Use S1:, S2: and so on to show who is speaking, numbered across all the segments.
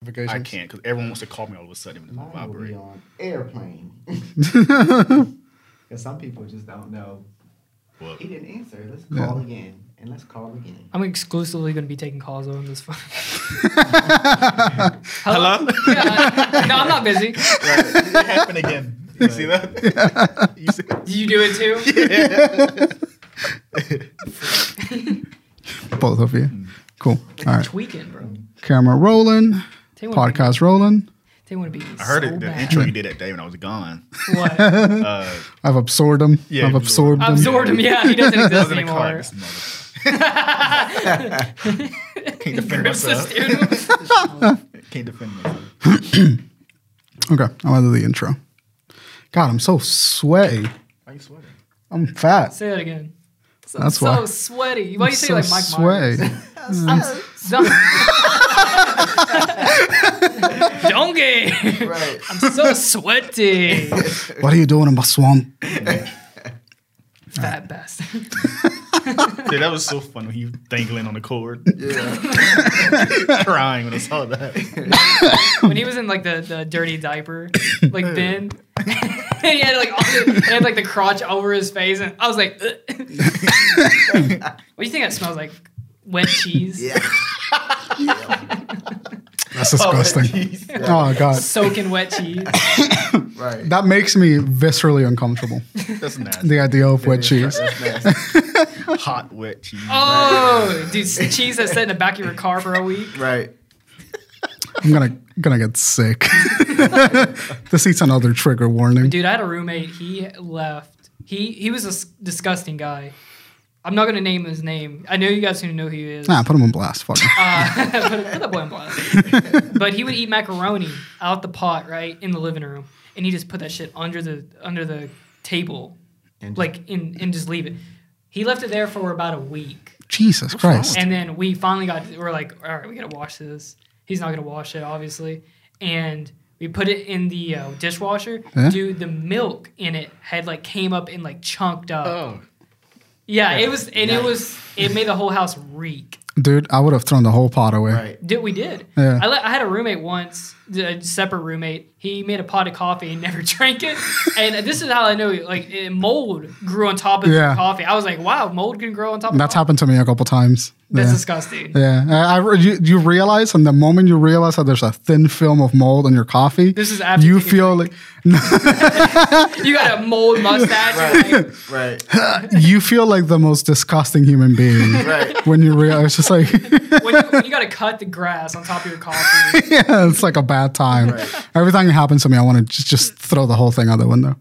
S1: I
S2: notifications?
S1: can't because everyone wants to call me all of a sudden when
S3: Oh,
S1: it's
S4: Mine will be
S1: vibrate.
S4: on airplane.
S2: can't.
S4: Because some people just don't know.
S1: Well,
S4: He didn't answer. Let's
S2: Yeah.
S4: call again. And let's call again.
S3: I'm exclusively going to be taking calls on this phone.
S1: Hello?
S3: Yeah, no, I'm not busy.
S1: it happened again. You see that? you see
S3: Do you do it too?
S2: Both of you. Cool. All right.
S3: Tweaking, bro.
S2: Camera rolling.
S3: They wanna be-
S2: Podcast rolling.
S3: They want to be.
S1: I heard
S3: so
S1: it, the
S3: bad.
S1: intro you did that day when I was gone.
S3: What?
S1: Uh,
S2: I've absorbed them.
S1: Yeah,
S2: I've absorbed
S1: absorbed.
S2: them.
S3: Absorbed him. Yeah, he doesn't
S1: I
S3: exist
S1: was in the car.
S3: anymore.
S1: This motherfucker.
S3: He
S1: Can't defend
S3: grips the
S1: myself.
S3: steering wheel.
S1: Can't defend myself.
S2: Okay. I'm out of the intro. God, I'm so sweaty.
S1: Why are you sweating?
S2: I'm fat.
S3: Say that again. So,
S2: That's
S3: so
S2: why.
S3: sweaty. Why
S2: I'm
S3: you say
S2: so
S3: like Mike Myers?
S2: sweaty.
S3: So- Donkey.
S4: Right.
S3: I'm so sweaty.
S2: What are you doing in my swamp?
S3: Fat bastard.
S1: Dude, that was so fun when you dangling on the cord,
S4: Yeah.
S1: crying when I saw that.
S3: when he was in like the, the dirty diaper like bin and he had like all the, he had like the crotch over his face and I was like "Ugh." what do you think that smells like wet cheese
S4: yeah.
S2: That's disgusting.
S1: jeez.
S2: Oh, God.
S3: soaking wet cheese
S4: Right.
S2: That makes me viscerally uncomfortable.
S1: That's nasty.
S2: The idea of wet
S4: That's
S2: cheese.
S4: nasty.
S1: Hot, wet cheese.
S3: oh dude s- cheese that's sat in the back of your car for a week
S4: Right.
S2: I'm gonna gonna get sick. this eats another trigger warning.
S3: dude I had a roommate he left he he was a s- disgusting guy I'm not gonna name his name I know you guys who know who he is
S2: Nah, put him on blast. Fuck. him.
S3: Uh, put, put that boy on blast. but he would eat macaroni out the pot, right, in the living room, and he just put that shit under the under the table,
S4: And-
S3: like in and just leave it. He left it there for about a week,
S2: Jesus Christ.
S3: and then we finally got. we We're like, all right, we gotta wash this. He's not gonna wash it, obviously, and. We put it in the uh, dishwasher.
S2: Huh?
S3: Dude, the milk in it had like came up and like chunked up.
S1: Oh.
S3: yeah, it was, and it was, it made the whole house reek.
S2: Dude, I would have thrown the whole pot away.
S4: Right.
S3: Did we did?
S2: Yeah.
S3: I, let, I had a roommate once, a separate roommate. He made a pot of coffee and never drank it. and this is how I know, like eh, mold grew on top of
S2: Yeah.
S3: the coffee. I was like, wow, mold can grow on top.
S2: That's
S3: of coffee.
S2: happened to me a couple times.
S3: That's
S2: yeah.
S3: disgusting.
S2: Yeah, I, I- you, you realize, and the moment you realize that there's a thin film of mold in your coffee,
S3: This is after
S2: you
S3: taking a
S2: feel like
S3: You got a mold mustache. You're like,
S4: Right.
S2: you feel like the most disgusting human being
S4: Right.
S2: when you realize. It's just like
S3: when you, when you got to cut the grass on top of your coffee.
S2: yeah, it's like a bad time. Every time it happens to me, I want to just, just throw the whole thing out the window.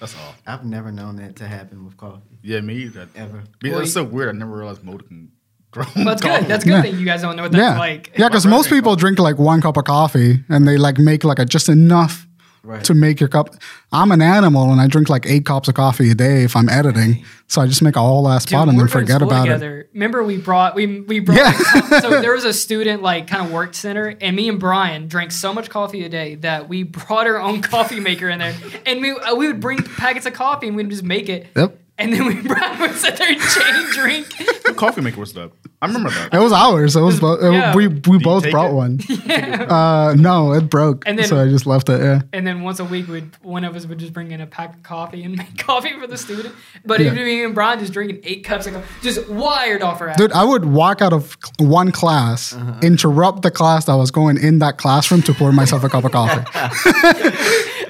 S1: That's all.
S4: I've never known that to happen with coffee
S1: Yeah, me either.
S4: ever.
S1: Yeah,
S3: Well,
S1: that's so weird. I never realized mold can grow.
S3: That's good. That's a good
S2: Yeah.
S3: thing you guys don't know what that's
S2: Yeah,
S3: like.
S2: yeah, because
S1: My
S2: most
S1: brother-
S2: people drink like one cup of coffee and they like make like a, just enough
S4: Right.
S2: to make your cup. I'm an animal and I drink like eight cups of coffee a day if I'm editing, so I just make a whole ass
S3: Dude,
S2: pot
S3: when
S2: and
S3: we were
S2: then
S3: in
S2: forget
S3: school
S2: about it.
S3: together, Remember, we brought we we brought.
S2: Yeah.
S3: so there was a student like kind of work center, and me and Brian drank so much coffee a day that we brought our own coffee maker in there, and we uh, we would bring packets of coffee and we'd just make it.
S2: Yep.
S3: And then we Brian would sit there and chain drink.
S1: The coffee maker was dope. I remember that.
S2: It was ours. It was bo- it-
S3: Yeah.
S2: we we both
S1: take
S2: brought
S1: it?
S2: one. Uh, no, it broke,
S3: And then-
S2: so I just left it. Yeah,
S3: And then once a week, would one of us would just bring in a pack of coffee and make coffee for the student. But
S2: Yeah.
S3: even me and Brian just drinking eight cups of coffee, just wired off our ass.
S2: dude, I would walk out of cl- one class,
S1: Uh-huh.
S2: interrupt the class that was going in that classroom to pour myself a cup of coffee.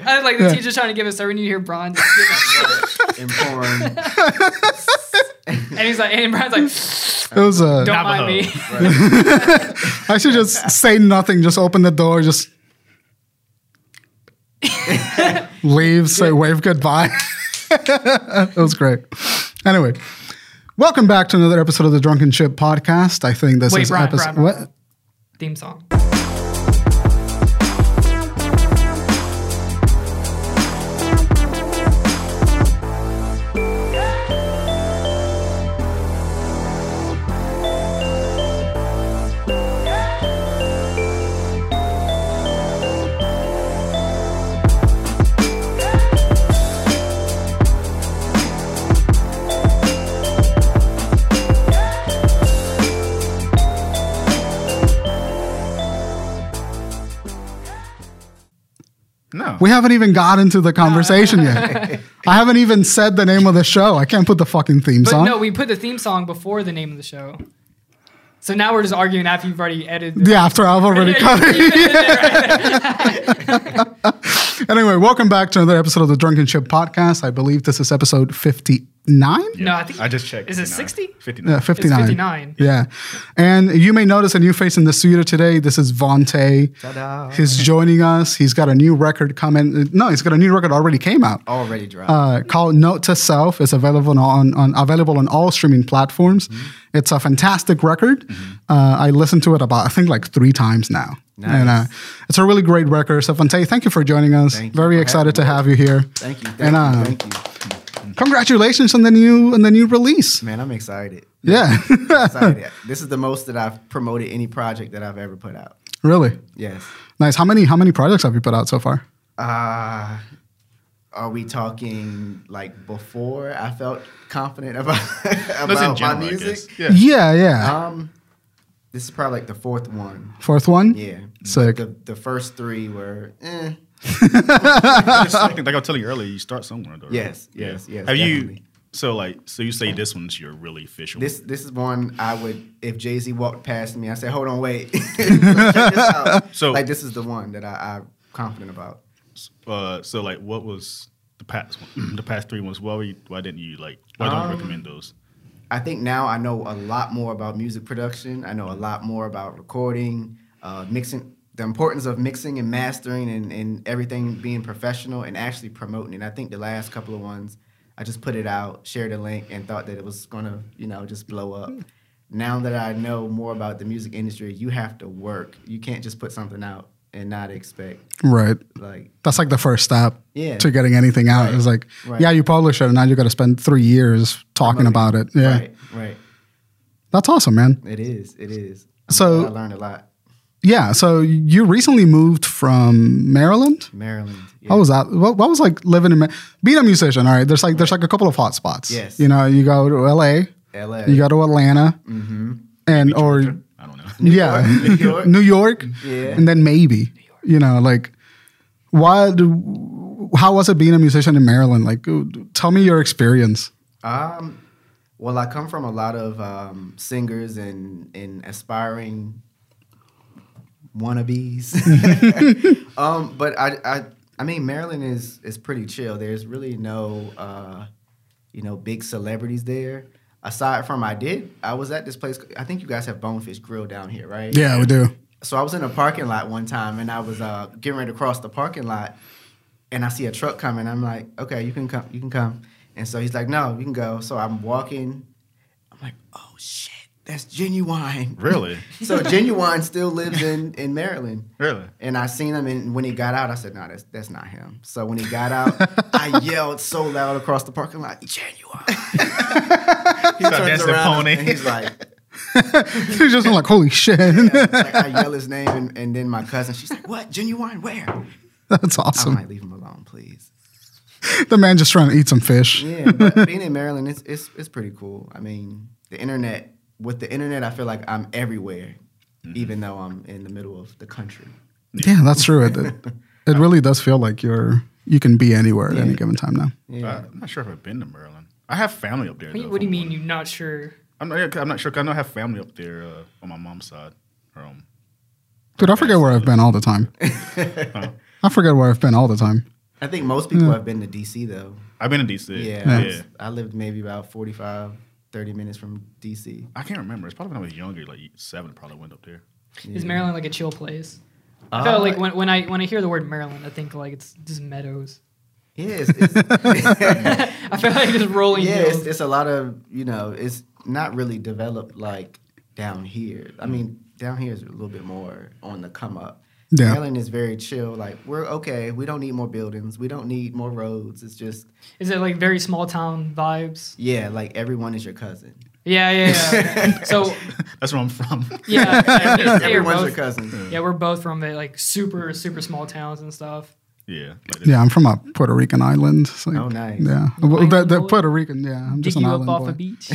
S3: I was like the teacher's trying to give us serving. You hear Brian, just give us-
S4: And pouring.
S3: and he's like, and Brian's like,
S2: It was a.
S3: don't
S1: Navajo.
S3: mind me.
S2: I should just say nothing. Just open the door. Just. Leave, say wave goodbye. it was great. Anyway, welcome back to another episode of the Drunken Ship podcast. I think this
S3: Wait,
S2: is
S3: Brian,
S2: episode.
S3: Brian, Brian.
S2: What?
S3: Theme song.
S5: No.
S2: We haven't even got into the conversation yet. I haven't even said the name of the show. I can't put the fucking theme
S3: But
S2: song.
S3: no, we put the theme song before the name of the show. So now we're just arguing after you've already edited.
S2: yeah, after I've already cut it. anyway, welcome back to another episode of the Drunken Ship Podcast. I believe this is episode 59.
S3: No, I think
S5: I just checked.
S3: Is it
S5: 59.
S3: 60?
S5: 59.
S2: Yeah, 59.
S3: 59.
S2: Yeah. And you may notice a new face in the studio today. This is Vontae.
S4: Ta-da.
S2: He's joining us. He's got a new record coming. No, he's got a new record already came out.
S4: Already dropped.
S2: uh, called Note to Self is available on, on available on all streaming platforms.
S4: Mm-hmm.
S2: It's a fantastic record. Uh, I listened to it about I think like three times now, and uh,
S4: Nice.
S2: it's a really great record. So Fonte, thank you for joining us.
S4: Thank you
S2: Very
S4: for
S2: excited to have
S4: having
S2: you here.
S4: thank you.
S2: and,
S4: Thank you.
S2: uh,
S4: thank you.
S2: Congratulations on the new on the new release.
S4: Man, I'm excited.
S2: Yeah,
S4: excited. This is the most that I've promoted any project that I've ever put out.
S2: really
S4: Yes.
S2: nice. How many how many projects have you put out so far?
S4: Uh, are we talking like before I felt confident about,
S5: That's in
S4: about my
S5: general, I
S4: music?
S5: guess.
S2: Yeah,
S5: Yeah.
S2: yeah.
S4: Um, this is probably like the fourth one.
S2: Fourth one.
S4: Yeah.
S2: Sick.
S4: The, the first three were, eh.
S5: It's something like I was telling you earlier, you start somewhere. Though, right?
S4: Yes, yes, yes,
S5: Have you?
S4: definitely.
S5: So like, so you say this one's your really official.
S4: This this is one I would if Jay Z walked past me, I said, "Hold on, wait." so,
S5: So-
S4: like this is the one that I, I'm confident about.
S5: Uh, so like, what was the past one? the past three ones? Why were you, why didn't you like? Why don't you
S4: Um,
S5: recommend those?
S4: I think now I know a lot more about music production. I know a lot more about recording, uh, mixing, the importance of mixing and mastering, and, and everything being professional and actually promoting. And I think the last couple of ones, I just put it out, shared a link, and thought that it was gonna, you know, just blow up. Now that I know more about the music industry, you have to work. You can't just put something out and not expect
S2: Right.
S4: like
S2: That's like the first step
S4: Yeah.
S2: to getting anything out. It's like,
S4: Right.
S2: yeah, you publish it, and now you got to spend three years talking about it. Yeah,
S4: right, right.
S2: that's awesome, man.
S4: It is, it is. I'm
S2: So-
S4: glad I learned a lot.
S2: Yeah, so you recently moved from Maryland.
S4: Maryland. yeah.
S2: How was that? What, what was like living in Ma- being a musician? All right, there's like there's like a couple of hot spots.
S4: Yes.
S2: you know, you go to L.A.,
S4: LA.
S2: you go to Atlanta,
S4: Mm-hmm.
S2: and or
S5: I don't know.
S2: yeah,
S4: New York.
S2: New York,
S4: Yeah.
S2: and then maybe you know like why? Do, how was it being a musician in Maryland? Like, uh, tell me your experience.
S4: Um, well, I come from a lot of um, singers and and aspiring wannabes. um, but I, I I mean Maryland is is pretty chill. There's really no uh, you know big celebrities there. Aside from I did I was at this place. I think you guys have Bonefish Grill down here, right?
S2: Yeah, we do.
S4: So I was in a parking lot one time, and I was uh, getting ready to cross the parking lot, and I see a truck coming. I'm like, okay, you can come, you can come. And so he's like, no, you can go. So I'm walking. I'm like, oh shit, that's genuine.
S5: Really,
S4: so genuine still lives in in Maryland.
S5: really.
S4: And I seen him, and when he got out, I said, "No, that's that's not him." So when he got out, I yelled so loud across the parking lot, "Genuine!" he
S5: like, "That's the pony."
S4: and he's like,
S2: He's just like, holy shit.
S4: like, I yell his name, and, and then my cousin, she's like, "What? Genuine? Where?"
S2: That's awesome.
S4: I might leave him alone, please.
S2: The man just trying to eat some fish.
S4: Yeah, but being in Maryland, it's it's it's pretty cool. I mean, the internet. With the internet, I feel like I'm everywhere, even though I'm in the middle of the country.
S2: Yeah, that's true. It, it, it really does feel like you're you can be anywhere at any given time now.
S4: Yeah.
S5: Uh, I'm not sure if I've been to Maryland. I have family up there.
S3: What do
S5: though,
S3: you- what do you
S5: from
S3: mean
S5: Maryland.
S3: you're not sure?
S5: I'm not. I'm not sure. 'cause I know I have family up there uh, on my mom's side. Her um,
S2: Dude, I forget where I've been all the time. I forget where I've been all the time.
S4: I think most people have been to DC though.
S5: I've been in DC.
S4: Yeah, I, was- I lived maybe about 45, 30 minutes from DC.
S5: I can't remember. It's probably when I was younger, like seven. Probably went up there.
S3: Is Maryland like a chill place? I
S4: Uh,
S3: felt like when, when I when I hear the word Maryland, I think like it's just meadows.
S4: Yeah, it's, it's,
S3: I feel like just rolling
S4: yeah,
S3: hills.
S4: it's, it's a lot of you know, it's not really developed like down here. I mean, down here is a little bit more on the come up.
S2: Yeah.
S4: Maryland is very chill. Like we're okay. We don't need more buildings. We don't need more roads. It's just
S3: Is it like very small town vibes?
S4: yeah, like everyone is your cousin.
S3: Yeah, yeah, yeah. so
S5: That's where I'm from.
S3: yeah, yeah, me and Tay are
S4: Everyone's your
S3: both,
S4: cousin.
S3: yeah, we're both from the, like super super small towns and stuff.
S5: yeah. Like
S2: Yeah, I'm from a Puerto Rican island. It's like-
S4: Oh, nice.
S2: Yeah, well,
S3: Island
S2: the, the
S3: boy?
S2: Puerto Rican. Yeah, I'm
S3: Dig
S2: just an
S3: you up
S2: island
S3: off
S2: boy.
S3: a beach.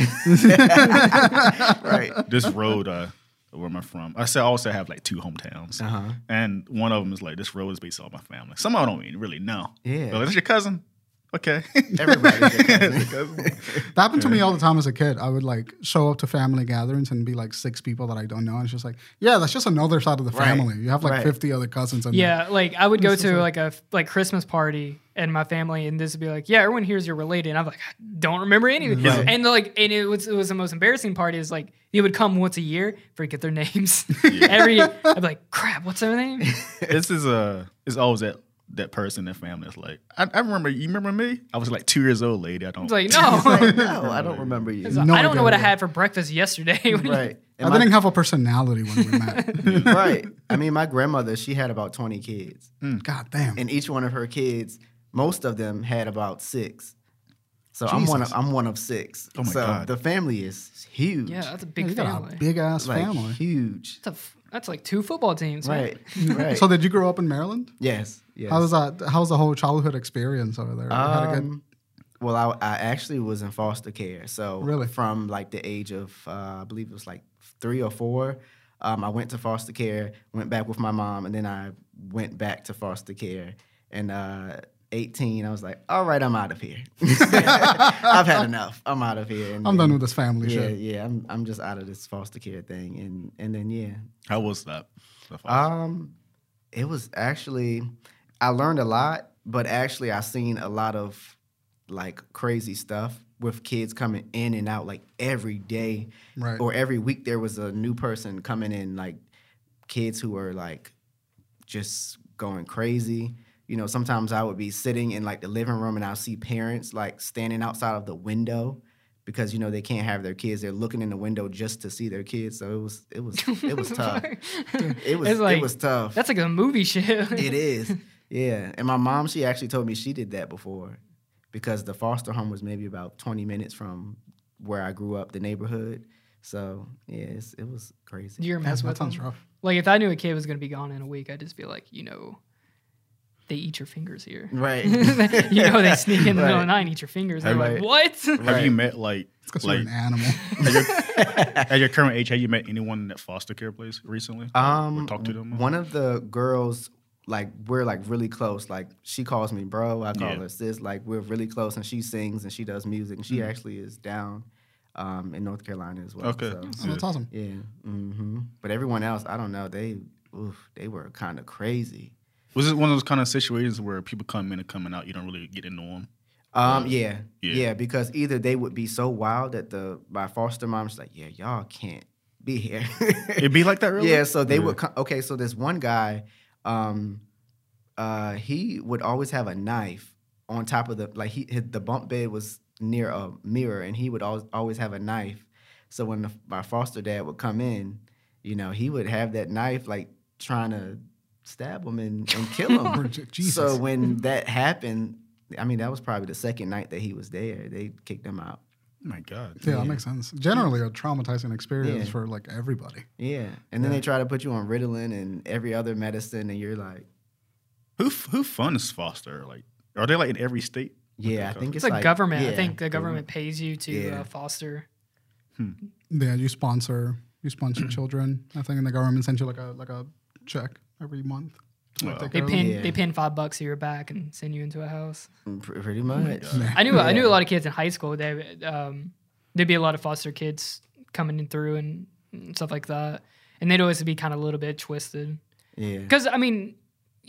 S4: Right.
S5: This road, uh, where am I from? I say I also have like two hometowns,
S4: Uh-huh.
S5: and one of them is like this road is based on my family. Some I don't even really know.
S4: Yeah.
S5: but that's your cousin. Okay.
S4: Everybody's your cousin.
S2: That happened to me all the time as a kid. I would like show up to family gatherings and be like six people that I don't know. And it's just like, yeah, that's just another side of the
S4: Right,
S2: family. You have like
S4: right.
S2: 50 other cousins. And
S3: Yeah, like I would go to like a f- like Christmas party and my family, and this would be like, yeah, everyone here's your related. And I'm like, I don't remember anything.
S2: Right.
S3: And they're like, and it was it was the most embarrassing part is like they would come once a year, forget their names. Every I'd be like, crap, what's their name?
S5: this is uh it's always that that person in family that's like I, I remember you remember me I was like two years old lady I don't
S3: It's like no,
S4: Like, no, I don't remember you.
S3: It's like,
S2: No
S3: I don't know
S2: idea.
S3: what I had for breakfast yesterday.
S4: Right.
S2: I
S4: And
S2: didn't
S4: my,
S2: have a personality when we met.
S4: right. I mean, my grandmother, she had about 20 kids.
S2: God damn.
S4: and each one of her kids, most of them had about six. So I'm one. Of,
S2: Jesus.
S4: I'm one of six.
S5: Oh my
S4: so
S5: God.
S4: the family is huge.
S3: yeah, that's a
S2: you
S3: big
S2: got
S3: family.
S2: a big ass
S4: like
S2: family.
S4: huge.
S3: that's, a f- that's like two football teams,
S4: Right.
S3: right?
S4: Right.
S2: So did you grow up in Maryland?
S4: yes. Yes.
S2: How was that? How was the whole childhood experience over there? You had a good-
S4: Um, well, I, I actually was in foster care. So
S2: Really?
S4: from like the age of, uh, I believe it was like three or four, um, I went to foster care, went back with my mom, and then I went back to foster care. And uh, 18, I was like, all right, I'm out of here. I've had enough. I'm out of here. And,
S2: I'm done
S4: and-
S2: with this family
S4: Yeah,
S2: shit.
S4: yeah. I'm, I'm just out of this foster care thing. And, and then, yeah,
S5: how was that
S4: um, it was actually I learned a lot, but actually I seen a lot of like crazy stuff with kids coming in and out like every day
S2: Right.
S4: or every week. There was a new person coming in, like kids who were like just going crazy. You know, sometimes I would be sitting in like the living room and I'll see parents like standing outside of the window because you know they can't have their kids. They're looking in the window just to see their kids. So it was it was it was tough. It was
S3: It's like-
S4: it was tough.
S3: That's like a movie shit.
S4: it is. Yeah. And my mom, she actually told me she did that before because the foster home was maybe about 20 minutes from where I grew up, the neighborhood. So, yeah, it's, it was
S3: Do
S4: crazy.
S3: you ever
S2: Damn,
S3: mess
S2: that
S3: with them?
S2: sounds rough.
S3: Like if I knew a kid was gonna be gone in a week, I'd just be like, you know, they eat your fingers here.
S4: Right.
S3: you know they sneak in the middle of the
S4: Right.
S3: night and eat your fingers. They're
S4: Right.
S3: like, what?
S5: have you
S4: Right.
S5: met like
S2: It's because
S5: like
S2: you're an animal.
S5: at your current age have you met anyone in that foster care place recently
S4: Um,
S5: talk to them?
S4: One of the girls, like we're like really close. Like she calls me bro, I call
S5: Yeah.
S4: her sis. Like we're really close, and she sings and she does music. And she actually is down um, in North Carolina as well.
S5: Mm-hmm. Okay.
S4: so-
S2: Oh, that's awesome.
S4: Yeah. hmm But everyone else, I don't know. They, oof, they were kind of crazy.
S5: was it one of those kind of situations where people come in and coming out you don't really get into them
S4: Um, yeah,
S5: Yeah.
S4: yeah, Because either they would be so wild that the my foster mom's like, yeah, y'all can't be here.
S5: it'd be like that really
S4: Yeah. So they
S5: Yeah.
S4: would come. Okay. So this one guy, um, uh, he would always have a knife on top of the like he his, the bump bed was near a mirror, and he would always always have a knife. So when the, my foster dad would come in, you know, he would have that knife like trying to stab him and, and kill him.
S2: Jesus.
S4: Oh, So when that happened, I mean, that was probably the second night that he was there. They kicked him out.
S5: oh my god
S2: yeah, that makes sense. Generally, a traumatizing experience
S4: Yeah.
S2: for like everybody.
S4: Yeah. And then they try to put you on Ritalin and every other medicine, and you're like,
S5: who f- who funds foster like are they like in every state
S4: yeah, I think
S3: It's
S4: it's,
S3: like, government. I
S4: yeah,
S3: think the government pays you to
S4: Yeah.
S3: uh, foster.
S2: Yeah, you sponsor you sponsor children. I think, and the government sends you like a like a check every month. to, like,
S5: Wow.
S2: take
S3: They
S2: care of
S3: pin
S4: Yeah.
S3: they pin five bucks to your back and send you into a house.
S4: mm, Pr- pretty much.
S2: Yeah.
S3: I knew I knew a lot of kids in high school. They um, there'd be a lot of foster kids coming in through and, and stuff like that, and they'd always be kind of a little bit twisted.
S4: Yeah.
S3: Because I mean,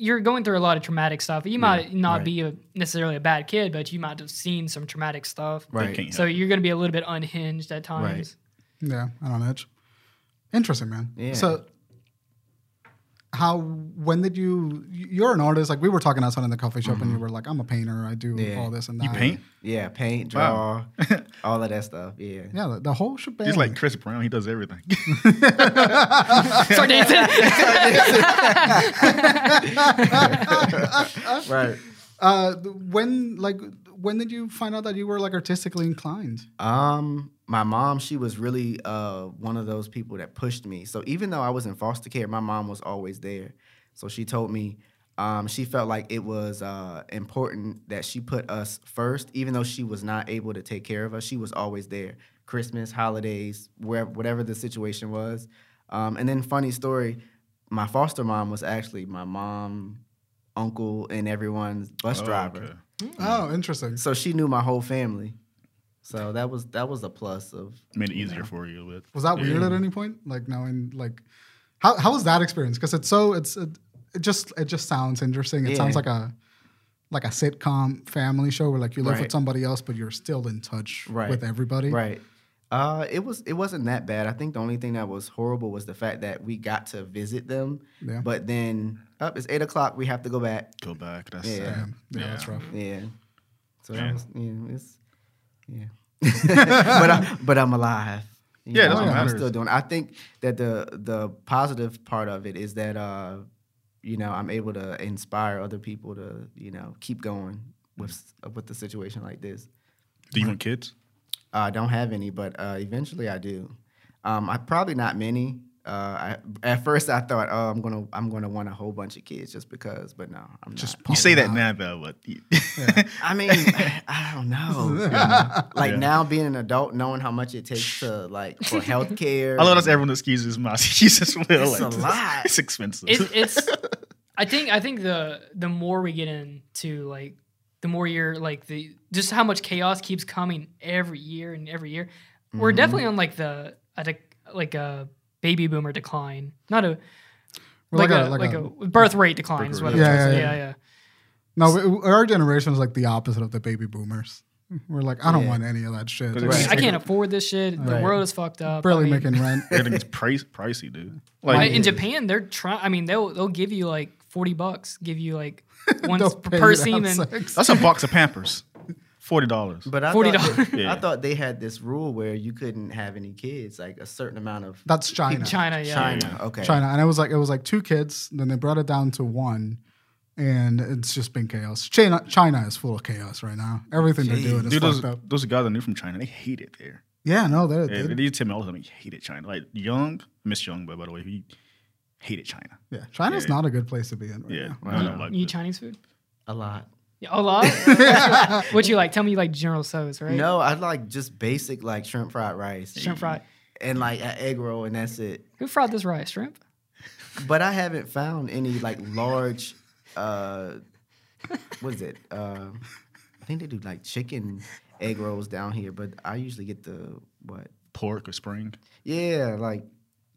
S3: you're going through a lot of traumatic stuff. You might not
S4: right.
S3: be a, necessarily a bad kid, but you might have seen some traumatic stuff.
S5: they
S4: Right.
S5: can't
S3: So
S5: help.
S3: you're going to be a little bit unhinged at times.
S2: Yeah, I don't know. It's interesting, man.
S4: Yeah.
S2: So, how? When did you? You're an artist. Like we were talking outside in the coffee shop, and you were like, "I'm a painter. I do
S4: Mm-hmm. Yeah.
S2: all this and that."
S5: you paint
S4: Yeah. Paint, draw,
S5: Wow.
S4: all of that stuff. Yeah.
S2: Yeah, the, the whole shebang.
S5: he's like Chris Brown he does everything
S3: Start dancing.
S4: Right.
S2: uh, when like when did you find out that you were like artistically inclined?
S4: Um, my mom, she was really uh one of those people that pushed me. So even though I was in foster care, my mom was always there. So she told me um, she felt like it was uh, important that she put us first, even though she was not able to take care of us. She was always there, Christmas, holidays, wherever, whatever the situation was. Um, and then funny story, my foster mom was actually my mom, uncle, and everyone's bus
S5: Oh,
S4: driver.
S5: okay.
S4: Mm.
S2: Oh, interesting.
S4: So she knew my whole family. So that was that was a plus of
S5: Made it easier for you. With
S2: Was that weird
S4: Mm.
S2: at any point? Like knowing like how how was that experience? Because it's so it's it, it just it just sounds interesting. It
S4: Yeah.
S2: sounds like a like a sitcom family show where like you live with
S4: Right.
S2: somebody else but you're still in touch
S4: Right.
S2: with everybody.
S4: Right. Uh, it was it wasn't that bad. I think the only thing that was horrible was the fact that we got to visit them,
S2: Yeah.
S4: but then up it's eight o'clock. We have to go back.
S5: Go back. That's
S4: Yeah.
S5: sad.
S2: Damn. Yeah, that's rough.
S4: Yeah. So
S5: Yeah.
S4: that was yeah, it's yeah. but I, but I'm alive. You
S5: Yeah, that's what
S4: I'm
S5: matters.
S4: still doing. I think that the the positive part of it is that uh, you know, I'm able to inspire other people to you know keep going with with the situation like this.
S5: Do you want kids?
S4: I don't have any, but uh, eventually I do. Um, I probably not many. Uh, I, at first I thought, oh, I'm gonna I'm gonna want a whole bunch of kids just because, but no, I'm
S2: Just
S4: not.
S5: You say that
S2: Probably
S5: now, though, but you-
S4: I mean, I don't know. Like
S5: Yeah.
S4: now being an adult, knowing how much it takes to like for healthcare.
S5: I love that's everyone's excuses. My excuses will
S4: It's
S5: like,
S4: a lot.
S5: It's expensive.
S3: It, it's. I think. I think the the more we get into like, the more you're like the just how much chaos keeps coming every year and every year.
S4: Mm-hmm.
S3: We're definitely on like the a dec- like a baby boomer decline. Not a
S2: We're
S3: like, a, like a, birth rate decline is what
S2: rate. Yeah,
S3: I'm trying to say.
S2: yeah,
S3: yeah,
S2: yeah.
S3: yeah,
S2: No, we- we- our generation is like the opposite of the baby boomers. We're like, I don't
S4: Yeah.
S2: want any of that shit.
S5: But
S2: It's
S5: it's-
S2: just
S3: I can't afford this shit.
S2: Right.
S3: The world is fucked up.
S2: barely
S3: I mean,
S2: making rent.
S5: Everything's price, pricey, dude.
S3: I-
S5: Like
S3: in Japan, they're trying. I mean, they'll they'll give you like forty bucks. Give you like one
S2: They'll pay you to
S3: per
S2: have
S3: semen.
S2: sex.
S5: that's a box of Pampers, forty dollars.
S4: But I
S3: $40.
S4: thought, they,
S5: Yeah.
S4: I thought they had this rule where you couldn't have any kids, like a certain amount of
S2: That's China.
S3: China, yeah.
S4: China.
S5: Yeah.
S4: Okay.
S2: China, and it was like it was like two kids. Then they brought it down to one, and it's just been chaos. China, China is full of chaos right now. Everything they're doing is
S5: Dude, those,
S2: fucked up.
S5: those guys I knew from China, they hate it there.
S2: Yeah, no, they're,
S5: Yeah,
S2: they-
S5: they used to tell me all the time, he hated China. Like Young, Miss Young, but by the way, he hated China.
S2: yeah. China's
S5: yeah.
S2: not a good place to be in. Right
S5: Yeah,
S2: now.
S5: I don't like
S3: You eat
S5: this.
S3: Chinese food?
S4: A lot.
S3: Yeah, a lot. what you like? Tell me you like General So's, right?
S4: No, I like just basic like shrimp fried rice.
S3: Shrimp fried.
S4: And like an egg roll, and that's it.
S3: Who fried this rice? Shrimp?
S4: But I haven't found any like large, uh, what is it? Uh, I think they do like chicken egg rolls down here, but I usually get the what?
S5: pork or spring.
S4: Yeah, like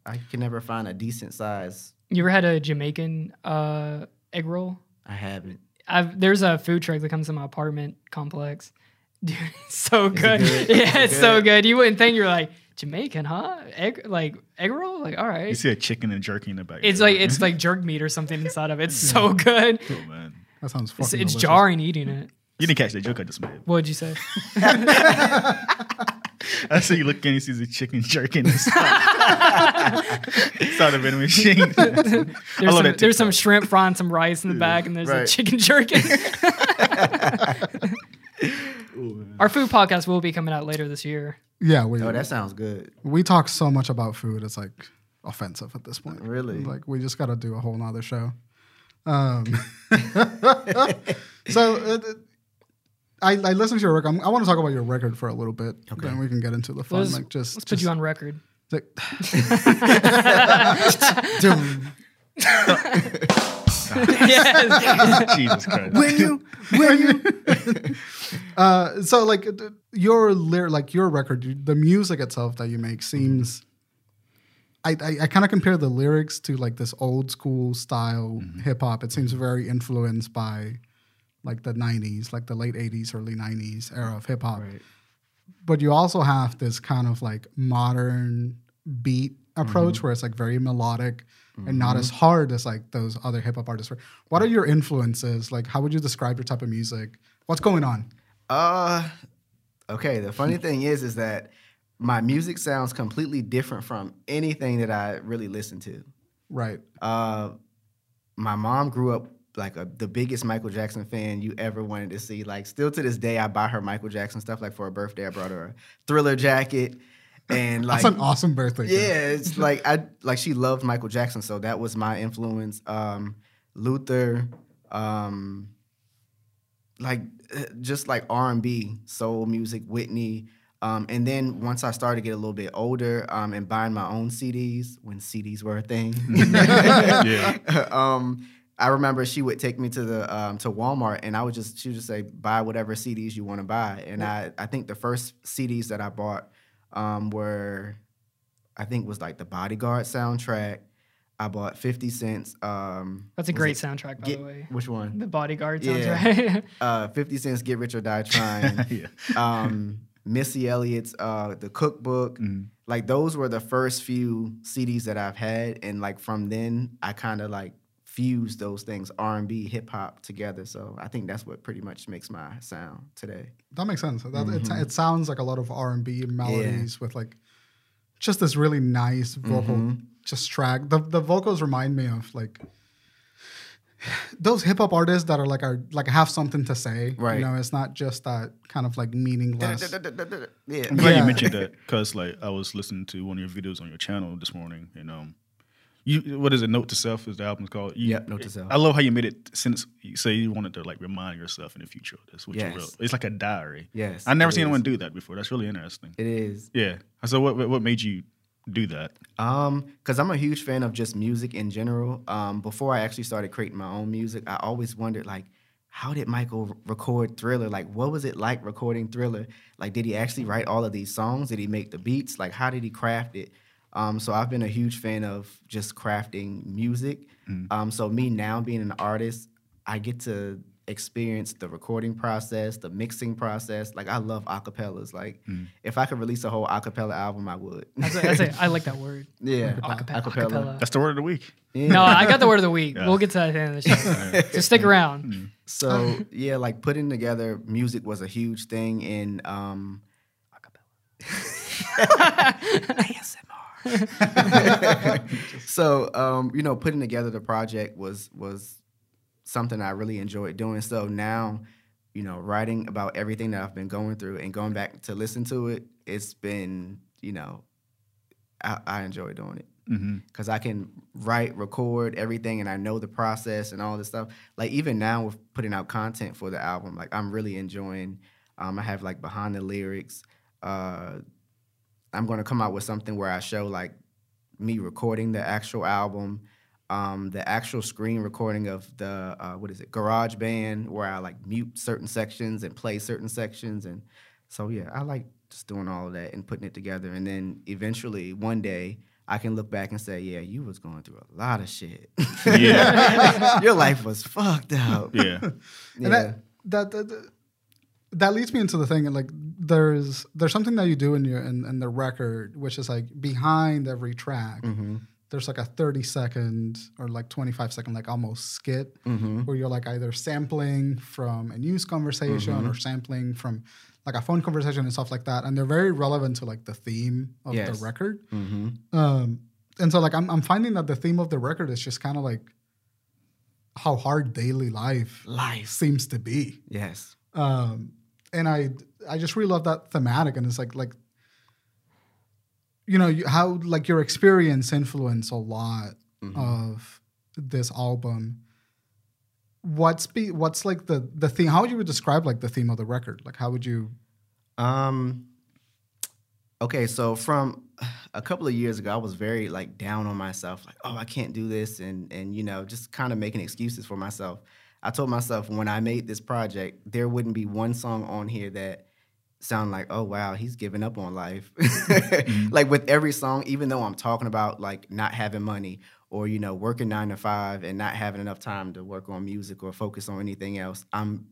S4: I can never find a decent size.
S3: You ever had a Jamaican uh, egg roll?
S4: I haven't.
S3: I've, there's a food truck that comes to my apartment complex. Dude, it's so
S4: it
S3: good.
S4: good?
S3: Yeah,
S4: Is it
S3: it's so
S4: good?
S3: good. You wouldn't think you're like Jamaican, huh? Egg like egg roll? Like all
S5: You
S3: right.
S5: see a chicken and jerky in the back.
S3: It's like it's like jerk meat or something inside of it. It's so good.
S5: oh man,
S2: That sounds fucking.
S3: It's, it's
S2: delicious.
S3: jarring eating it.
S5: you didn't catch that joke I just made.
S3: What would you say?
S5: I see you look in, you see the chicken jerky in the side side of the vending machine.
S3: There's
S5: love
S3: some,
S5: that
S3: there's some shrimp frying some rice in the back, and there's a
S4: right.
S3: chicken jerky. Our food podcast will be coming out later this year.
S2: Yeah, we
S4: Oh, that sounds good.
S2: we talk so much about food. It's like offensive at this point.
S4: Really?
S2: Like we just got to do a whole nother show. Um, so uh, I, I listened to your record. I'm, I want to talk about your record for a little bit. Okay. Then we can get into the fun.
S3: Let's,
S2: like just
S3: let's put
S2: just-
S3: you on record.
S2: Like,
S3: yes.
S5: Jesus Christ.
S2: you, when you. uh, so like th- your lyric, like your record, you- the music itself that you make seems. I, I, I kind of compare the lyrics to like this old school style hip hop. It seems very influenced by like the 90s, like the late 80s, early 90s era of hip hop. But you also have this kind of like modern beat approach where it's like very melodic
S4: Mm-hmm.
S2: and not as hard as like those other hip hop artists were. What are your influences? Like, how would you describe your type of music? What's going on?
S4: Uh okay, the funny thing is is that my music sounds completely different from anything that I really listen to.
S2: Right.
S4: Uh my mom grew up like a, the biggest Michael Jackson fan you ever wanted to see. Like still to this day I buy her Michael Jackson stuff like for her birthday I brought her a Thriller jacket and like
S2: That's an awesome birthday. gift.
S4: yeah, it's like I like she loved Michael Jackson, so that was my influence. Um, Luther, um, like uh, just like R and B, soul music, Whitney, Um, and then once I started to get a little bit older um, and buying my own CDs when CDs were a thing,
S5: yeah.
S4: um, I remember she would take me to the um, to Walmart and I would just she would just say buy whatever CDs you want to buy. And I I think the first CDs that I bought um, were I think was like the Bodyguard soundtrack. I bought fifty cents. Um,
S3: That's a
S4: was
S3: great
S4: it-
S3: soundtrack, by
S4: Get-
S3: the way.
S4: Which one?
S3: The Bodyguard sounds
S4: Yeah.
S3: right.
S4: Uh, fifty cents. Get rich or die trying.
S5: yeah.
S4: um, Missy Elliott's uh, the cookbook.
S5: Mhm.
S4: Like those were the first few CDs that I've had, and like from then I kind of like fused those things R and B, hip hop together. So I think that's what pretty much makes my sound today.
S2: That makes sense. That, it, it sounds like a lot of R and B melodies with like just this really nice vocal
S4: Mm-hmm.
S2: just track. The the vocals remind me of like those hip hop artists that are like are like have something to say.
S4: Right.
S2: You know, it's not just that kind of like meaningless.
S5: I'm
S4: Yeah.
S5: glad
S2: Yeah.
S5: you mentioned that because like I was listening to one of your videos on your channel this morning, and um, you what is it? Note to self is the album's called. You,
S4: Yep, Note to Self.
S5: I love how you made it since you say you wanted to like remind yourself in the future. That's what
S4: Yes.
S5: you wrote. It's like a diary.
S4: Yes,
S5: I've never
S4: it
S5: seen anyone
S4: is.
S5: do that before. That's really interesting.
S4: It is.
S5: Yeah. So what what- what made you do that?
S4: Um, cause I'm a huge fan of just music in general. Um, before I actually started creating my own music, I always wondered like, how did Michael r- record Thriller? Like, what was it like recording Thriller? Like, did he actually write all of these songs? Did he make the beats? Like, how did he craft it? Um, so I've been a huge fan of just crafting music. Um, so me now being an artist, I get to experience the recording process, the mixing process. Like, I love acapellas. Like, if I could release a whole acapella album, I would.
S3: That's it. That's it. I like that word.
S4: Yeah,
S3: Acapella.
S4: acapella.
S3: acapella.
S5: That's the word of the week. Uh,
S4: Yeah.
S3: No, I got the word of the week.
S5: Yeah.
S3: We'll get to that at the end of the show. so stick around.
S4: so yeah, like putting together music was a huge thing, and um, so um, you know, putting together the project was was something I really enjoyed doing. So now, you know, writing about everything that I've been going through and going back to listen to it, it's been you know, I, I enjoy doing it.
S5: Mm-hmm.
S4: because I can write, record everything, and I know the process and all this stuff. Like even now with putting out content for the album, like I'm really enjoying. Um, I have like behind the lyrics. Uh, I'm gonna come out with something where I show like me recording the actual album, um, the actual screen recording of the uh, what is it, Garage Band, where I like mute certain sections and play certain sections, and so yeah, I like just doing all of that and putting it together, and then eventually one day. I can look back and say, yeah, you was going through a lot of shit.
S5: Yeah.
S4: Your life was fucked up.
S5: Yeah.
S4: Yeah.
S2: And that, that that that leads me into the thing and like there's there's something that you do in your in, in the record which is like behind every track
S4: Mm. Mm-hmm.
S2: there's like a 30 second or like 25 second like almost skit
S4: Mm-hmm. Mm.
S2: where you're like either sampling from a news conversation
S4: Mm-hmm.
S2: or sampling from like a phone conversation and stuff like that and they're very relevant to like the theme of
S4: Yes.
S2: the record
S4: Mm-hmm.
S2: um and so like I'm, I'm finding that the theme of the record is just kind of like how hard daily life
S4: Life.
S2: seems to be
S4: Yes.
S2: um, and I I just really love that thematic, and it's like like you know you, how like your experience influenced a lot
S4: Mm-hmm.
S2: of this album. What's be what's like the the theme? How would you describe like the theme of the record? Like how would you?
S4: Um. Okay, so from a couple of years ago, I was very like down on myself, like, oh, I can't do this, and and you know, just kind of making excuses for myself. I told myself when I made this project, there wouldn't be one song on here that sound like, oh wow, he's giving up on life. Like with every song, even though I'm talking about like not having money or you know working nine to five and not having enough time to work on music or focus on anything else, I'm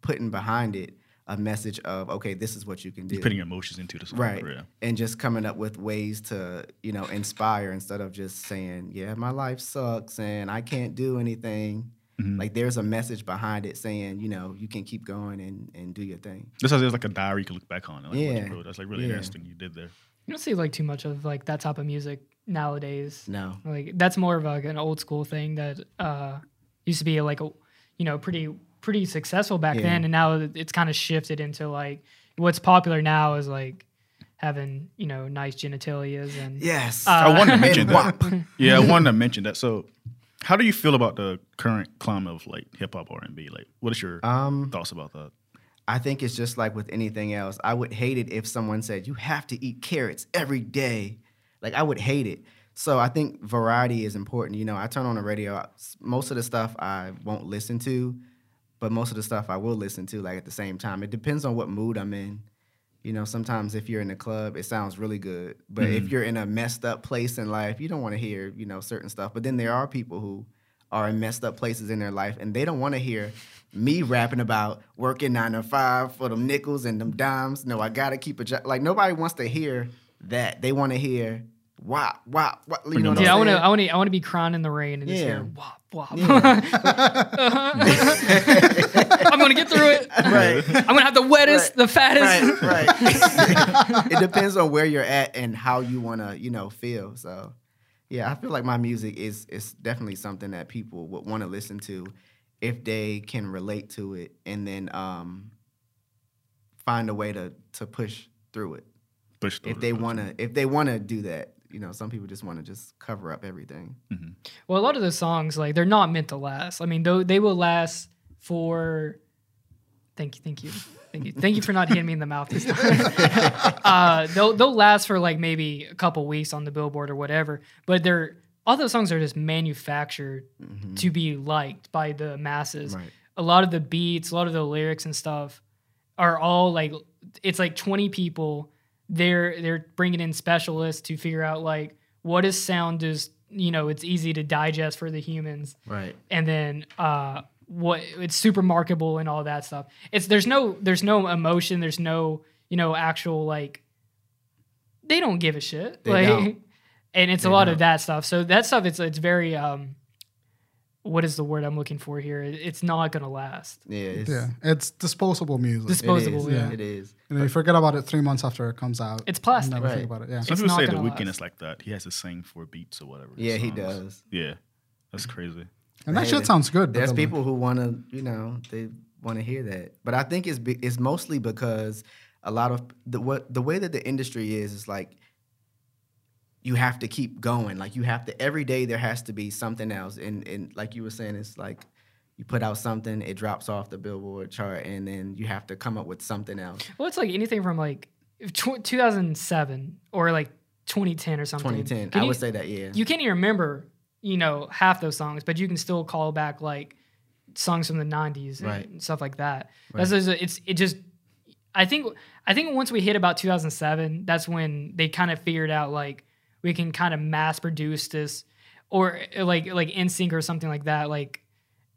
S4: putting behind it a message of okay, this is what you can do
S5: Putting emotions into this.
S4: right
S5: Yeah.
S4: and just coming up with ways to you know inspire instead of just saying yeah my life sucks and i can't do anything
S5: Mm-hmm.
S4: like there's a message behind it saying you know you can keep going and and do your thing
S5: This is there's like a diary you can look back on. Like yeah.
S4: Yeah.
S5: That's like really
S4: Yeah.
S5: interesting you did there.
S3: You don't see like too much of like that type of music nowadays.
S4: no
S3: Like that's more of like an old school thing that uh used to be like a you know pretty pretty successful back
S4: Yeah.
S3: then, and now it's kind of shifted into like what's popular now is like having you know nice genitalias and
S4: yes
S5: I wanted to mention
S4: and WAP.
S5: that. Yeah, I wanted to mention that. So, how do you feel about the current climate of like hip hop R and B? Like, what is your
S4: um
S5: thoughts about that?
S4: I think it's just like with anything else. I would hate it if someone said, you have to eat carrots every day. Like, I would hate it. So I think variety is important. You know, I turn on the radio, most of the stuff I won't listen to, but most of the stuff I will listen to, like at the same time. It depends on what mood I'm in. You know, sometimes if you're in the club, it sounds really good. But if you're in a messed up place in life, you don't want to hear, you know, certain stuff. But then there are people who are in messed up places in their life and they don't want to hear me rapping about working nine to five for them nickels and them dimes. No, I gotta keep a job. Like nobody wants to hear that. They want to hear wop wop. wop. You know what
S3: Dude, I
S4: I'm
S3: want to,
S4: saying?
S3: I want to, I want to be crying in the rain and just
S4: Yeah.
S3: hear wop wop. I'm gonna get through it.
S4: Right.
S3: I'm gonna have the wettest,
S4: Right.
S3: the fattest.
S4: right, right. it depends on where you're at and how you want to, you know, feel. So, yeah, I feel like my music is is definitely something that people would want to listen to if they can relate to it and then um find a way to to push through it.
S5: Push
S4: If
S5: through
S4: they
S5: it.
S4: want to if they want to do that, you know, some people just want to just cover up everything.
S3: Well, a lot of those songs, like they're not meant to last. I mean, though they will last for. Thank you, thank you, thank you, thank you for not hitting me in the mouth this time. uh, they'll they'll last for like maybe a couple weeks on the Billboard or whatever, but they're all those songs are just manufactured
S4: Mm-hmm.
S3: to be liked by the masses.
S4: Right.
S3: A lot of the beats, a lot of the lyrics and stuff are all like it's like 20 people they're they're bringing in specialists to figure out like what is sound is you know it's easy to digest for the humans
S4: Right.
S3: and then uh what it's super marketable and all that stuff it's there's no there's no emotion there's no you know actual like they don't give a shit
S4: They
S3: like
S4: don't.
S3: and it's a
S4: They
S3: lot of
S4: don't.
S3: that stuff so that stuff it's it's very um what is the word i'm looking for here It- it's not gonna last
S4: Yeah. It's,
S2: yeah, it's disposable music.
S3: Dis-
S4: it
S3: Disposable,
S4: is,
S3: yeah.
S4: It is.
S2: and you forget about it three months after it comes out.
S3: It's plastic.
S2: You never
S4: Right.
S2: think about it. Yeah.
S3: It's
S5: Some people
S3: not
S5: say the
S3: gonna
S5: weekend
S3: last.
S5: is like that. He has to sing four beats or whatever.
S4: Yeah, he
S5: songs.
S4: does.
S5: Yeah, that's crazy.
S2: And that
S4: Hey,
S2: shit sounds good. but
S4: There's
S2: then, like,
S4: people who want to, you know, they want to hear that. But I think it's be, it's mostly because a lot of the what the way that the industry is is like you have to keep going. Like you have to every day there has to be something else. And and like you were saying, it's like you put out something, it drops off the Billboard chart, and then you have to come up with something else.
S3: Well, it's like anything from like if tw- 2007 or like 2010 or something.
S4: 2010,
S3: Can
S4: I
S3: you,
S4: would say that, yeah.
S3: you can't even remember, you know, half those songs, but you can still call back like songs from the 90s and
S4: Right.
S3: stuff like that. That's just, it's it just. I think I think once we hit about 2007, that's when they kind of figured out like we can kind of mass produce this, or uh, like like NSYNC or something like that. Like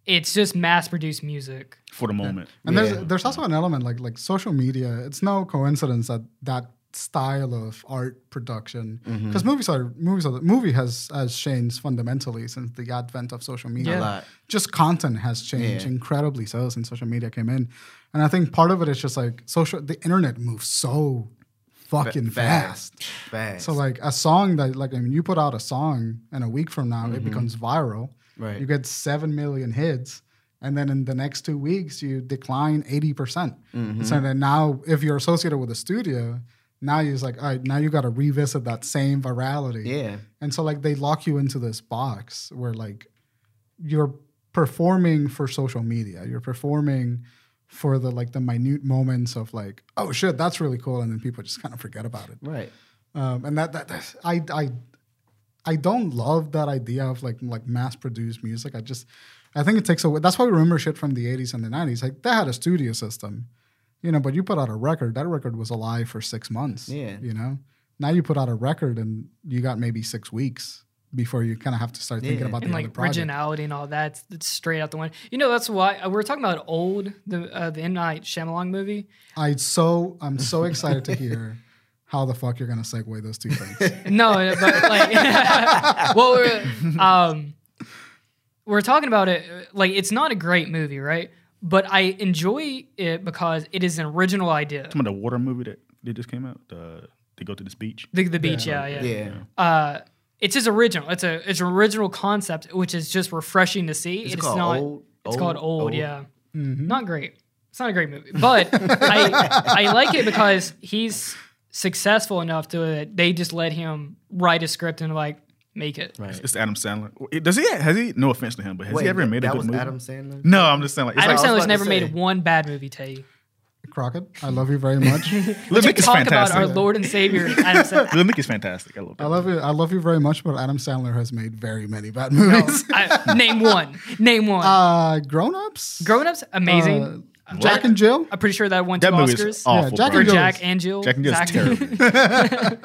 S3: it's just mass produced music.
S5: For the moment,
S2: And
S4: Yeah.
S2: there's there's also an element like like social media. It's no coincidence that that style of art production
S4: Mm-hmm.
S2: because movies are movies are the movie has has changed fundamentally since the advent of social media.
S3: Yeah.
S4: a lot.
S2: Just content has changed
S4: Yeah.
S2: incredibly so since social media came in, and I think part of it is just like social. The internet moves so fucking fast.
S4: Fast.
S2: So like a song that like I mean you put out a song and a week from now it
S4: Mm-hmm.
S2: becomes viral.
S4: Right.
S2: You get seven million hits, and then in the next two weeks you decline eighty percent.
S4: Mm-hmm.
S2: So then now if you're associated with a studio, now you're just like all right, now you got to revisit that same virality.
S4: yeah.
S2: And so like they lock you into this box where like you're performing for social media. You're performing for the like the minute moments of like oh shit that's really cool and then people just kind of forget about it
S4: Right.
S2: um, and that, that that's- I I I don't love that idea of like like mass produced music. I just I think it takes away. That's why we remember shit from the '80s and the '90s. Like they had a studio system, you know. But you put out a record. That record was alive for six months.
S4: Yeah.
S2: You know. Now you put out a record and you got maybe six weeks before you kind of have to start thinking
S4: Yeah.
S2: about
S3: and
S2: the other
S3: like
S2: project.
S3: originality and all that. It's, it's straight out the window. You know, that's why uh, we we're talking about old the uh, the M Night Shyamalan movie.
S2: I so I'm so excited to hear how the fuck you're gonna segue those two things.
S3: No, uh, but like, well, we're, um, we're talking about it. uh, Like, it's not a great movie, right? But I enjoy it because it is an original idea.
S5: some of the water movie that that just came out. The they go to this beach.
S3: The, the beach, yeah, yeah.
S4: Yeah.
S3: Uh, it's his original. It's a it's an original concept, which is just refreshing to see.
S4: Is it
S3: it's
S4: called
S3: not.
S4: Old-
S3: it's called
S4: Old-
S3: old,
S4: Old?
S3: yeah. Not great. It's not a great movie, but I I like it because he's successful enough to that they just let him write a script and like make it.
S4: Right.
S5: It's Adam Sandler. It- Does he? Has he? No offense to him, but has
S4: Wait,
S5: he ever
S4: that-
S5: made a
S4: that
S5: good
S4: was
S5: movie?
S4: Adam Sandler?
S5: No, I'm just saying like it's
S3: Adam
S5: like,
S4: was about
S3: Sandler's
S4: to
S3: never
S4: say.
S3: made one bad movie, Tay.
S2: Crockett, I love you very much.
S5: Lil Nick is
S3: Talk about
S5: fantastic.
S3: our Lord and Savior. Adam Sandler.
S5: Lil Nick is fantastic. I love
S2: I
S5: that.
S2: love you. I love you very much, but Adam Sandler has made very many bad movies.
S3: I- name one. Name one.
S2: Uh, grown ups.
S3: Grown Ups, amazing.
S2: Uh, Jack and Jill.
S3: I'm pretty sure that won two
S5: That movie is
S3: Oscars.
S5: awful.
S2: Yeah, Jack
S5: bro.
S3: For
S2: and Jill.
S3: Jack and Jill.
S5: Jack and Jill's
S3: Zach-
S5: terrible.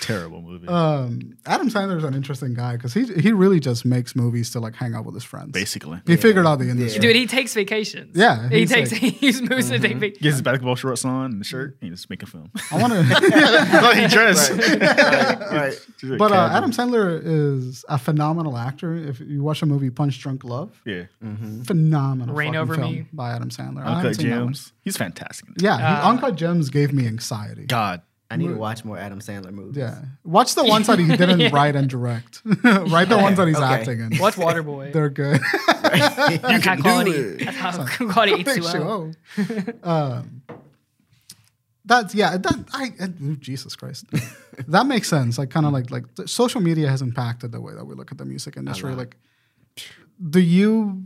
S5: terrible movie.
S4: Uh,
S2: Um, Adam Sandler's an interesting guy because he he really just makes movies to like hang out with his friends.
S5: Basically,
S2: he figured out the industry.
S3: Dude, he takes vacations.
S2: Yeah,
S3: He
S2: he's
S3: takes,
S2: like-
S3: he's moves to take vacations.
S5: gets his basketball shorts on and the shirt.
S2: Mm-hmm.
S5: and just making film.
S2: I want to,
S5: That's how he dressed.
S4: right.
S5: Just a
S2: but uh,
S5: casual.
S2: Adam Sandler is a phenomenal actor. If you watch a movie Punch Drunk Love,
S5: Yeah.
S2: phenomenal
S3: Rain
S2: fucking
S3: Over
S2: film
S3: Me.
S2: by Adam Sandler. Mm-hmm. I haven't
S5: Mm-hmm. Uncut
S2: seen that one.
S5: Gems. He's fantastic. in it.
S2: Yeah, he-
S3: Uh,
S2: Uncut Gems gave me anxiety.
S5: God.
S4: I need to watch more Adam Sandler movies.
S2: Yeah, watch the ones that he didn't
S3: Yeah.
S2: write and direct. write the ones that he's
S4: Okay.
S2: acting in.
S3: What's Waterboy?
S2: They're good.
S3: That's high
S5: do
S3: quality.
S5: it.
S3: That's high quality H2O.
S2: H2O. um, that's yeah. That I, I ooh, Jesus Christ. that makes sense. Like kind of like like the social media has impacted the way that we look at the music industry.
S4: lot.
S2: Like, do you?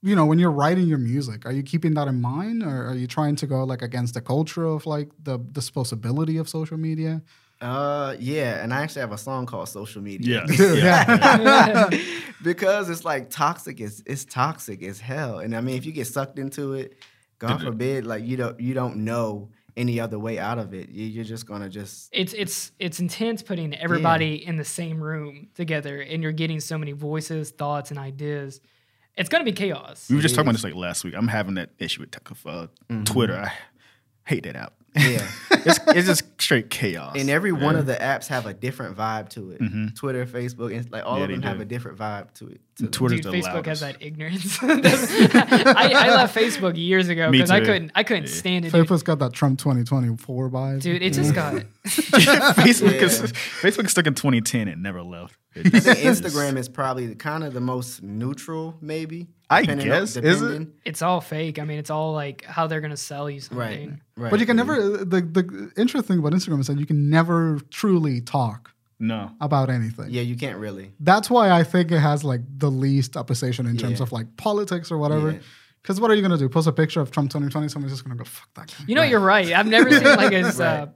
S2: You know, when you're writing your music, are you keeping that in mind, or are you trying to go like against the culture of like the disposability of social media?
S4: Uh, yeah, and I actually have a song called Social Media.
S5: Yeah.
S2: Dude, yeah.
S4: because it's like toxic. It's it's toxic as hell. And I mean, if you get sucked into it, God
S5: Did it-
S4: forbid, like you don't you don't know any other way out of it. You, you're just gonna just
S3: It's it's it's intense putting everybody in the same room together, and you're getting so many voices, thoughts, and ideas. It's gonna be chaos.
S5: We were just talking about this like last week. I'm having that issue with tech- uh,
S2: Mm-hmm.
S5: Twitter. I hate that app.
S4: yeah.
S5: It's, it's just straight chaos.
S4: and every one of the apps have a different vibe to it. Twitter, Facebook, Inst- like
S5: Mm-hmm.
S4: all
S5: Yeah,
S4: of
S5: they
S4: them have
S5: do.
S4: a different vibe to it. to them.
S5: Twitter's
S3: Dude,
S5: the
S3: Facebook
S5: loudest.
S3: has that ignorance. I, I left Facebook years ago
S5: Me
S3: because I
S5: too.
S3: couldn't I couldn't stand it. Dude.
S2: Facebook's got that Trump 2024 vibe.
S3: Dude, it just got
S5: Facebook is
S4: Yeah.
S5: Facebook's stuck in 2010 and never left. It just-
S4: Instagram is probably kind of the most neutral, maybe.
S5: I
S4: depending
S5: guess. Is it?
S4: depending.
S3: it's all fake. I mean, it's all like how they're gonna sell you something.
S4: Right. Right.
S2: But you can never. The the interesting thing about Instagram is that you can never truly talk
S5: no.
S2: about anything.
S4: Yeah, you can't really.
S2: That's why I think it has like the least opposition in terms
S4: Yeah.
S2: of like politics or whatever.
S4: Yeah.
S2: Because what are you gonna do? Post a picture of Trump 2020? Someone's just gonna go fuck that guy.
S3: You know, you're right. I've never seen like as uh,
S4: Right.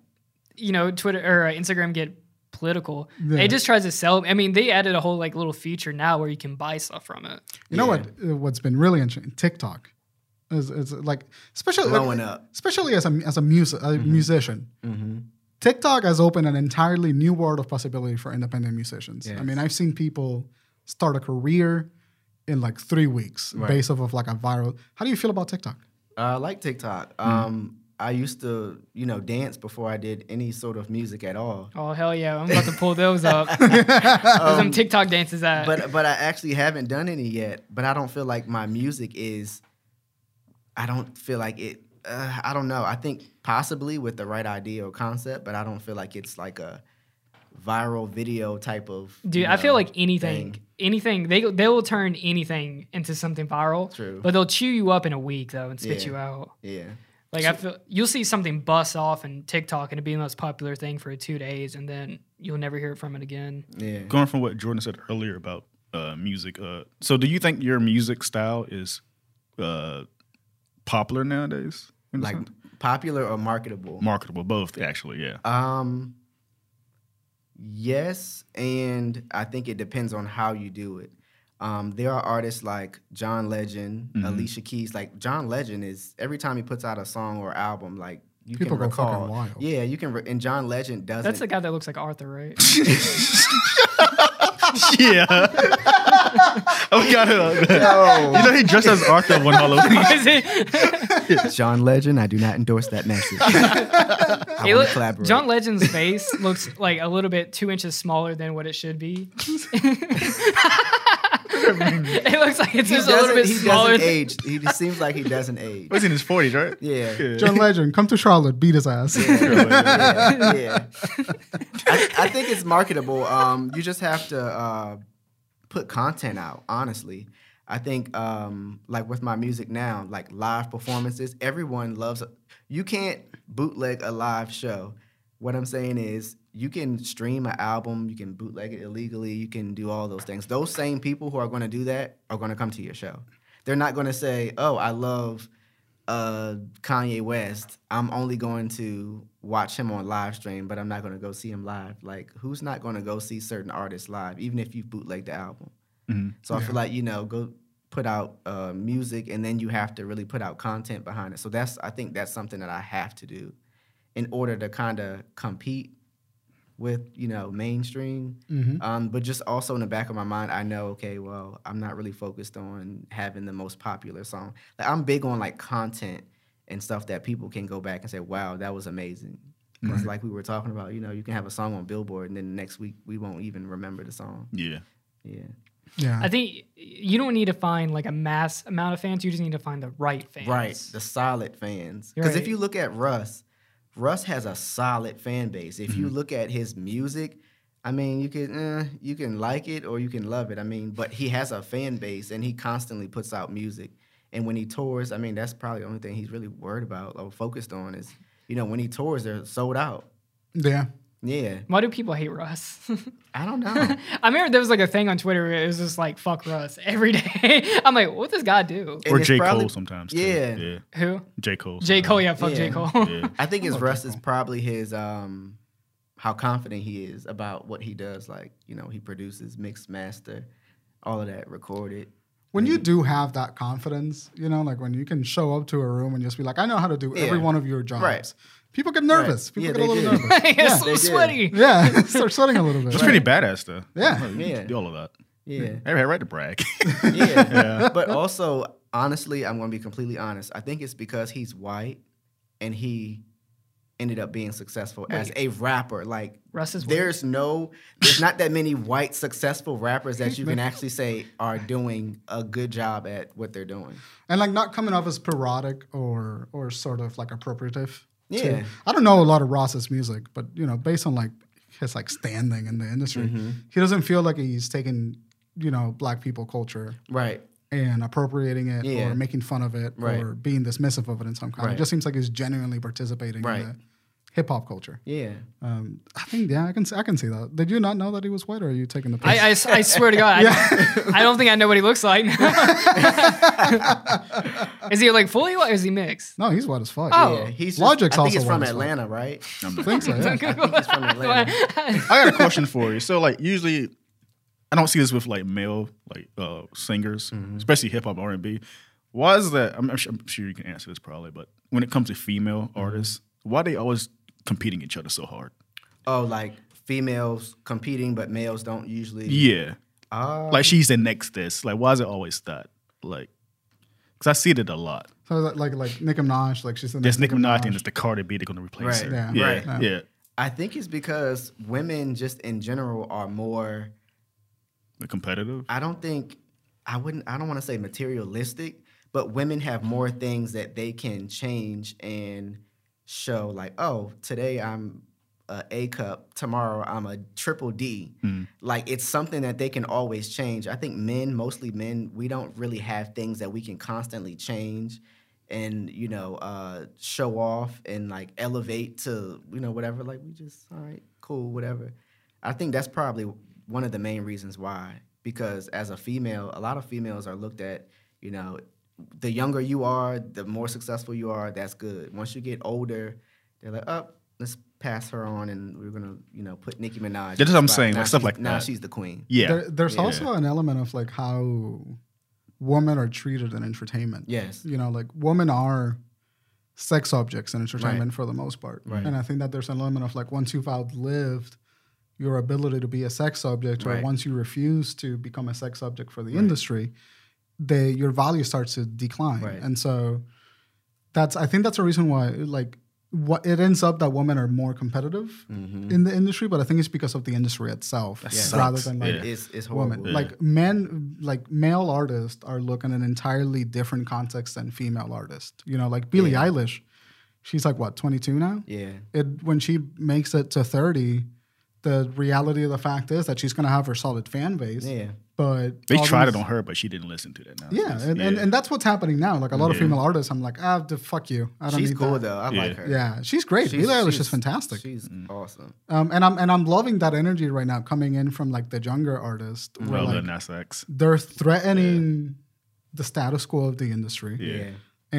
S3: you know Twitter or uh, Instagram get political.
S2: Yeah.
S3: It just tries to sell. I mean, they added a whole like little feature now where you can buy stuff from it.
S2: You know what? uh, What's been really interesting? TikTok is is like especially
S4: Blowing up.
S2: especially as a as a music a
S4: Mm-hmm.
S2: musician. TikTok has opened an entirely new world of possibility for independent musicians. I mean, I've seen people start a career in like three weeks based off of like a viral. How do you feel about TikTok?
S4: I like TikTok. Um, I used to, you know, dance before I did any sort of music at all. Um,
S3: Oh hell yeah! I'm about to pull those up. Those some TikTok dances at.
S4: But but I actually haven't done any yet. But I don't feel like my music is. I don't feel like it. Uh, I don't know. I think possibly with the right idea or concept, but I don't feel like it's like a viral video type of. you
S3: Dude, I feel
S4: know,
S3: like anything,
S4: thing.
S3: anything they they will turn anything into something viral.
S4: True.
S3: But they'll chew you up in a week though and spit
S4: Yeah.
S3: you out.
S4: Yeah.
S3: Like I feel you'll see something bust off in TikTok and it be the most popular thing for two days, and then you'll never hear from it again.
S4: Yeah.
S5: Going from what Jordan said earlier about uh, music. Uh, so, do you think your music style is uh, popular nowadays? In a
S4: Like
S5: sense?
S4: popular or marketable.
S5: marketable, both actually. Yeah.
S4: Um, yes, and I think it depends on how you do it. Um, there are artists like John Legend,
S5: Mm-hmm.
S4: Alicia Keys. Like John Legend is every time he puts out a song or album, like you
S2: People
S4: can
S2: go fucking
S4: recall.
S2: wild.
S4: Yeah, you can. Re- and John Legend doesn't.
S3: That's the guy that looks like Arthur, right?
S5: yeah. oh God. No. You know he dressed as Arthur one Halloween.
S3: Is it-
S4: John Legend. I do not endorse that message.
S3: He
S4: wanna
S3: look-
S4: collaborate.
S3: John Legend's face looks like a little bit two inches smaller than what it should be. it looks like it's
S4: he
S3: just a little
S4: doesn't-
S3: bit
S4: he
S3: smaller.
S4: doesn't
S3: than-
S4: age. He just seems like he doesn't age.
S5: He's in his 40s, right?
S4: Yeah.
S2: John Legend, come to Charlotte, beat his ass.
S4: yeah. yeah. I, I think it's marketable. Um, you just have to uh, put content out. Honestly, I think um, like with my music now, like live performances, everyone loves. You can't bootleg a live show. What I'm saying is, you can stream an album, you can bootleg it illegally, you can do all those things. Those same people who are going to do that are going to come to your show. They're not going to say, "Oh, I love uh, Kanye West, I'm only going to watch him on live stream, but I'm not going to go see him live. Like, who's not going to go see certain artists live, even if you bootleg the album?
S5: Mhm.
S4: So I feel like you know, go put out uh, music, and then you have to really put out content behind it. So that's I think that's something that I have to do in order to kind of compete with you know mainstream.
S2: Mm-hmm.
S4: Um, but just also in the back of my mind, I know okay, well, I'm not really focused on having the most popular song. Like I'm big on like content and stuff that people can go back and say, wow, that was amazing. Because like we were talking about, you know, you can have a song on Billboard, and then next week we won't even remember the song.
S5: Yeah.
S4: Yeah.
S2: Yeah.
S3: I think you don't need to find like a mass amount of fans. You just need to find the right fans.
S4: Right, the solid fans. Because
S3: Right.
S4: if you look at Russ, Russ has a solid fan base. If
S5: Mm-hmm.
S4: you look at his music, I mean, you can eh, you can like it or you can love it. I mean, but he has a fan base and he constantly puts out music. And when he tours, I mean, that's probably the only thing he's really worried about or focused on is, you know, when he tours, they're sold out.
S2: Yeah.
S4: Yeah,
S3: Why do people hate Russ?
S4: I don't know.
S3: I remember there was like a thing on Twitter. Where it was just like fuck Russ every day. I'm like, what does God do?
S4: And
S5: Or
S4: it's
S5: J.
S4: probably-
S5: Cole sometimes.
S4: Yeah.
S5: Too. Yeah.
S3: Who?
S5: J. Cole.
S3: J Cole. Yeah, fuck J
S4: Yeah.
S3: Cole.
S5: Yeah.
S4: I think his
S2: love
S4: rust
S2: J.
S4: is probably his um how confident he is about what he does. Like, you know, he produces, mixed master, all of that recorded.
S2: When you do have that confidence, you know, like when you can show up to a room and just be like, I know how to do every
S4: Yeah.
S2: one of your jobs.
S4: Right.
S2: People get nervous.
S4: Right.
S2: People
S4: Yeah,
S2: get a
S4: they
S2: little
S4: do.
S2: nervous.
S3: it's
S2: Yeah.
S3: so
S4: They did.
S3: sweaty.
S2: yeah. Start sweating a little bit.
S5: That's pretty badass though.
S2: Yeah.
S5: No, you
S4: Yeah.
S5: should Do all of that.
S4: Yeah.
S5: I had right to brag.
S4: Yeah.
S5: Yeah.
S4: But also, honestly, I'm gonna be completely honest. I think it's because he's white and he ended up being successful as a rapper. Like
S3: Russ is weird.
S4: there's no there's not that many white successful rappers that you can actually say are doing a good job at what they're doing.
S2: and like not coming off as parodic or or sort of like appropriative. too.
S4: Yeah.
S2: I don't know a lot of Ross's music, but you know, based on like his like standing in the industry,
S4: Mm-hmm.
S2: he doesn't feel like he's taking you know black people culture
S4: Right.
S2: and appropriating it
S4: Yeah.
S2: or making fun of it
S4: Right.
S2: or being dismissive of it in some kind. It
S4: Right.
S2: just seems like he's genuinely participating
S4: Right.
S2: in the hip hop culture.
S4: Yeah.
S2: Um, I think yeah, I can I can see that. Did you not know that he was white, or are you taking the piss?
S3: I, I s- I swear to God, I, I don't think I know what he looks like. is he like fully white? Or is he mixed?
S2: no, he's white as fuck.
S3: Oh.
S4: Yeah, he's just,
S2: Logic's
S4: I think
S2: also
S4: he's from
S2: one as well.
S4: Atlanta, right?
S2: I think
S4: Oh,
S2: so. Yeah.
S4: I think he's from Atlanta.
S5: I got a question for you. So like usually I don't see this with like male like uh singers,
S2: Mm-hmm.
S5: especially hip hop R and B. Why is that? I'm, I'm sure, I'm sure you can answer this probably, but when it comes to female
S2: Mm-hmm.
S5: artists, why they always competing each other so hard?
S4: Oh, like females competing, but males don't usually.
S5: Yeah,
S4: Ah,
S5: like she's the next this. Like why is it always that? Like, because I see it a lot.
S2: So like like, like Nicki Minaj, like she's the
S5: There's
S2: next
S5: Nick Minaj and there's the Cardi B. They're gonna replace
S4: Right,
S5: her.
S2: yeah,
S5: yeah,
S4: right.
S5: yeah.
S4: I think it's because women, just in general, are more.
S5: They're competitive.
S4: I don't think. I wouldn't. I don't want to say materialistic, but women have more things that they can change and show. Like, oh, today I'm a A cup. Tomorrow I'm a triple D. Like, it's something that they can always change. I think men, mostly men, we don't really have things that we can constantly change and you know uh show off and like elevate to you know whatever like we just all right cool whatever i think that's probably one of the main reasons why because as a female a lot of females are looked at you know the younger you are the more successful you are that's good once you get older they're like oh let's pass her on and we're gonna you know put nicki minaj
S5: That's
S4: in
S5: what
S4: the
S5: I'm
S4: spot.
S5: saying,
S4: now
S5: like, stuff
S4: she's-
S5: like
S4: now
S5: that.
S4: she's the queen
S5: Yeah,
S2: There, there's
S5: Yeah.
S2: also an element of like how women are treated in entertainment.
S4: yes
S2: You know, like women are sex objects in entertainment for the most part.
S4: Right.
S2: And I think that there's an element of like once you've outlived your ability to be a sex object, or
S4: Right.
S2: once you refuse to become a sex object for the industry, they your value starts to decline.
S4: Right.
S2: And so that's I think that's a reason why like what it ends up that women are more competitive
S4: Mm-hmm.
S2: in the industry, but I think it's because of the industry itself rather
S5: sucks.
S2: than like
S5: Yeah.
S4: it's, it's horrible
S2: women. Like men, like male artists are looking in an entirely different context than female artists. You know, like Billie Eilish, she's like what, 22 now?
S4: yeah
S2: It when she makes it to 30, the reality of the fact is that she's gonna have her solid fan base.
S4: yeah
S2: But
S5: they
S2: all
S5: tried
S2: these-
S5: it on her, but she didn't listen to that. Now,
S2: Yeah, and, And, and that's what's happening now. Like a lot of female artists, I'm like, ah, the fuck you. I don't
S4: she's
S2: need
S4: cool
S2: that.
S4: though i like her
S2: Yeah, she's great.
S4: She's-
S2: Billie Eilish
S4: she's-
S2: is fantastic.
S4: She's
S5: Mm.
S4: awesome.
S2: Um, and I'm and I'm loving that energy right now coming in from like the younger artists. where,
S5: well,
S2: like,
S5: then that's X.
S2: they're threatening the status quo of the industry
S5: Yeah.
S4: Yeah.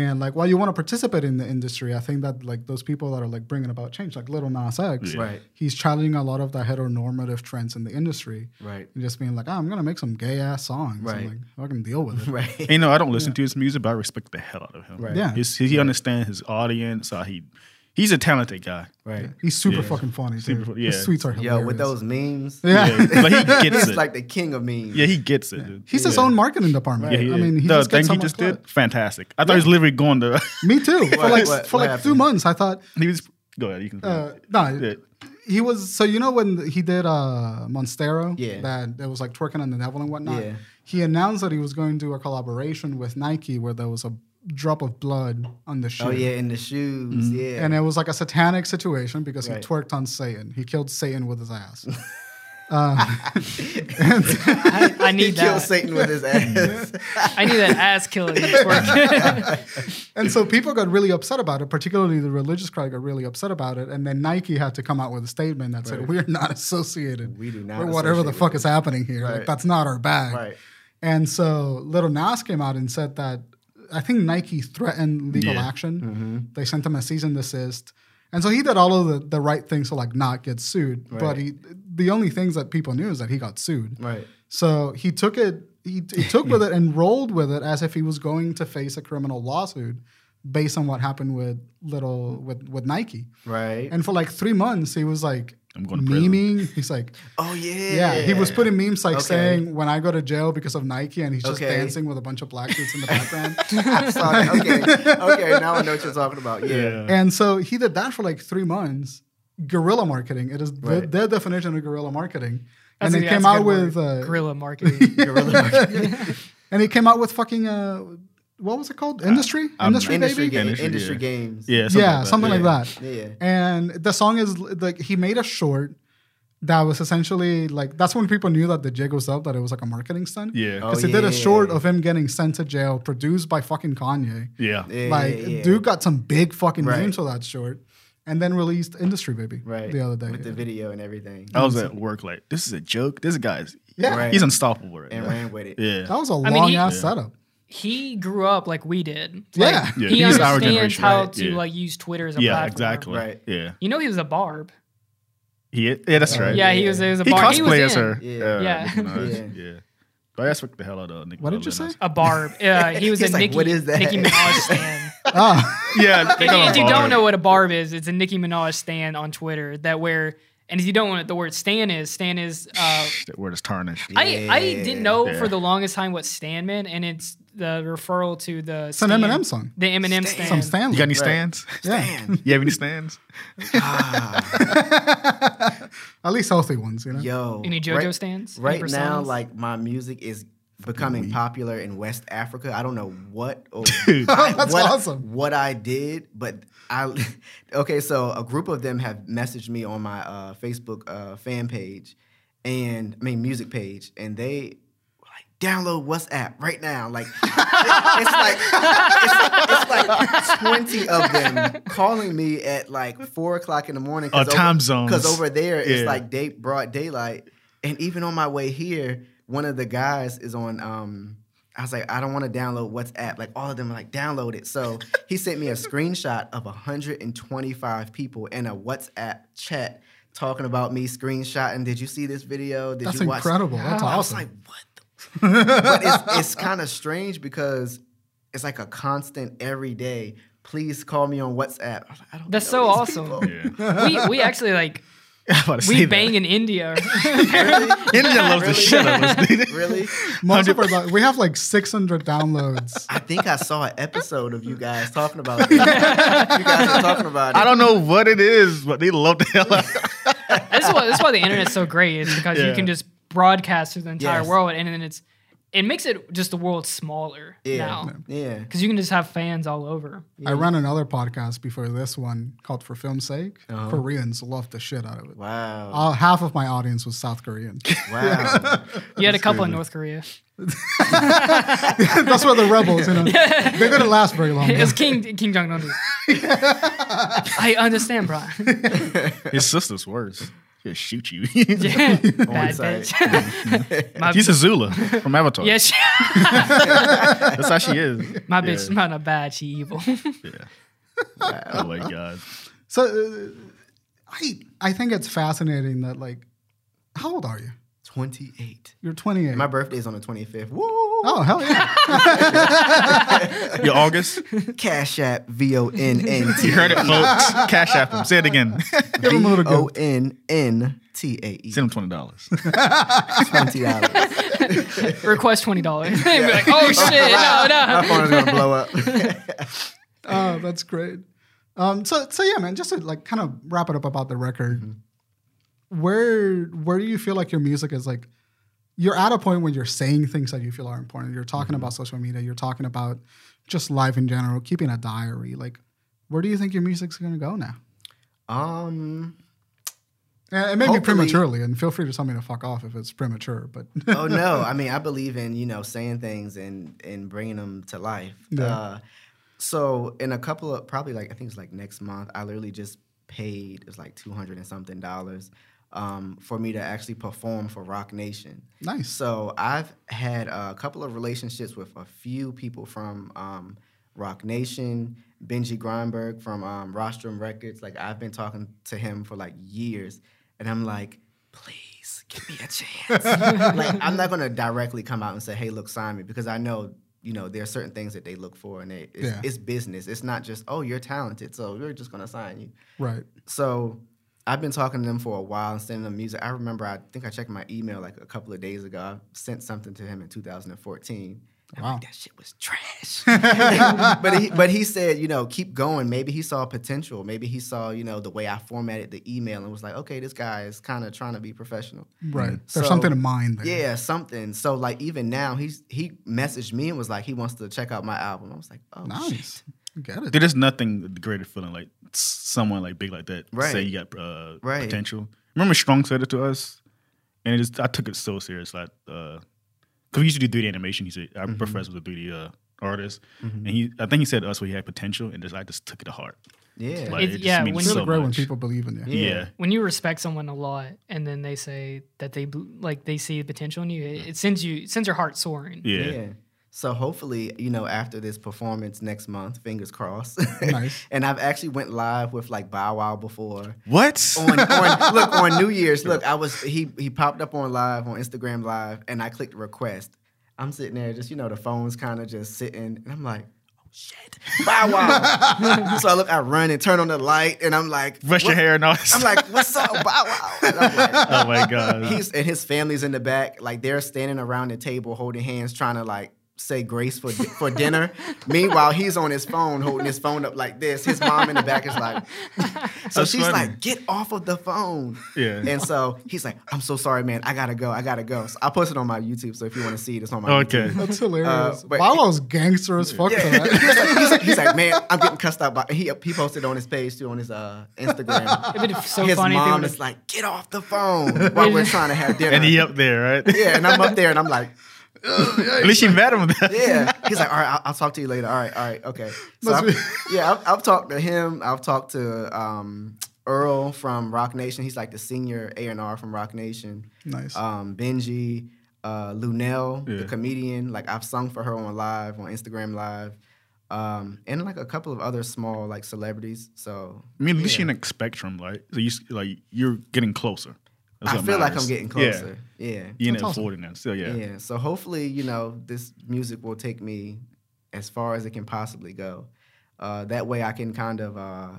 S2: And like, while you want to participate in the industry, I think that like those people that are like bringing about change, like Little Nas X,
S5: Yeah.
S4: Right.
S2: he's challenging a lot of the heteronormative trends in the industry,
S4: Right.
S2: and just being like, "Ah, I'm gonna make some gay ass songs, and,
S4: Right.
S2: like I can deal with it.
S4: Right.
S5: And no, I don't listen to his music, but I respect the hell out of him.
S4: Right.
S2: Yeah.
S5: He's, he understands his audience. Uh, he he's a talented guy.
S4: Right.
S2: He's super
S5: Yeah.
S2: fucking funny. Dude.
S5: Super fu- yeah.
S2: His tweets are hilarious.
S4: Yo, with those memes.
S2: yeah.
S5: Yeah, but he gets
S4: He's
S5: it.
S4: like the king of memes.
S5: yeah, he gets it. Dude.
S2: He's his own marketing department.
S5: Yeah, he
S2: I
S5: is.
S2: mean, he
S5: the
S2: just
S5: thing
S2: gets so
S5: he
S2: much
S5: just
S2: credit.
S5: did, fantastic. I thought he was literally going to.
S2: Me too. for
S4: What-
S2: like
S4: what-
S2: for
S4: what
S2: like two
S4: happened?
S2: months, I thought
S5: he was. Go ahead. You can.
S2: uh, no.
S5: Yeah.
S2: He was so you know when he did uh Monstero,
S4: Yeah.
S2: that it was like twerking on the devil and whatnot.
S4: Yeah.
S2: He announced that he was going to do a collaboration with Nike where there was a drop of blood on the shoe.
S4: Oh yeah, in the shoes. Yeah.
S2: Mm. And it was like a satanic situation because
S4: Right.
S2: he twerked on Satan. He killed Satan with his ass. Uh, and-
S3: I, I
S4: he
S3: need
S4: killed
S3: that.
S4: Satan with his ass.
S3: I need that ass killing. twerk.
S2: And so people got really upset about it, particularly the religious crowd got really upset about it. And then Nike had to come out with a statement that said, We're not associated
S4: We do not
S2: with whatever
S4: associate
S2: the
S4: with
S2: fuck is happening here. Like,
S4: Right.
S2: that's not our bag.
S4: Right.
S2: And so Little Nas came out and said that I think Nike threatened legal
S5: Yeah.
S2: action.
S4: Mm-hmm.
S2: They sent him a cease and desist. And so he did all of the, the right things to like not get sued. But
S4: Right.
S2: he the only things that people knew is that he got sued.
S4: Right.
S2: So he took it, he, he took with it and rolled with it as if he was going to face a criminal lawsuit based on what happened with little with with Nike.
S4: Right.
S2: And for like three months, he was like
S5: I'm going to prison.
S2: memeing. He's like,
S4: oh yeah.
S2: yeah, he was putting memes like
S4: Okay.
S2: saying when I go to jail because of Nike, and he's just
S4: Okay.
S2: dancing with a bunch of black dudes in the background.
S4: I saw that. Okay. Okay. Now I know what you're talking about. Yeah.
S5: Yeah.
S2: and so he did that for like three monds. Guerrilla marketing. It is the-
S4: Right.
S2: their definition of guerrilla marketing. and
S3: That's a-
S2: they
S3: that's
S2: came
S3: a
S2: out
S3: good word.
S2: with uh,
S3: guerrilla marketing.
S4: Guerrilla marketing.
S2: And he came out with fucking uh, what was it called? Industry,
S5: I'm-
S2: industry
S4: industry
S2: baby.
S4: game,
S5: Industry,
S4: industry
S5: yeah.
S4: games.
S5: Yeah.
S2: yeah, something
S5: yeah.
S2: like that.
S4: Yeah.
S2: And the song is like he made a short that was essentially like that's when people knew that the jig was up, that it was like a marketing stunt.
S5: Yeah.
S4: Oh,
S2: because he did a short
S4: yeah.
S2: of him getting sent to jail, produced by fucking Kanye.
S5: Yeah.
S4: Yeah,
S2: like
S4: yeah, yeah.
S2: dude got some big fucking
S4: Right.
S2: names for that short, and then released Industry Baby
S4: Right.
S2: the other day.
S4: with the video and everything,
S5: I was at work like this is a joke. This guy's
S2: yeah,
S4: Right.
S5: he's unstoppable right
S4: and
S5: now.
S4: ran with it.
S5: Yeah.
S2: that was a long
S3: mean, he-
S2: ass
S5: Yeah.
S2: setup.
S3: he grew up like we did.
S2: Yeah.
S3: Like,
S5: Yeah,
S3: he
S5: he's our
S3: understands
S5: generation,
S3: how
S5: right?
S3: to
S5: Yeah.
S3: like use Twitter as a
S5: Yeah.
S3: platform.
S5: Exactly.
S4: Right.
S5: Yeah.
S3: You know he was a barb.
S5: He. Yeah. That's right.
S3: Yeah, he was. He was a
S5: He
S3: barb. was
S5: cosplay as
S3: in
S5: her.
S4: Yeah.
S5: Uh,
S3: Yeah.
S5: Nicki Minaj.
S4: Yeah.
S5: Yeah. But I respect the hell out of Nicki.
S2: What did you
S5: Minaj.
S2: say?
S3: A barb. Yeah, he was
S4: He's
S3: a
S4: like,
S3: Nicki,
S4: "What is that?"
S3: Nicki Minaj stand.
S2: Ah,
S5: Yeah. they
S3: if, you-
S5: call him
S3: if you
S5: Barb.
S3: don't know what a barb is, it's a Nicki Minaj stand on Twitter that where. And if you don't know what the word stan is, stan is. Uh,
S5: that word is tarnished.
S3: I I didn't know for
S5: Yeah.
S3: the longest time what stan meant, and it's the referral to the.
S2: it's an
S3: Stan-
S2: Eminem song.
S3: The
S4: Stan.
S3: Eminem stand.
S2: Some Stanley.
S5: You got any stands?
S2: yeah.
S5: You have any stands?
S4: Ah,
S2: At least healthy ones, you know.
S4: yo.
S3: Any JoJo
S4: right,
S3: stands? Any
S4: Right now,
S3: personas?
S4: like my music is becoming popular in West Africa. I don't know what or
S5: Dude.
S2: That's
S4: what,
S2: awesome.
S4: What I did, but I okay. So a group of them have messaged me on my uh, Facebook uh, fan page, and I mean music page, and they were like download WhatsApp right now. Like it's like it's, it's like twenty of them calling me at like four o'clock in the morning.
S5: Oh, time zones.
S4: Because over there it's
S5: Yeah.
S4: like day broad daylight, and even on my way here, one of the guys is on. um I was like, I don't want to download WhatsApp. Like all of them are like, download it. So he sent me a screenshot of 125 people in a WhatsApp chat talking about me screenshotting. Did you see this video? Did
S2: That's
S4: you watch
S2: incredible. That's
S4: I was
S2: awesome.
S4: like, what the But it's it's kind of strange because it's like a constant every day. Please call me on WhatsApp. I was like, I don't
S3: That's
S4: know
S3: so
S4: these
S3: awesome.
S4: people.
S5: Yeah.
S3: we we actually like
S5: I'm about to
S3: we
S5: say
S3: bang in India.
S4: Really?
S5: India loves the
S4: Really?
S5: shit out of us. dude.
S4: Really?
S2: Most of our, li- we have like 600 downloads.
S4: I think I saw an episode of you guys talking about it. you guys are talking about it.
S5: I don't know what it is, but they love the hell out. of
S3: That's why that's why the internet's so great is because you
S5: Yeah.
S3: can just broadcast to the entire
S4: Yes.
S3: world, and then it's it makes it just the world smaller
S4: Yeah.
S3: now
S4: Yeah.
S3: because you can just have fans all over.
S2: I ran another podcast before this one called For Film's Sake. Koreans loved the shit out of it.
S4: Wow.
S5: Oh,
S2: Uh, half of my audience was South Korean.
S4: Wow.
S3: You had a couple in North Korea.
S2: That's where the rebels, you know, they're gonna last very long.
S3: It was King King Jong Un. I understand, bro.
S5: His sister's worse. He'll shoot you.
S3: Yeah, bad
S4: site.
S3: bitch. my,
S5: She's Azula from Avatar.
S3: yeah, she,
S5: That's how she is.
S3: my
S5: yeah.
S3: bitch not a bad, she evil.
S5: Yeah. Oh my god.
S2: So uh, I I think it's fascinating that like how old are you?
S4: 28.
S2: You're 28.
S4: My birthday's on the 25th. Woo!
S2: oh hell yeah.
S5: Your August?
S4: Cash App V O N N T. E.
S5: You heard it, folks. Cash app him. Say it again.
S2: Give him a little go.
S4: O N N T A E.
S5: Send him twenty dollars.
S4: $20.
S3: Request twenty dollars. be like, oh shit, no,
S4: My
S3: no.
S4: phone is going to blow up.
S2: Oh, that's great. Um, so so yeah, man. Just to like kind of wrap it up about the record.
S4: Mm-hmm.
S2: Where where do you feel like your music is like? You're at a point when you're saying things that you feel are important. You're
S4: Mm-hmm.
S2: talking about social media. You're talking about just life in general. Keeping a diary. Like, where do you think your music's gonna go now?
S4: um.
S2: Uh, it may be
S4: Hopefully-
S2: prematurely, and feel free to tell me to fuck off if it's premature. But
S4: oh no i mean i believe in you know saying things and and bringing them to life
S2: Yeah.
S4: uh, so in a couple of probably like i think it's like next month i literally just paid it was like 200 and something dollars um, for me to actually perform for rock nation
S2: nice.
S4: so I've had a couple of relationships with a few people from um, Rock Nation, Benji Grindberg from um, Rostrum Records. Like I've been talking to him for like years, and I'm like, please give me a chance. like I'm not gonna directly come out and say, hey, look, sign me, because I know. You know, there are certain things that they look for, and it, it's,
S2: Yeah.
S4: it's business. It's not just, oh, you're talented, so we're just gonna sign you
S2: Right.
S4: so I've been talking to them for a while and sending them music. I remember I think I checked my email like a couple of days ago. I sent something to him in 2014. I'm
S2: Wow.
S4: like, that shit was trash. but he but he said, you know, keep going. Maybe he saw potential. Maybe he saw, you know, the way I formatted the email and was like, okay, this guy is kind of trying to be professional.
S2: Right. There's
S4: Mm-hmm. So-
S2: something in mind there.
S4: Yeah, something. So like even now he's he messaged me and was like he wants to check out my album. I was like, oh shit.
S2: Nice. Get it.
S5: Dude, there's nothing greater feeling like s- someone like big like that
S4: Right.
S5: say you got uh,
S4: Right.
S5: potential. Remember Strong said it to us, and it just I took it so serious. Like, because we used to do 3D animation. He's a, our
S4: Mm-hmm.
S5: professor was a 3D uh, artist, and he I think he said to us we had potential, and just I just took it to heart.
S4: Yeah.
S5: Like,
S3: It's-
S5: it just
S3: yeah,
S5: means
S2: It's
S5: so
S3: when
S2: really great when
S5: much.
S2: people believe in you.
S5: yeah.
S3: When you respect someone a lot, and then they say that they bel- like they see the potential in you, it, it sends you it sends your heart soaring.
S5: yeah,
S4: Yeah. So hopefully, you know, after this performance next month, fingers crossed.
S2: Nice.
S4: and I've actually went live with like Bow Wow before.
S5: What?
S4: On, on look on New Year's, look, I was he he popped up on live on Instagram live, and I clicked request. I'm sitting there, just you know, the phone's kind of just sitting, and I'm like. oh Shit. Bow wow. so I look, I run and turn on the light, and I'm like,
S5: Brush your
S4: what-
S5: hair and all. that
S4: I'm like, what's up, Bow Wow? And I'm like,
S5: oh my god.
S4: He's and his family's in the back, like they're standing around the table holding hands, trying to like say grace for for dinner. Meanwhile, he's on his phone holding his phone up like this. His mom in the back is like, so
S5: That's
S4: she's
S5: funny.
S4: like, get off of the phone.
S5: Yeah.
S4: And so he's like, I'm so sorry, man. I gotta go. I gotta go. So I post it on my YouTube. So if you want to see it, it's on my
S5: okay.
S4: YouTube.
S2: That's hilarious.
S4: Uh, but-
S2: Wallo's gangster as fuck.
S4: Yeah.
S2: though, right?
S4: he's, like, he's like- he's like, man, I'm getting cussed out by. He he posted on his page too on his uh, Instagram.
S3: It'd be so
S4: his
S3: funny. if they
S4: mom
S3: would've-
S4: is like, get off the phone while we're trying to have dinner.
S5: and he up there, right?
S4: Yeah, and I'm up there and I'm like,
S5: At least you met him.
S4: yeah. He's like, all right, I'll, I'll talk to you later. All right, all right, okay. So
S2: Must
S4: I've,
S2: be-
S4: yeah, I've, I've talked to him. I've talked to um, Earl from Rock Nation. He's like the senior A and R from Rock Nation.
S2: Nice.
S4: Um, Benji, uh, Lunel,
S5: Yeah.
S4: the comedian. Like I've sung for her on live on Instagram Live, um, and like a couple of other small like celebrities. So
S5: I mean, at least you're in a spectrum, like so you s- like you're getting closer. That's
S4: I
S5: what
S4: feel like
S5: matters.
S4: I'm getting
S5: Yeah.
S4: closer. Yeah.
S5: You're in
S2: That's
S5: that
S2: awesome.
S5: 40 now, still, yeah.
S4: yeah. So hopefully, you know, this music will take me as far as it can possibly go. Uh, that way, I can kind of uh,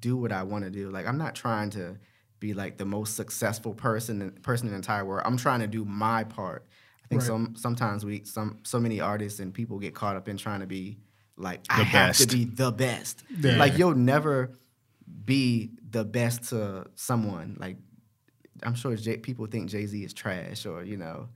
S4: do what I want to do. Like I'm not trying to be like the most successful person person in the entire world. I'm trying to do my part. I think
S2: Right.
S4: some sometimes we some so many artists and people get caught up in trying to be like I
S5: The
S4: have to
S5: best.
S4: be the best.
S2: Yeah.
S4: Like you'll never be the best to someone. Like I'm sure Jay, people think Jay Z is trash or you know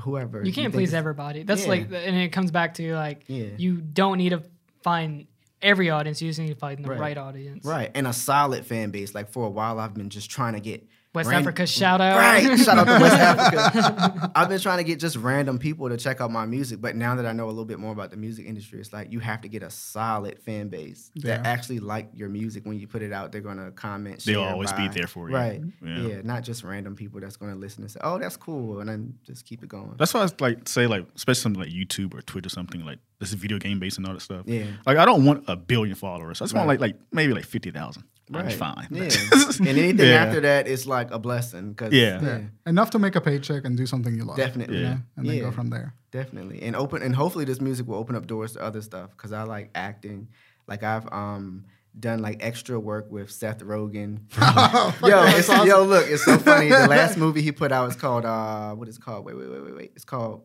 S4: whoever.
S3: you can't
S4: think
S3: please
S4: is-
S3: everybody. That's
S4: Yeah.
S3: like, the- and it comes back to like,
S4: Yeah.
S3: you don't need to find every audience. You just need to find the right,
S4: Right.
S3: audience.
S4: Right, and a solid fan base. Like for a while, I've been just trying to get
S3: West
S4: Ran-
S3: Africa shout out.
S4: Right. Shout out to West Africa. I've been trying to get just random people to check out my music, but now that I know a little bit more about the music industry, it's like you have to get a solid fan base
S2: Yeah.
S4: that actually like your music when you put it out. They're gonna comment.
S5: They'll
S4: share,
S5: always be
S4: buy.
S5: there for you.
S4: Right.
S5: Yeah.
S4: Yeah. Not just random people that's gonna listen and say, "Oh, that's cool," and then just keep it going.
S5: That's why I was, like say like especially something like YouTube or Twitch or something like this is video game based and all that stuff.
S4: Yeah.
S5: Like I don't want a billion followers. I just want like
S4: Right.
S5: like maybe like fifty thousand. That's
S4: Right.
S5: fine.
S4: Yeah. and anything
S5: Yeah.
S4: after that is like a blessing. 'cause-
S5: Yeah.
S2: Yeah. Enough to make a paycheck and do something you love.
S4: Definitely.
S2: You know? And then
S4: Yeah.
S2: go from there.
S4: Definitely. And open and hopefully this music will open up doors to other stuff cuz I like acting. Like I've um done like extra work with Seth Rogen. yo, it's, yo, look, it's so funny. The last movie he put out is called uh what is it called? Wait, wait, wait, wait, wait. It's called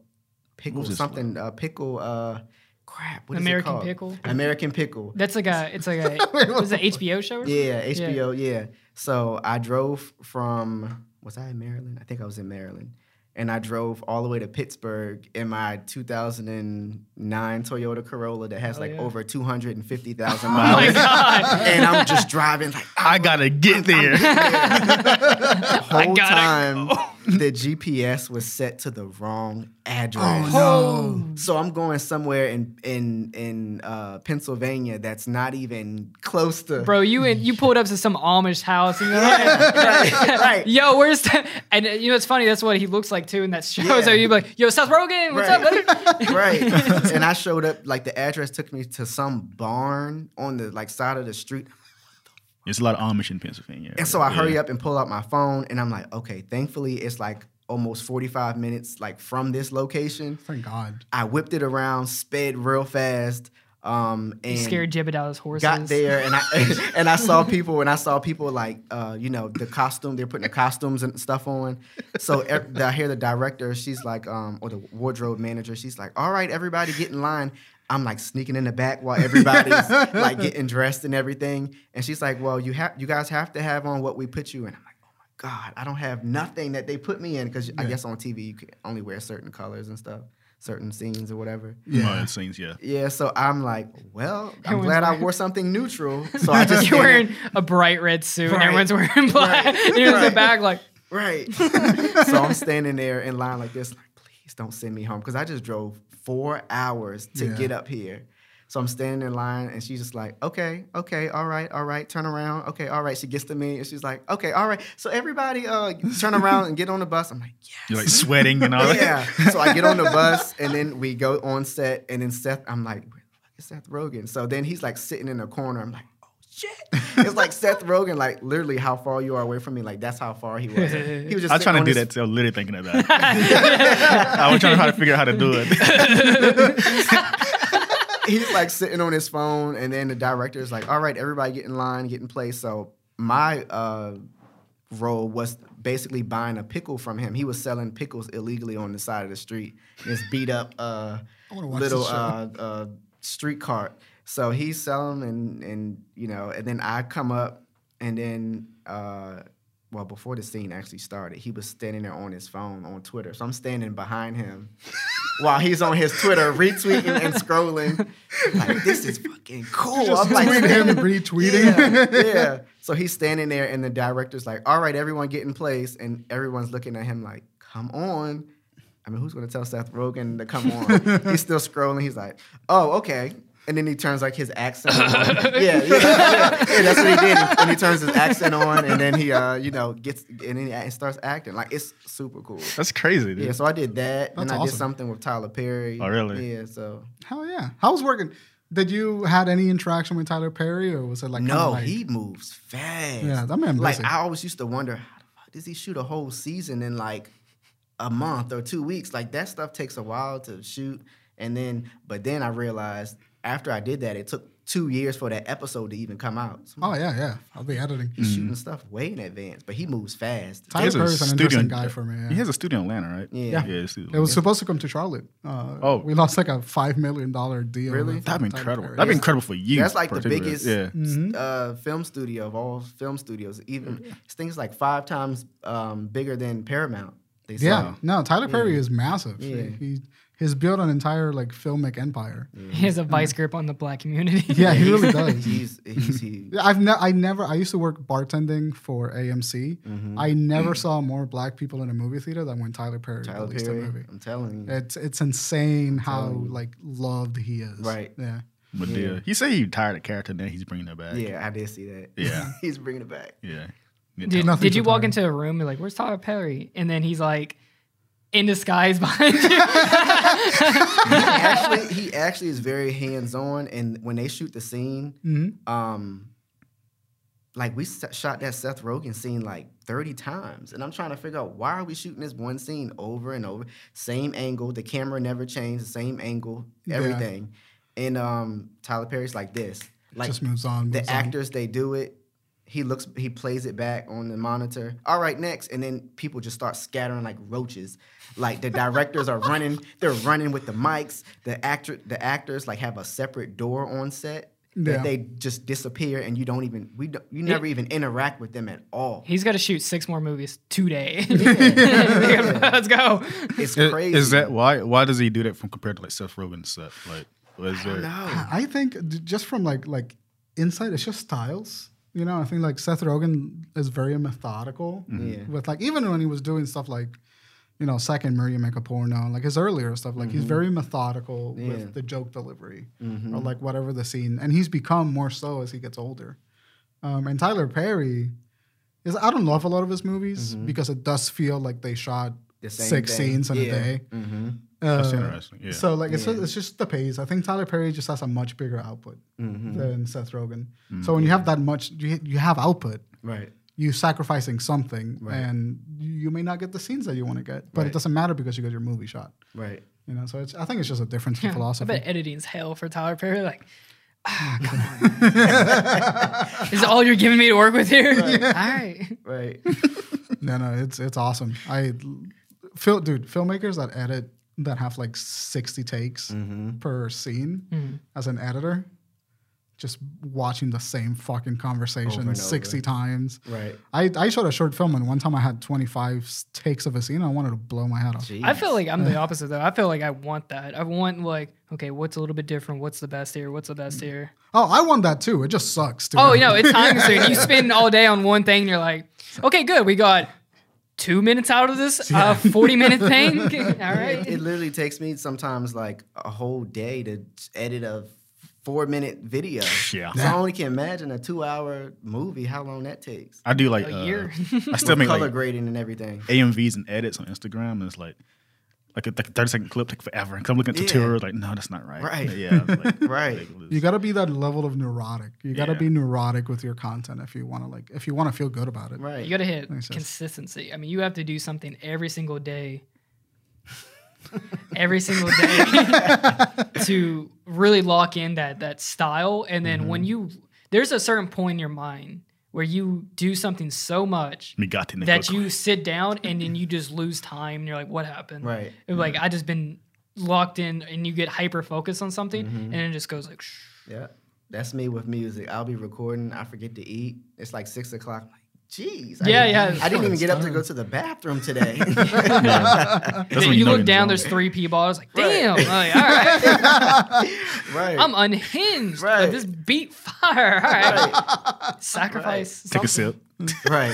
S4: Pickle
S5: was this
S4: something uh pickle uh crap. What is
S3: American
S4: it called?
S3: Pickle?
S4: American Pickle.
S3: That's like a it's like a was it HBO show? Or something?
S4: Yeah, HBO. Yeah. So I drove from was I in Maryland? I think I was in Maryland, and I drove all the way to Pittsburgh in my 2009 Toyota Corolla that has
S3: Oh,
S4: like
S3: yeah.
S4: over 250,000
S3: Oh my
S4: miles.
S3: god.
S4: and I'm just driving like
S5: I gotta get there.
S4: the whole
S3: gotta
S4: time. The GPS was set to the wrong address.
S3: Oh,
S2: no.
S4: So I'm going somewhere in in in uh, Pennsylvania that's not even close to.
S3: Bro, you in, you pulled up to some Amish house and you're like,
S4: Right, right.
S3: yo, where's the? And uh, you know, it's funny. That's what he looks like too in that show.
S4: Yeah.
S3: So you'd be like, yo, Seth Rogen, what's
S4: Right.
S3: up? buddy?"
S4: right. and I showed up, like the address took me to some barn on the like side of the street.
S5: There's a lot of Amish in Pennsylvania.
S4: And so I
S5: Yeah.
S4: hurry up and pull out my phone and I'm like, okay, thankfully it's like almost 45 minutes like from this location.
S2: Thank God.
S4: I whipped it around, sped real fast. Um and
S3: You scared Jibbit out his horses.
S4: got there and I and I saw people and I saw people like uh, you know the costume they're putting the costumes and stuff on. So ev- I hear the director, she's like, um, or the wardrobe manager, she's like, all right, everybody get in line. I'm like sneaking in the back while everybody's like getting dressed and everything, and she's like, well, you have you guys have to have on what we put you in. I'm like, oh my god, I don't have nothing that they put me in because I guess on TV you can only wear certain colors and stuff, certain scenes or whatever.
S5: Yeah. it seems, yeah.
S4: Yeah, so I'm like, well, I'm
S3: Everyone's
S4: glad I
S3: wearing-
S4: wore something neutral. So I just
S3: You're wearing a bright red suit. and
S4: Right.
S3: Everyone's wearing black.
S4: Right.
S3: And you're in
S4: Right.
S3: the back like,
S4: right. so I'm standing there in line like this, like, please don't send me home because I just drove four hours to
S2: Yeah.
S4: get up here. So I'm standing in line, and she's just like, okay, okay, all right, all right, turn around, okay, all right. She gets to me, and she's like, okay, all right. So everybody, uh, turn around and get on the bus. I'm like, yes.
S5: You're like sweating and all that.
S4: yeah. So I get on the bus and then we go on set and then Seth, I'm like, where the fuck is Seth Rogen? So then he's like sitting in a corner. I'm like, oh shit. It's like Seth Rogen, like literally how far you are away from me. Like that's how far he was. He was just
S5: I was trying to do that
S4: sitting
S5: too. I was literally thinking of that. I was trying to, try to figure out how to do it.
S4: on his- He's like sitting on his phone and then the director is like, all right, everybody get in line, get in place. So my uh role was basically buying a pickle from him. He was selling pickles illegally on the side of the street. This beat up uh,
S2: wanna watch
S4: little
S2: this show.
S4: uh, uh, street cart. So he's selling and and you know, and then I come up and then uh, well before the scene actually started, he was standing there on his phone on Twitter. So I'm standing behind him. While he's on his Twitter retweeting and scrolling, like this is fucking cool. Oh, I'm like,
S2: Tweet him, retweeting.
S4: yeah, yeah. So he's standing there, and the director's like, "All right, everyone, get in place," and everyone's looking at him like, "Come on." I mean, who's gonna tell Seth Rogen to come on? he's still scrolling. He's like, "Oh, okay." And then he turns like his accent. on. yeah, yeah, yeah, yeah, That's what he did. And he turns his accent on, and then he, uh, you know, gets and then he a- starts acting like it's super cool.
S5: That's crazy, dude.
S4: Yeah, so I did that, and
S2: That's
S4: I did
S2: awesome.
S4: something with Tyler Perry.
S5: Oh, really?
S4: Yeah, so
S2: Hell yeah. How was working? Did you had any interaction with Tyler Perry or was it like kinda
S4: No,
S2: like-
S4: he moves fast.
S2: Yeah, that man
S4: Like
S2: busy.
S4: I always used to wonder, how the fuck does he shoot a whole season in like a month or two weeks? Like that stuff takes a while to shoot, and then but then I realized after I did that, it took two years for that episode to even come out. So I'm
S2: Oh yeah, yeah. I'll be editing.
S5: Mm-hmm.
S4: like, shooting stuff way in advance, but he moves fast.
S5: He
S2: Tyler
S5: has a
S2: Perry's an
S5: studio
S2: interesting
S5: in-
S2: guy for me.
S5: He
S2: Yeah.
S5: has a studio in Atlanta, right?
S4: Yeah.
S5: Yeah, it's studio.
S2: It was supposed to come to Charlotte. Uh,
S5: Oh.
S2: oh, we lost like a five million dollar deal.
S4: Really?
S2: with uh,
S5: That'd be
S2: Tyler
S5: incredible.
S2: Perry.
S5: That'd be incredible for you.
S4: That's like the
S5: particularly.
S4: biggest
S5: Yeah.
S2: Mm-hmm.
S4: uh, film studio of all film studios. Even this thing's like five times um, bigger than Paramount. They
S2: Yeah,
S4: said.
S2: no, Tyler Perry is massive.
S4: Yeah.
S2: He he's built an entire like filmic empire.
S4: Mm-hmm.
S3: He has a vice grip on the black community.
S2: Yeah, he really does.
S4: He's, he's he.
S2: I've ne- I never I used to work bartending for AMC.
S4: Mm-hmm.
S2: I never saw more black people in a movie theater than when Tyler Perry
S4: Tyler
S2: released
S4: Perry.
S2: the movie.
S4: I'm telling you.
S2: It's it's insane how
S4: telling you.
S2: like loved he is.
S4: Right.
S2: Yeah.
S5: Medea. He said he tired of character, and then he's bringing it back.
S4: Yeah, I did see that.
S5: Yeah.
S4: he's bringing it back.
S5: yeah.
S3: Did,
S2: Nothing
S3: did you walk
S2: compared.
S3: into a room and like, where's Tyler Perry? And then he's like, in disguise behind you.
S4: actually, he actually is very hands on, and when they shoot the scene,
S2: Mm-hmm.
S4: um, like we s- shot that Seth Rogen scene like thirty times, and I'm trying to figure out why are we shooting this one scene over and over, same angle, the camera never changed, the same angle,
S2: Yeah.
S4: everything, and um, Tyler Perry's like this, like
S2: just moves on.
S4: the
S2: moves on.
S4: actors they do it. He looks. He plays it back on the monitor. All right, next, and then people just start scattering like roaches. Like the directors are running. They're running with the mics. The actor, the actors like have a separate door on set
S2: Yeah.
S4: that they just disappear, and you don't even we don't, you never even interact with them at all.
S3: He's got to shoot six more movies today.
S4: Yeah.
S3: Let's go.
S4: It's
S5: Is,
S4: crazy.
S5: is that why? Why does he do that from compared to like Seth Rogen's set? Like, was there?
S4: no?
S2: I think d- just from like like inside, it's just styles. You know, I think like Seth Rogen is very methodical
S4: Mm-hmm. Yeah.
S2: with like even when he was doing stuff like, you know, second Maria Make a Porno, like his earlier stuff, like he's very methodical
S4: Mm-hmm. Yeah.
S2: with the joke delivery
S4: Mm-hmm.
S2: or like whatever the scene, and he's become more so as he gets older. Um, and Tyler Perry is I don't love a lot of his movies
S4: Mm-hmm.
S2: because it does feel like they shot
S4: The same
S2: six
S4: thing.
S2: scenes in a
S4: Yeah.
S2: day.
S4: Mm-hmm.
S5: That's
S2: Uh,
S5: interesting. Yeah.
S2: so like it's
S4: Yeah.
S2: just, it's just the pace. I think Tyler Perry just has a much bigger output
S4: Mm-hmm.
S2: than Seth Rogen. so when you have that much, you you have output.
S4: Right.
S2: You sacrificing something,
S4: Right.
S2: and you you may not get the scenes that you want to get, but it
S4: Right.
S2: doesn't matter because you got your movie shot.
S4: Right.
S2: You know, so it's, I think it's just a difference in
S3: I
S2: philosophy.
S3: bet editing's hell for Tyler Perry. Like, ah, come on. Is all you're giving me to work with here? All right.
S4: Right.
S2: No, no, it's it's awesome. I, feel, dude, filmmakers that edit that have like sixty takes
S4: Mm-hmm.
S2: per scene
S3: Hmm.
S2: as an editor, just watching the same fucking conversation
S4: over.
S2: sixty times.
S4: Right.
S2: I, I shot a short film and one time I had 25 s- takes of a scene. I wanted to blow my head off.
S4: Jeez.
S3: I feel like I'm the opposite though. I feel like I want that. I want like, okay, what's a little bit different? What's the best here? What's the best here?
S2: Oh, I won that too. It just sucks. Dude.
S3: Oh, you know, it's time consuming. You spend all day on one thing and you're like, okay, good. We got two minutes out of this uh, 40 minute thing. all right.
S4: It literally takes me sometimes like a whole day to edit a four minute video.
S5: Yeah.
S4: So I only can imagine a two hour movie, how long that takes.
S5: I do like
S3: A
S5: uh,
S3: year.
S5: I still make
S4: Color
S5: like
S4: grading and everything.
S5: AMVs and edits on Instagram, and it's like. Like a, like a 30 second clip, take forever. And I'm looking at
S4: Yeah.
S5: tutorials, like, no, that's not right.
S4: Right.
S5: Yeah. like,
S4: Right.
S5: ridiculous.
S2: you got to be that level of neurotic. You got to
S5: Yeah.
S2: be neurotic with your content if you want to like if you want to feel good about it.
S4: Right.
S3: You got to hit
S2: Makes sense.
S3: consistency. I mean, you have to do something every single day, every single day, to really lock in that that style. And then when
S2: Mm-hmm.
S3: you there's a certain point in your mind where you do something so much
S5: Me got in the
S3: that
S5: cook-
S3: you sit down and then you just lose time. And you're like, what happened?
S4: Right.
S3: It was Like I just been locked in, and you get hyper focused on something, and it just goes like. Shh.
S4: yeah. That's me with music. I'll be recording, I forget to eat. It's like six o'clock. I'm like, Jeez. I
S3: Yeah,
S4: didn't-
S3: yeah.
S4: I didn't even get up to go to the bathroom today.
S5: That's
S3: And
S5: when
S3: then you
S5: know
S3: look
S5: you're
S3: down,
S5: in the
S3: there's
S5: zone.
S3: three P bottles. Like, damn, like, all right.
S4: right.
S3: I'm unhinged. Like,
S4: Right.
S3: this beat fire. All right. Sacrifice.
S5: Take a sip.
S4: right.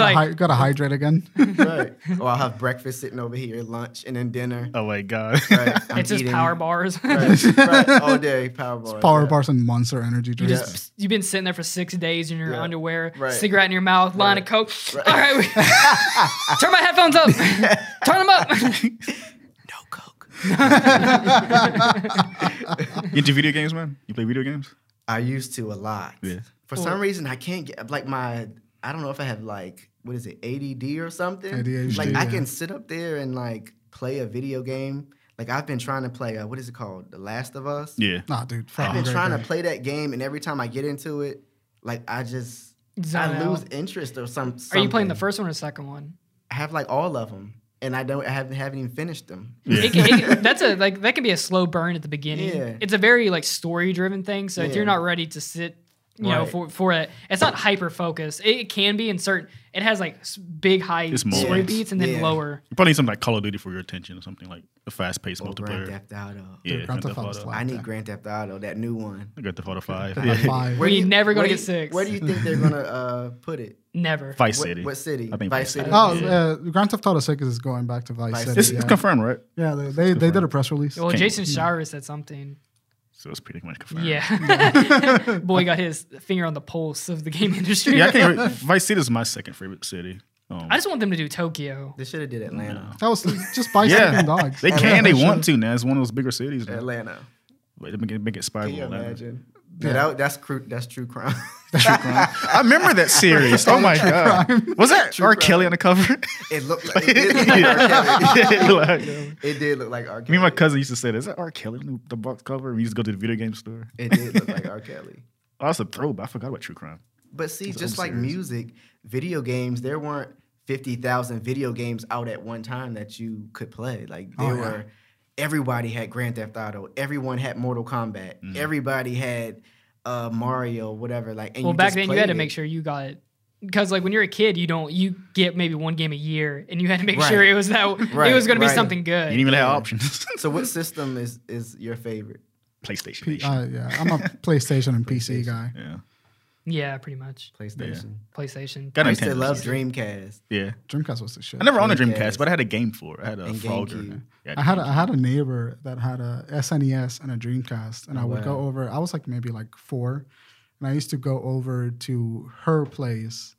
S3: like,
S2: got to hydrate again.
S4: Right. Or I'll have breakfast sitting over here, lunch, and then dinner.
S5: Oh my God.
S4: Right. I'm
S3: it's just
S4: eating.
S3: power bars.
S4: Right. Right. All day, power bars.
S2: Power
S4: yeah.
S2: bars and Monster energy
S3: You
S2: drinks.
S3: just, You've been sitting there for six days in your
S4: Yeah.
S3: underwear,
S4: Right.
S3: cigarette in your mouth, line of coke. All right, we- turn my headphones up. turn them up.
S4: No Coke.
S5: You into video games, man? You play video games?
S4: I used to a lot.
S5: Yeah.
S4: For some reason, I can't get like my. I don't know if I have like what is it ADD or something.
S2: ADHD,
S4: like
S2: yeah.
S4: I can sit up there and like play a video game. Like I've been trying to play uh what is it called, The Last of Us.
S5: Yeah.
S2: Nah, dude.
S4: I've
S2: fucking
S4: been
S2: great
S4: trying
S2: guy.
S4: to play that game, and every time I get into it, like I just
S3: Zone
S4: I lose
S3: out.
S4: interest or some.
S3: Are you playing the
S4: something.
S3: first one or the second one?
S4: I have like all of them, and I don't. I haven't, haven't even finished them.
S5: Yeah.
S3: It can, it can- that's a like that can be a slow burn at the beginning.
S4: Yeah.
S3: It's a very like story driven thing. So if
S4: Yeah.
S3: you're not ready to sit you know,
S4: Right.
S3: for for it. It's not hyper focused. It, it can be in certain. It has like s- big high
S5: It's
S3: story
S5: moments.
S3: beats and then
S4: Yeah.
S3: lower.
S5: You probably need something like Call of Duty for your attention or something like a fast paced
S4: Or Oh, Grand
S5: multiplayer.
S4: Theft Auto.
S5: Yeah,
S2: Grand Theft
S5: Grand Theft
S2: Auto
S5: Auto.
S2: Slack.
S5: I
S4: I need Grand Theft Auto, that new one.
S5: Grand Theft Auto Five.
S2: High
S5: Yeah.
S2: five.
S3: Where you never
S4: where
S3: gonna get
S4: do you-
S3: six.
S4: Where do you think they're gonna uh, put it?
S3: Never.
S5: Vice
S4: What-
S5: City.
S4: What, city?
S5: I think
S4: Vice City.
S2: Oh,
S5: Yeah.
S2: uh, Grand Theft Auto 6 is going back to Vice
S4: Vice
S2: City.
S5: It's,
S2: yeah,
S5: it's confirmed, right?
S2: Yeah, they, they, they did a press release.
S3: Well,
S5: Can't- Hmm.
S3: Jason Shire said something.
S5: So it's pretty much confirmed.
S3: Yeah. Boy got his finger on the pulse of the game industry.
S5: yeah. I can't. re- Vice City is my second favorite city. Um,
S3: I just want them to do Tokyo.
S4: They should have did Atlanta.
S2: That was just Vice City
S5: Yeah.
S2: and Dogs.
S5: they
S2: Yeah,
S5: can. They
S2: should've-
S5: want to now. It's one of those bigger cities. now.
S4: Atlanta.
S5: But they make it, make it spiral.
S4: Can you
S5: Atlanta.
S4: imagine? Yeah, that, that's cru- that's true crime.
S5: I remember that series. Oh my god, was that
S4: True
S5: R.
S4: crime.
S5: Kelly on the cover?
S4: it looked like it did look like R. Kelly.
S5: Like,
S4: It did look like R.
S5: me
S4: Kelly.
S5: and my cousin used to say, that, "Is that R. Kelly on the- the box cover?" We used to go to the video game store.
S4: It did look like R. Kelly.
S5: Oh, that's a throwback. I forgot about True Crime.
S4: But see,
S5: It's
S4: just like
S5: upstairs.
S4: music, video games, there weren't 50,000 video games out at one time that you could play. Like there
S2: Oh, yeah.
S4: were everybody had Grand Theft Auto, everyone had Mortal Kombat, everybody had uh Mario, whatever like and
S3: well,
S4: you
S3: back
S4: just
S3: then you
S4: played
S3: had to
S4: it.
S3: make sure you got because like when you're a kid, you don't you get maybe one game a year, and you had to make
S4: Right.
S3: sure it was that
S4: Right,
S3: it was going to
S4: right.
S3: be something
S5: You
S3: good.
S5: didn't even have options.
S4: So what system is is your favorite?
S5: PlayStation.
S2: P- uh, yeah, I'm a PlayStation and PC guy.
S5: yeah,
S3: yeah, pretty much.
S4: PlayStation.
S3: PlayStation.
S5: got
S4: I used to
S5: Nintendo.
S4: love Dreamcast.
S5: Yeah,
S2: Dreamcast was the shit.
S5: I never owned a
S4: Dreamcast.
S5: Dreamcast, but I had a game for it. I had a
S4: And
S5: Frogger.
S4: GameCube.
S5: Yeah,
S2: I had a, I had a neighbor that had a SNES and a Dreamcast, and I would go
S4: wow.
S2: over. I was like maybe like four, and I used to go over to her place,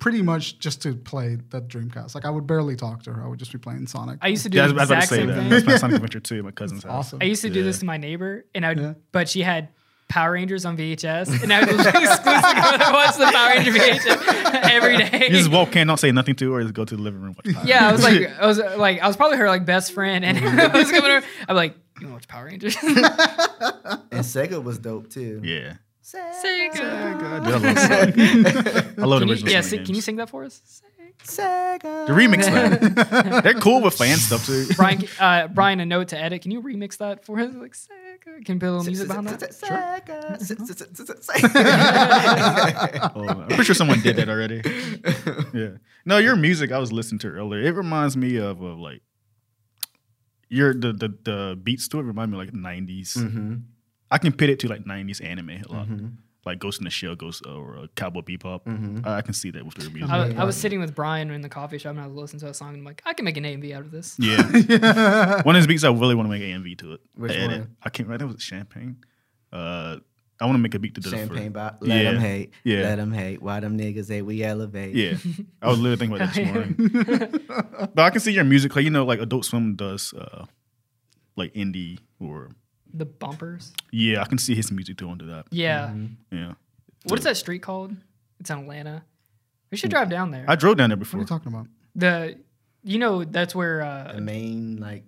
S2: pretty much just to play the Dreamcast. Like I would barely talk to her. I would just be playing Sonic.
S3: I used to do
S5: yeah, I was
S3: the
S5: I was about to
S3: exact
S5: say
S3: same
S5: that.
S3: thing.
S5: That's my Sonic Adventure 2 my cousin's
S2: It's
S5: house.
S2: awesome.
S3: I used to do
S5: Yeah.
S3: this to my neighbor, and I, would
S2: Yeah.
S3: but she had Power Rangers on VHS, and I would just exclusively go there and watch the Power Ranger VHS every day.
S5: You just walk in, don't say nothing to her, just go to the living room. Watch Power
S3: yeah, I was
S5: Rangers.
S3: like, I was uh, like, I was probably her like best friend, and I was coming over. I'm like, you wanna watch Power Rangers?
S4: And Sega was dope too.
S5: yeah.
S3: Sega.
S5: I love Sonic. I love the
S3: Can you,
S5: original.
S3: yeah,
S5: Sonic
S3: si- can you
S5: games.
S3: sing that for us?
S4: Sega.
S5: The remix man. They're cool with fan stuff too.
S3: Brian, uh, Brian, a note to edit. Can you remix that for us? Like, Sega. Can you put a little music behind that?
S4: Sega. Sega.
S5: Oh, I'm pretty sure someone did that already. Yeah. No, your music I was listening to earlier. It reminds me of, of like your the, the the beats to it remind me of like 90s.
S4: Mhm.
S5: I can pit it to like 90s anime a lot.
S4: Mhm.
S5: Like Ghost in the Shell, Ghost or uh, Cowboy Bebop.
S4: Mhm.
S5: I, I can see that with your music.
S3: I, was- I was sitting with Brian in the coffee shop and I was listening to a song and I'm like, I can make an A and B out of this.
S5: yeah.
S2: yeah.
S5: One of his beats I really want to make AMV to it.
S4: Which
S5: I edit.
S4: one?
S5: I can't remember. I think it was Champagne. Uh, I want to make a beat to do that for-
S4: Champagne bop. Let
S5: Yeah.
S4: them hate.
S5: Yeah.
S4: Let them hate. Why them niggas hate? We elevate.
S5: Yeah, I was literally thinking about that this
S3: Oh, yeah.
S5: morning. but I can see your music, like you know, like Adult Swim does, uh, like indie or
S3: The bumpers.
S5: yeah, I can see his music too under that.
S3: Yeah.
S4: Mm-hmm.
S5: Yeah,
S3: What is that street called? It's in Atlanta. We should drive down there.
S5: Mm. I drove down there
S2: What are
S5: before.
S2: you talking about?
S3: the, you know, that's where
S4: The
S3: uh,
S4: main like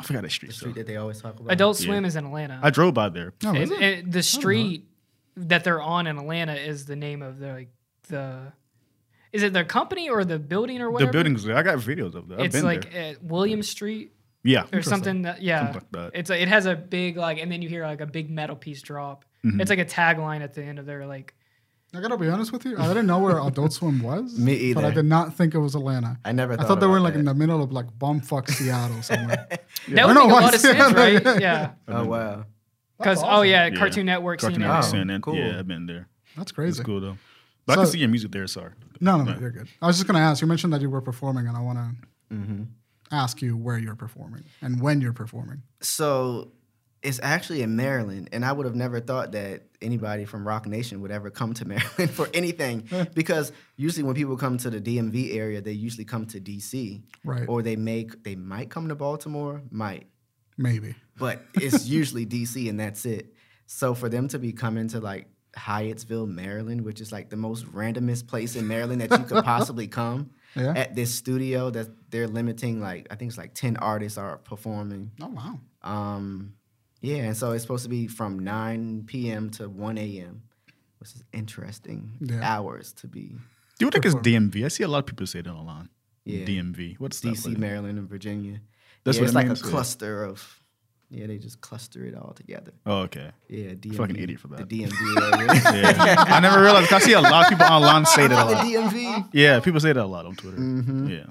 S5: I forgot the street.
S4: the street
S5: though.
S4: that they always talk about.
S3: Adult
S5: Yeah.
S3: Swim is in Atlanta.
S5: I drove by there.
S2: No, is
S3: and,
S2: it?
S3: and the street that they're on in Atlanta is the name of the like the is it the company or the building or whatever?
S5: The buildings there. I got videos of that. I've
S3: It's
S5: been
S3: like
S5: there.
S3: at William Street
S5: Yeah,
S3: or something that yeah.
S5: Something like that.
S3: It's a, it has a big like and then you hear like a big metal piece drop.
S2: Mm-hmm.
S5: Mm-hmm.
S3: It's like a tagline at the end of their like
S2: I gotta be honest with you. I didn't know where Adult Swim was.
S4: Me
S2: But I
S4: either.
S2: did not think it was Atlanta.
S4: I never
S2: I
S4: thought.
S2: thought they were in,
S4: about
S2: like in the middle of like bumfuck Seattle somewhere.
S3: that
S2: I
S3: would
S2: know
S3: make a
S2: why
S3: lot
S2: I
S3: of
S2: said
S3: sense,
S2: that.
S3: right? Yeah.
S4: that. Oh wow.
S3: Because oh
S2: awesome.
S3: yeah,
S5: Yeah.
S3: Cartoon Network
S5: Cartoon
S3: CNN.
S5: Network,
S4: Oh,
S5: CNN.
S4: cool.
S5: Yeah, I've been there.
S2: That's
S5: It's
S2: crazy.
S5: cool though. But I can
S2: So-
S5: see your music there. Sorry.
S2: No, no, no,
S5: Yeah.
S2: you're good. I was just gonna ask. You mentioned that you were performing, and I want to
S4: Mm-hmm.
S2: ask you where you're performing and when you're performing.
S4: So it's actually in Maryland, and I would have never thought that anybody from Rock Nation would ever come to Maryland for anything, because usually when people come to the DMV area, they usually come to DC,
S2: Right.
S4: Or they make they might come to Baltimore, might,
S2: Maybe.
S4: but it's usually DC and that's it. So for them to be coming to like Hyattsville, Maryland, which is like the most randomest place in Maryland that you could possibly come.
S2: Yeah.
S4: At this studio that they're limiting, like I think it's like ten artists are performing.
S2: Oh wow.
S4: Um, yeah, and so it's supposed to be from 9 p.m. to 1 a.m., which is interesting
S2: Yeah.
S4: hours to be
S5: Do you think it's DMV? I see a lot of people say that online.
S4: Yeah.
S5: DMV. What's that?
S4: DC,
S5: place?
S4: Maryland, and Virginia.
S5: That's
S4: yeah,
S5: what
S4: it's
S5: it
S4: like
S5: means,
S4: a
S5: yeah.
S4: cluster of Yeah, they just cluster it all together.
S5: Oh, okay.
S4: Yeah, DMV.
S5: Fucking idiot for that.
S4: The DMV area.
S5: Yeah. I never realized. 'cause I see a lot of people online say that a
S4: the
S5: lot.
S4: DMV.
S5: Yeah, people say that a lot on Twitter.
S4: Mm-hmm.
S5: Yeah.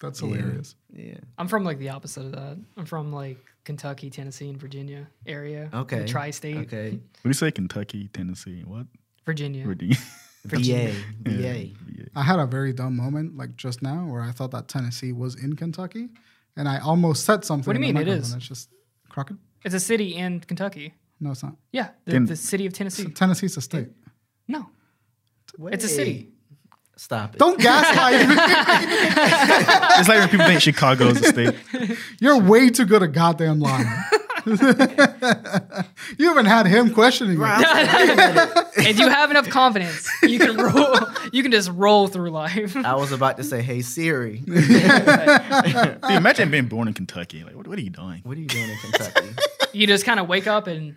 S2: That's
S4: Yeah.
S2: hilarious.
S4: Yeah.
S3: I'm from like the opposite of that. I'm from like Kentucky, Tennessee, and Virginia area.
S4: Okay.
S3: The tri-state.
S4: Okay.
S5: When you say Kentucky, Tennessee, what?
S3: Virginia.
S5: Virginia.
S4: VA.
S5: Yeah.
S4: VA.
S5: Yeah.
S2: I had a very dumb moment like just now where I thought that Tennessee was in Kentucky, and I almost said something.
S3: What do you
S2: in the
S3: mean it
S2: microphone,
S3: is?
S2: It's just Crockett.
S3: It's a city in Kentucky.
S2: No, it's not.
S3: Yeah, the,
S5: Then-
S3: the city of
S2: So
S3: Tennessee.
S2: Tennessee's a state.
S3: No, it's a city.
S4: Stop it.
S2: Don't gaslight me.
S5: It's like when people think Chicago is a state.
S2: You're way too good at goddamn lying. you haven't had him questioning you.
S3: if you have enough confidence, you can roll. You can just roll through life.
S4: I was about to say, hey Siri,
S5: Dude, imagine being born in Kentucky. Like, what, what are you doing?
S4: what are you doing in Kentucky?
S3: You just kind of wake up and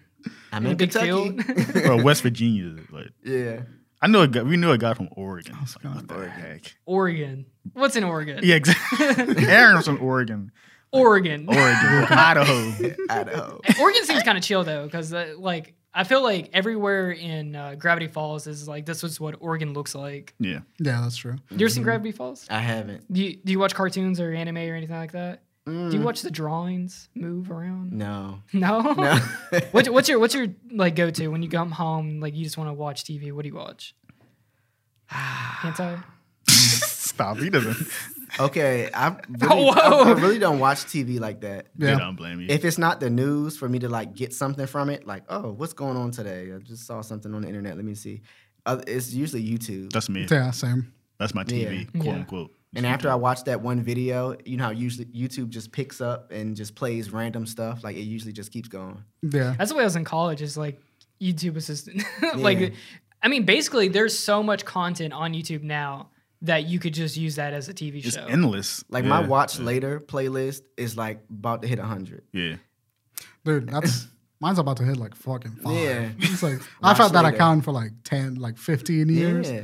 S4: I'm
S3: in a
S4: in
S3: big
S4: Kentucky.
S3: field.
S5: Or West Virginia. Like,
S4: yeah.
S5: I know a guy. We knew a guy from
S4: Oh,
S5: Oregon. It's like, what the
S4: Oregon.
S5: heck?
S3: Oregon. What's in Oregon?
S5: Yeah, exactly. Aaron was from Oregon.
S3: Oregon.
S5: Oregon, Idaho.
S4: Idaho.
S3: Oregon seems kind of chill though, because uh, like I feel like everywhere in uh, Gravity Falls is like this is what Oregon looks like.
S5: Yeah.
S2: Yeah, that's true.
S3: You
S4: Mm-hmm.
S3: ever seen Gravity Falls?
S4: I haven't.
S3: Do you, do you watch cartoons or anime or anything like that?
S4: Mm.
S3: Do you watch the drawings move around?
S4: No.
S3: No.
S4: No.
S3: What, what's your what's your like go to when you come home? Like you just want to watch TV. What do you watch? Hentai.
S5: Stop. He doesn't.
S4: okay. I
S3: Oh,
S4: really, I-
S3: whoa.
S4: I really don't watch TV like that.
S5: Yeah.
S2: Yeah.
S5: I don't blame you.
S4: if it's not the news for me to like get something from it, like oh, what's going on today? I just saw something on the internet. Let me see. Uh, it's usually YouTube.
S5: That's me.
S2: Yeah, same.
S5: That's my TV,
S3: Yeah.
S5: quote
S3: Yeah.
S5: unquote.
S4: and after I watch that one video, you know how usually YouTube just picks up and just plays random stuff. Like it usually just keeps going.
S2: Yeah.
S3: That's the way I was in college. Is like YouTube assistant. like,
S4: Yeah.
S3: I mean, basically, there's so much content on YouTube now that you could just use that as a TV
S5: It's
S3: show.
S5: endless.
S4: Like
S5: yeah.
S4: my watch later playlist is like about to hit hundred.
S5: Yeah.
S2: Dude, that's mine's about to hit like fucking five.
S4: Yeah.
S2: It's like I've had
S4: Watch
S2: that
S4: later.
S2: account for like ten, like fifteen years.
S4: Yeah.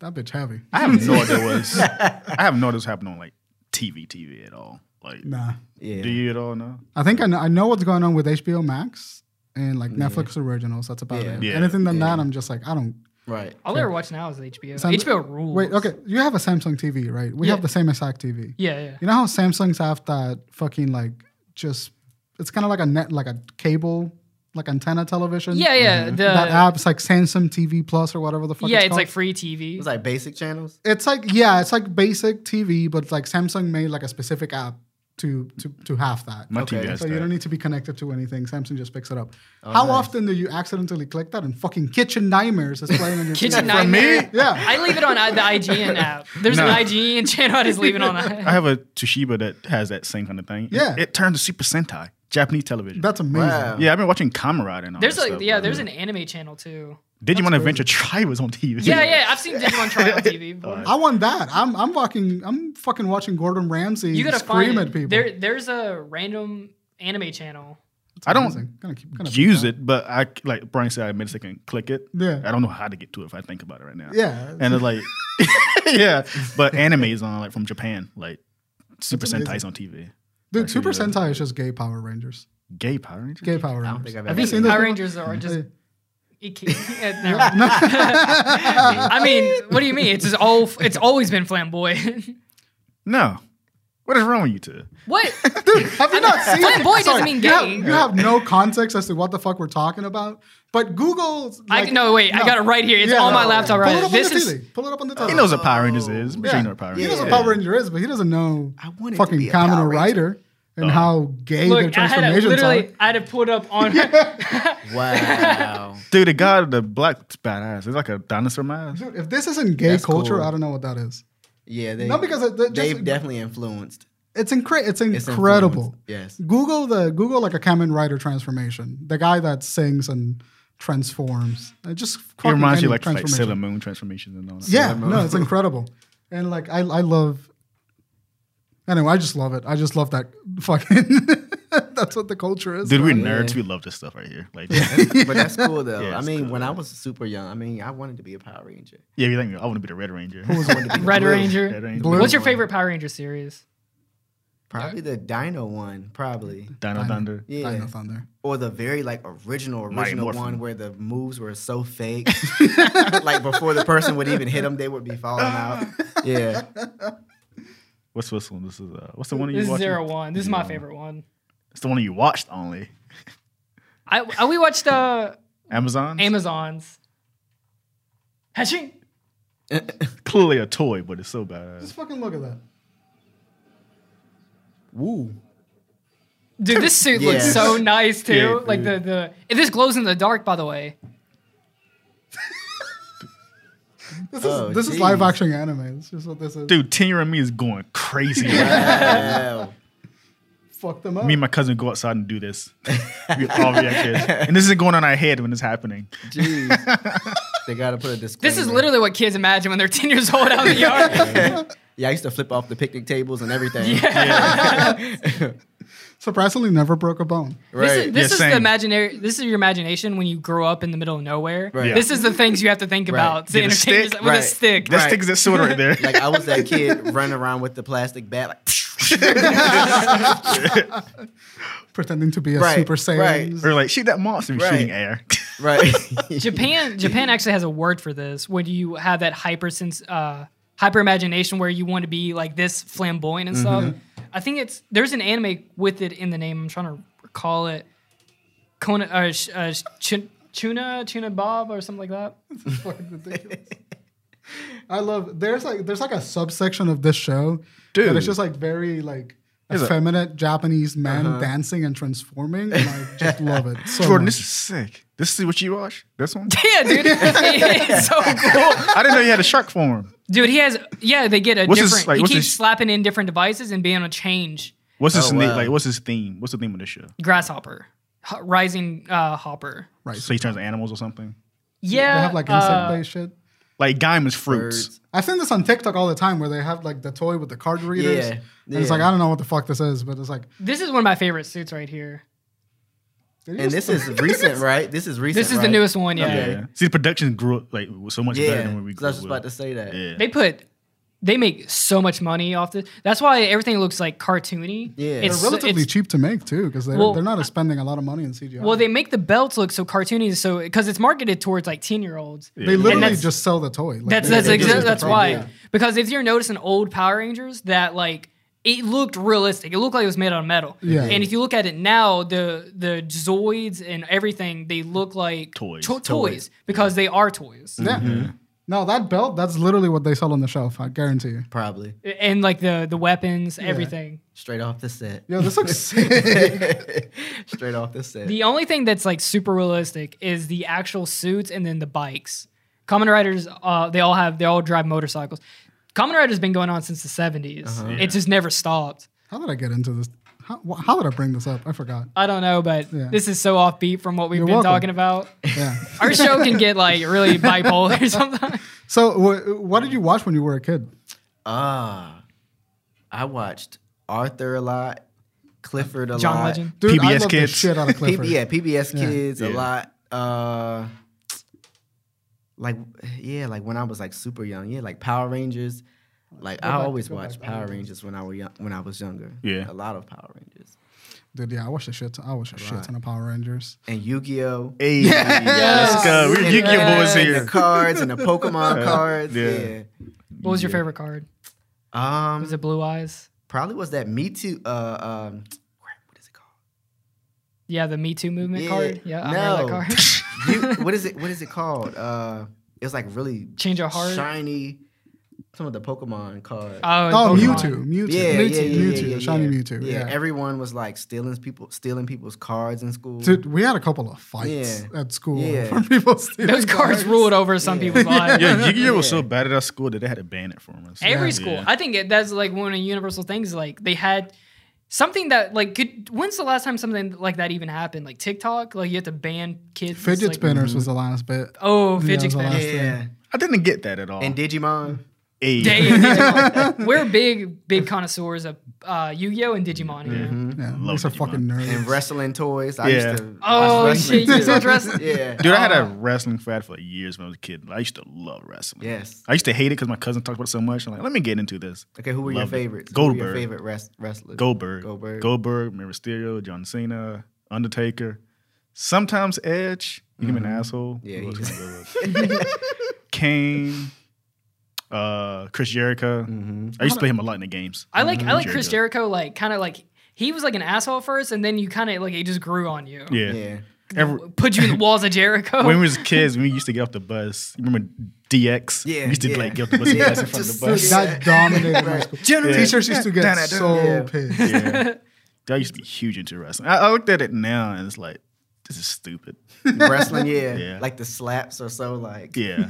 S2: That bitch heavy.
S5: I have no idea what's. I have no idea what's happening on like TV, TV at all. Like,
S2: Nah.
S4: Yeah.
S5: do you at all know?
S2: I think I know, I know what's going on with HBO Max and like Netflix originals. That's about
S4: Yeah.
S2: it.
S5: Yeah.
S2: Anything than that, I'm just like, I don't.
S4: right.
S3: All I ever watch now is HBO.
S2: Sam-
S3: HBO rules.
S2: Wait, okay. You have a Samsung TV, right? We
S3: Yeah.
S2: have the same exact TV.
S3: Yeah, yeah.
S2: You know how Samsungs have that fucking like just, it's kind of like a net, like a cable, like antenna television.
S3: Yeah, yeah. The,
S2: that app is like Samsung TV Plus or whatever the fuck.
S3: yeah,
S2: it's,
S3: it's
S2: called.
S3: like free TV.
S4: It's like basic channels.
S2: it's like yeah, it's like basic TV, but like Samsung made like a specific app to to to have that.
S5: My
S4: Okay,
S5: TV has
S2: So
S5: that.
S2: you don't need to be connected to anything. Samsung just picks it up. How often do you accidentally click that and fucking Kitchen Nightmares is playing on your
S3: Kitchen
S2: TV?
S3: Nightmare.
S2: Yeah.
S3: I leave it on I- the IGN app. There's
S5: Nah.
S3: an IGN channel. I just leave it on. that.
S5: I have a Toshiba that has that same kind of thing. It-
S2: Yeah.
S5: It, turns to Super Sentai, Japanese television.
S2: That's amazing.
S4: Wow.
S5: yeah, I've been watching Kamen Rider and all
S3: There's
S5: that
S3: like
S5: stuff,
S3: yeah,
S5: like,
S3: there's an anime channel too.
S5: Digimon Adventure Try was on TV.
S3: Yeah, yeah. I've seen Digimon try on TV. Before.
S2: I want that. I'm I'm fucking I'm fucking watching Gordon Ramsay
S3: you gotta
S2: scream
S3: find
S2: at people.
S3: it. There, there's a random anime channel.
S2: It's
S5: I don't
S2: amazing. Gonna keep- gonna keep
S5: Use
S2: that.
S5: it, but I c- like Brian said, I made a second click it.
S2: Yeah.
S5: I don't know how to get to it if I think about it right now.
S2: Yeah.
S5: And it's like, yeah, but anime is on like from Japan, like Super
S2: amazing.
S5: Sentai's on TV.
S2: Dude, Super
S5: Actually,
S2: Sentai is just gay Power Rangers.
S5: Gay Power Rangers.
S2: Gay Power Rangers.
S4: I don't think I've
S2: Have
S4: ever
S2: you
S4: seen
S2: seen
S3: Power
S2: those?
S3: Rangers are just.
S2: Yeah.
S3: Icky- eh, never mind. I mean, what do you mean? It's just all. It's always been flamboyant.
S5: No, what is wrong with you two?
S3: what?
S2: Dude, have you not seen?
S3: Flamboyant doesn't
S2: Sorry,
S3: mean
S2: you have-
S3: gay.
S2: You have, no context as to what the fuck we're talking about. But Google.
S3: I no wait. I got it right here. It's on my
S2: Pull
S3: laptop right.
S2: it up
S3: This
S2: on the
S3: is
S2: TV. Pull it up on the TV.
S5: He knows what Power Rangers is. I'm sure
S2: Yeah.
S5: you know what Power
S2: He
S5: Rangers.
S2: knows what
S5: is.
S2: Power Ranger is, but he doesn't know
S4: I wanted to
S2: fucking
S4: be a
S2: Kamen
S4: Power Ranger.
S2: Rider and how gay their
S3: Look, I had to
S2: transformations are.
S3: literally, I had to pull it up on.
S4: Wow.
S5: Dude, the guy with the black badass. It's like a dinosaur mask.
S2: Dude, if this isn't gay
S4: That's
S2: culture,
S4: cool.
S2: I don't know what that is.
S4: yeah. They,
S2: No, because it- that
S4: they've
S2: just-
S4: definitely influenced.
S2: It's, incre- it's
S4: It's
S2: incredible.
S4: influenced, Yes.
S2: Google the Google like a Kamen Rider transformation. The guy that sings and transforms. It just
S5: He
S2: fucking
S5: reminds you
S2: any
S5: like, like
S2: transformation.
S5: Sailor Moon transformations and all that.
S2: Yeah, no, it's incredible. And like I I love anyway, I just love it. I just love that fucking that's what the culture is.
S5: Dude, we're
S4: Yeah.
S5: nerds. We love this stuff right here. Like,
S4: but that's cool though.
S5: Yeah,
S4: I
S5: it's
S4: mean,
S5: cool,
S4: when I was super young, I mean, I wanted to be a Power Ranger.
S5: yeah, you think I want to be the Red Ranger.
S4: I wanted to be the
S3: Red
S4: blue.
S3: Ranger.
S5: Red Ranger.
S2: Blue.
S3: What's your favorite Power Ranger series?
S4: Probably the Dino one, probably.
S5: Dino
S2: Dino.
S5: Thunder.
S4: Yeah.
S2: Dino Thunder.
S4: Or the very like original
S5: Mighty
S4: original
S5: Morphin.
S4: one where the moves were so fake, like before the person would even hit them, they would be falling out. Yeah,
S5: What's this one? This is uh, what's the one you
S3: This is
S5: watched?
S3: zero one. This is my favorite one.
S5: It's the one you watched only.
S3: I, I we watched uh
S5: Amazon.
S3: Amazons. Hatching.
S5: Clearly a toy, but it's so badass.
S2: Just fucking look at that.
S4: woo.
S3: Dude, this suit looks
S4: Yeah.
S3: so nice too.
S5: Yeah,
S3: like the the and this glows in the dark, by the way.
S2: This is
S4: Oh,
S2: this is live
S4: jeez.
S2: action anime. This is what this is.
S5: Dude, ten year old me is going crazy.
S4: Wow.
S2: Fuck them up.
S5: me and my cousin go outside and do this. We all react kids. And this isn't going on our head when it's happening.
S4: Jeez. they gotta put a disclaimer.
S3: This is literally what kids imagine when they're ten years old out in the yard.
S4: Yeah, I used to flip off the picnic tables and everything.
S2: Surprisingly, never broke a bone.
S4: Right.
S3: This is, this
S5: Yeah,
S3: is
S5: same.
S3: the imaginary. This is your imagination when you grow up in the middle of nowhere.
S4: Right. Yeah.
S3: This is the things you have to think about to
S5: Get a
S3: entertain
S5: stick.
S3: yourself with a
S4: Right.
S3: stick.
S5: That
S4: Right.
S5: sticks that sword right there.
S4: like I was that kid running around with the plastic bat, like
S2: Pretending to be a
S4: Right,
S2: super saiyan.
S4: right.
S5: or like shoot that monster and
S4: Right.
S5: shooting air.
S4: right.
S3: Japan Japan actually has a word for this when you have that hyper sense uh hyper imagination where you want to be like this flamboyant and
S5: Mm-hmm.
S3: stuff. I think it's there's an anime with it in the name. I'm trying to recall it. Kona uh, sh- uh, sh- Chun- Chuna Chuna Bob or something like that.
S2: It's fucking ridiculous. I love there's like there's like a subsection of this show that
S5: Dude.
S2: it's just like very like
S5: Is it?
S2: effeminate Japanese men dancing and transforming, and I just love it. So
S5: Jordan,
S2: much.
S5: this is sick. This is what you watch. This one.
S3: Yeah, dude, it's so cool.
S5: I didn't know you had a shark form.
S3: Dude, he has yeah. They get a
S5: What's his-
S3: different.
S5: like,
S3: he
S5: what's
S3: keeps
S5: his-
S3: slapping in different devices and being able to change
S5: What's his
S4: Oh,
S5: name?
S4: wow.
S5: Like what's his theme? What's the theme of this show?
S3: grasshopper, Ho- rising uh, hopper.
S2: right.
S5: So he turns animals or something.
S3: Yeah,
S2: they have like
S3: uh,
S2: insect based shit.
S5: Like Gaiman's fruits.
S4: Birds.
S2: I've seen this on TikTok all the time where they have like the toy with the card readers.
S4: Yeah,
S2: And it's
S4: yeah.
S2: like I don't know what the fuck this is, but it's like
S3: This is one of my favorite suits right here.
S4: And this is recent, right? This is recent.
S3: This is the
S4: right?
S3: newest one. Yeah,
S5: Yeah. See, the production grew like was so much better
S4: Yeah,
S5: than when we
S4: so I
S5: grew
S4: was just about
S5: up.
S4: to
S5: with.
S4: say that.
S5: Yeah.
S3: they put they make so much money off this. That's why everything looks like cartoony.
S4: Yeah.
S3: it's
S2: they're relatively
S3: it's-
S2: cheap to make too because they're,
S3: Well,
S2: they're not spending a lot of money in CGI.
S3: Well, they make the belts look so cartoony, so because it's marketed towards like ten year olds.
S2: they literally
S3: that's-
S2: just sell the toy. Like,
S3: That's
S2: they-
S3: that's
S2: they
S3: exa-
S2: just-
S3: that's,
S2: the problem. Yeah.
S3: why. Because if you're noticing old Power Rangers, that like it looked realistic. It looked like it was made out of metal.
S2: Yeah.
S3: And if you look at it now, the the Zoids and everything they look like
S5: Toys.
S3: to- toys because they are toys.
S2: Yeah. No, that belt, that's literally what they sell on the shelf, I guarantee you.
S4: Probably
S3: And like the the weapons, everything.
S4: straight off the set.
S2: Yo, this looks sick.
S4: straight off the set.
S3: The only thing that's like super realistic is the actual suits and then the bikes. Common Riders, uh, they all have they all drive motorcycles. Common Rider's been going on since the 70s.
S4: Uh-huh.
S3: It just never stopped.
S2: How did I get into this? How, wh- how did I bring this up? I forgot.
S3: I don't know, but
S2: Yeah.
S3: this is so offbeat from what we've
S2: You're
S3: been
S2: welcome.
S3: talking about.
S2: Yeah.
S3: Our show can get like really bipolar sometimes.
S2: so, wh- what did you watch when you were a kid?
S4: Ah, I watched Arthur a lot, Clifford a
S3: John
S4: lot,
S3: Legend.
S2: Dude, I
S5: PBS
S2: love the
S5: Kids.
S2: shit out of Clifford.
S4: PB, yeah, PBS
S2: Yeah.
S4: Kids a
S5: Yeah.
S4: lot. Uh, like yeah, like when I was like super young, yeah, like Power Rangers. Like I
S2: back-
S4: always
S2: go back,
S4: watched
S2: go
S4: Power
S2: back.
S4: Rangers when I was young, when I was younger.
S5: Yeah.
S4: a lot of Power Rangers
S2: Dude, yeah, I watched a shit ton, I watched a shit
S4: Right.
S2: ton of Power Rangers.
S4: and Yu-Gi-Oh.
S5: Hey, let's go. We're
S4: And-
S5: Yu-Gi-Oh boys
S4: and The
S5: here.
S4: cards and the Pokemon cards.
S5: Yeah.
S4: Yeah.
S3: What was your favorite card?
S4: Um,
S3: Was it Blue Eyes?
S4: probably was that Me Too. Uh, um, what is it called?
S3: Yeah, the Me Too movement
S4: Yeah.
S3: card. Yeah, I remember
S4: No.
S3: that card.
S4: you, what is it? What is it called? Uh, it was like really
S3: Change of heart.
S4: shiny. Some of the Pokemon cards.
S3: Oh, and
S2: Oh,
S3: Pokemon.
S2: Mewtwo, Mewtwo,
S4: yeah,
S2: Mewtwo,
S4: yeah, yeah,
S2: Mewtwo,
S4: yeah, yeah,
S2: Shiny
S4: yeah.
S2: Mewtwo. Yeah.
S4: everyone was like stealing people, stealing people's cards in school.
S2: Dude, we had a couple of fights
S4: Yeah.
S2: at school
S4: Yeah.
S2: for people stealing
S3: Those cards ruled over some people's lives.
S5: Yeah, Yu-Gi-Oh was so bad at our school that they had to ban it from us.
S3: Every school. I think it, that's like one of the universal things. Like they had something that like could. When's the last time something like that even happened? Like TikTok. Like you have to ban kids.
S2: Fidget
S3: like, mm.
S2: spinners was the last bit.
S3: Oh,
S2: Yeah, it
S3: fidget
S2: was the
S3: spinners.
S2: last
S4: yeah,
S5: I didn't get that at all.
S4: and Digimon.
S5: Hey.
S3: Day and Digimon. We're big, big connoisseurs of uh, Yu-Gi-Oh and Digimon here.
S5: Mm-hmm.
S2: Yeah,
S5: Love
S2: those are
S5: Digimon.
S2: fucking
S4: and
S2: nerds.
S4: Mm-hmm. wrestling toys. I
S5: Yeah.
S4: used to.
S3: Oh,
S4: watch wrestling
S3: shit, you used to
S4: too.
S3: watch wrestling?
S4: yeah.
S5: Dude, I had a
S3: Oh.
S5: wrestling fad for years when I was a kid. I used to love wrestling.
S4: Yes.
S5: I used to hate it because my cousin talked about it so much. I'm like, let me get into this.
S4: Okay, who were
S5: Loved
S4: your
S5: it.
S4: favorites? Who were your
S5: Goldberg.
S4: favorite res- wrestlers?
S5: Goldberg.
S4: Goldberg.
S5: Goldberg, Rey Mysterio, John Cena, Undertaker. Sometimes Edge. You can be an asshole.
S4: Mm-hmm. Yeah,
S5: Who
S4: he
S5: else
S4: just-
S5: can I go with? Kane. Uh, Chris Jericho.
S4: Mm. Mm-hmm.
S5: I used to play him a lot in the games. Mm-hmm.
S3: I like I like Chris
S5: Jericho.
S3: Jericho. Like kind of like he was like an asshole at first, and then you kind of like he just grew on you.
S5: Yeah.
S4: Yeah.
S5: Every,
S3: Put you in the walls of Jericho.
S5: when we was kids, we used to get off the bus. You remember DX?
S4: Yeah,
S5: We used to
S4: yeah.
S5: like get off the bus and
S4: Yeah,
S5: dance in front of
S4: just
S5: the
S2: Dude,
S5: bus.
S4: so-
S2: that dominated my school.
S5: Yeah.
S2: Teachers used to get so
S4: Yeah.
S2: pissed.
S5: Yeah. I used to be huge into wrestling. I, I looked at it now and it's like, this is stupid.
S4: wrestling, yeah.
S5: Yeah.
S4: Like the slaps or so, like
S5: Yeah.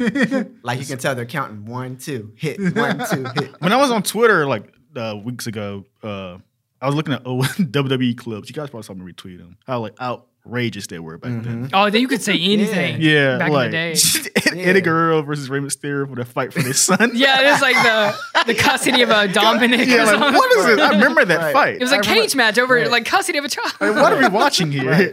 S4: like you can tell they're counting one, two, hit, one, two, hit.
S5: when I was on Twitter like uh, weeks ago, uh, I was looking at oh, WWE clips. You guys probably saw me retweet them. How like outrageous they were back then.
S3: oh, then you could say anything.
S5: Yeah,
S3: Back
S5: like
S3: in the day.
S5: Eddie Guerrero versus Rey Mysterio for the fight for their son.
S3: Yeah, it's like the the custody of a Dominic.
S5: yeah.
S3: or
S5: Like,
S3: something.
S5: what is it? I remember that
S4: Right.
S5: fight.
S3: It was a
S5: I remember-
S3: cage match over
S4: Right.
S3: like custody of a child.
S5: Like, what are we watching here?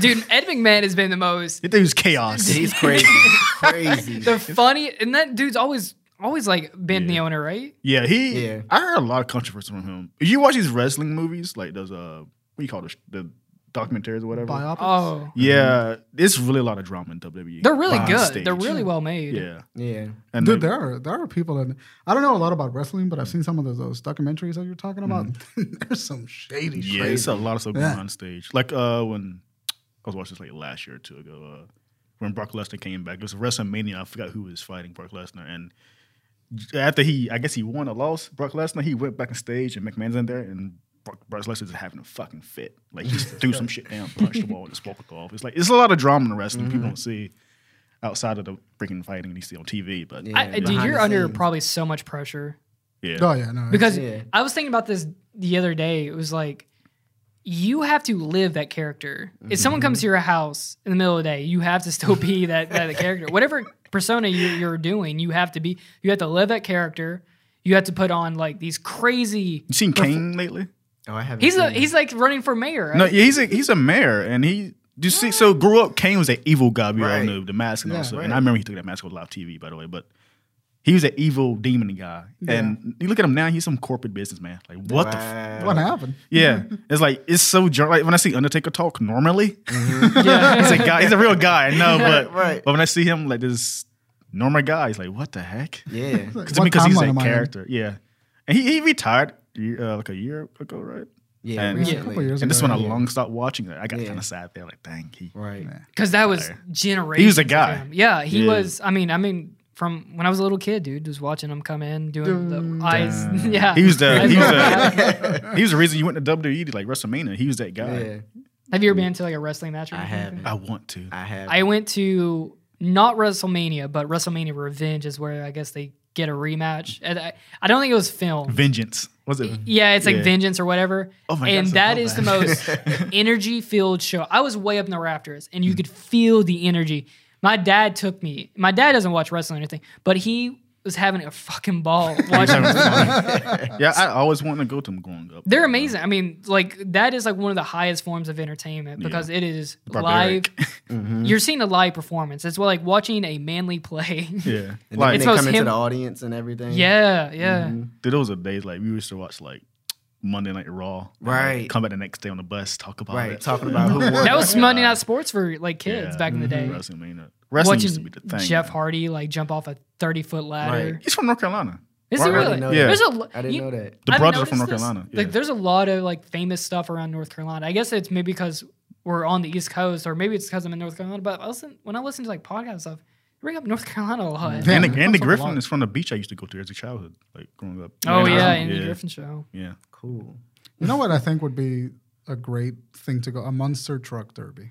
S3: Dude, Ed McMahon has been the most
S5: it was chaos.
S4: He's crazy, crazy.
S3: the funny, and that dude's always always like been the owner, right?
S5: Yeah, he.
S4: Yeah.
S5: I heard a lot of controversy from him. You watch these wrestling movies, like those uh, what do you call those, the documentaries or whatever.
S2: Biopics.
S3: Oh,
S5: Yeah, it's really a lot of drama in WWE.
S3: they're really
S5: Behind
S3: good.
S5: the stage.
S3: They're really well made.
S5: yeah.
S4: Yeah.
S5: And
S2: Dude,
S5: they-
S2: there are there are people that I don't know a lot about wrestling, but I've seen some of those, those documentaries that you're talking about.
S5: Mm-hmm.
S2: There's some shady shit.
S5: yeah, it's a lot of stuff going
S2: Yeah.
S5: on stage. Like uh, when I was watching this like last year or two ago, uh, when Brock Lesnar came back, it was WrestleMania. I forgot who was fighting Brock Lesnar, and after he, I guess he won or lost Brock Lesnar, he went back on stage and McMahon's in there and. Brock Brock Lesnar's just having a fucking fit. Like, he just threw some shit down, punched the wall, and just walked off. It's like, it's a lot of drama in wrestling
S2: Mm-hmm.
S5: people don't see outside of the freaking fighting you see on TV. But
S4: Yeah.
S3: I, I- dude,
S4: behind
S3: you're
S4: the
S3: under
S4: scenes.
S3: probably so much pressure
S5: yeah.
S2: Oh yeah, no.
S3: Mm-hmm. because
S4: Yeah.
S3: I was thinking about this the other day. It was like you have to live that character. If someone comes
S4: Mm-hmm.
S3: to your house in the middle of the day, you have to still be that that character. Whatever persona you, you're doing, you have to be. You have to live that character. You have to put on like these crazy.
S5: You seen Kane lately?
S4: Oh, I haven't.
S3: He's
S4: seen
S3: a,
S4: it.
S3: he's like running for mayor. Right?
S5: No, yeah, he's a he's a mayor, and he do you see. So grew up, Kane was an evil guy. We all
S4: Right.
S5: knew the mask and all
S2: Yeah,
S5: that stuff.
S4: right.
S5: And I remember he took that mask on live TV, by the way. But he was an evil demon guy, and you look at him now. He's some corporate businessman. Like what the. F-
S4: Wow.
S2: what happened?
S5: yeah, it's like it's so junk. Like when I see Undertaker talk normally,
S3: Yeah.
S5: he's a guy. He's a real guy. I know, but
S4: Right.
S5: But when I see him like this normal guy, he's like, what the heck?
S4: Yeah.
S5: Because
S2: What
S5: because he's
S2: timeline
S5: that
S2: am I in?
S5: character. Yeah, and he, he retired uh, like a year ago, right?
S4: Yeah.
S5: And-
S2: A couple
S4: recently.
S2: years
S5: And this
S2: ago,
S5: one I
S2: yeah.
S5: long stopped watching. it. I got
S4: Yeah.
S5: kind of sad there. Like, dang, he.
S4: Right.
S3: Because that was
S5: Fire.
S3: generation.
S5: guy.
S3: Yeah, he
S5: Yeah.
S3: was. I mean, I mean, from when I was a little kid, dude, just watching him come in doing the eyes. Yeah,
S5: He was the
S3: Eyes
S5: he was
S3: roll back.
S5: the, he was the reason you went to WWE to like WrestleMania. He was that guy.
S4: Yeah.
S3: Have you ever been to like a wrestling match? Or
S4: I
S3: anything?
S4: haven't.
S5: I want to.
S4: I have.
S3: I went to not WrestleMania, but WrestleMania Revenge is where I guess they get a rematch. And I, I don't think it was filmed.
S5: Vengeance was it?
S3: Yeah, it's like
S5: Yeah.
S3: Vengeance or whatever.
S5: Oh my God,
S3: and
S5: so
S3: that
S5: bad.
S3: is the most energy filled show. I was way up in the rafters and
S5: Mm.
S3: you could feel the energy. My dad took me. My dad doesn't watch wrestling or anything, but he was having a fucking ball watching.
S5: Yeah, I always wanted to go to them growing up.
S3: They're amazing. I mean, like that is like one of the highest forms of entertainment because it is
S5: Barbaric. Mm-hmm.
S3: live. You're seeing a live performance. It's like watching a manly play.
S5: Yeah,
S4: And then
S5: like
S3: It's
S4: they
S3: most
S4: come into
S3: him-
S4: the audience and everything.
S3: Yeah, yeah.
S4: Mm-hmm.
S5: dude, those are days like we used to watch like Monday Night Raw. and, like,
S4: Right.
S5: come back the next day on the bus, talk about
S4: Right.
S5: it.
S4: Talking about who Mm-hmm. won.
S3: That was Monday Night Sports for like
S5: Yeah.
S3: kids back in the day.
S5: WrestleMania. Wrestling used to
S3: Watching
S5: be the thing.
S3: Jeff
S5: man.
S3: Hardy like jump off a thirty foot ladder.
S5: He's from North Carolina.
S3: Is he
S4: Wow, I
S3: really?
S4: didn't know
S5: that.
S3: There's a. lo-
S4: I didn't
S3: you-
S4: know that.
S5: The
S3: I've
S5: brothers are from North
S3: noticed this.
S5: Carolina.
S3: Like,
S5: Yeah.
S3: there's a lot of like famous stuff around North Carolina. I guess it's maybe because we're on the East Coast, or maybe it's because I'm in North Carolina. But I listen, when I listen to like podcast stuff, they bring up North Carolina a
S4: Mm-hmm.
S3: lot.
S2: Yeah,
S5: Andy,
S2: man,
S5: Andy
S2: that's a
S5: Griffin
S2: lot.
S5: is from the beach I used to go to as a childhood, like growing up.
S3: Oh yeah,
S5: yeah,
S3: Andy Griffin show.
S5: yeah.
S4: Cool.
S2: You know what I think would be a great thing to go a monster truck derby.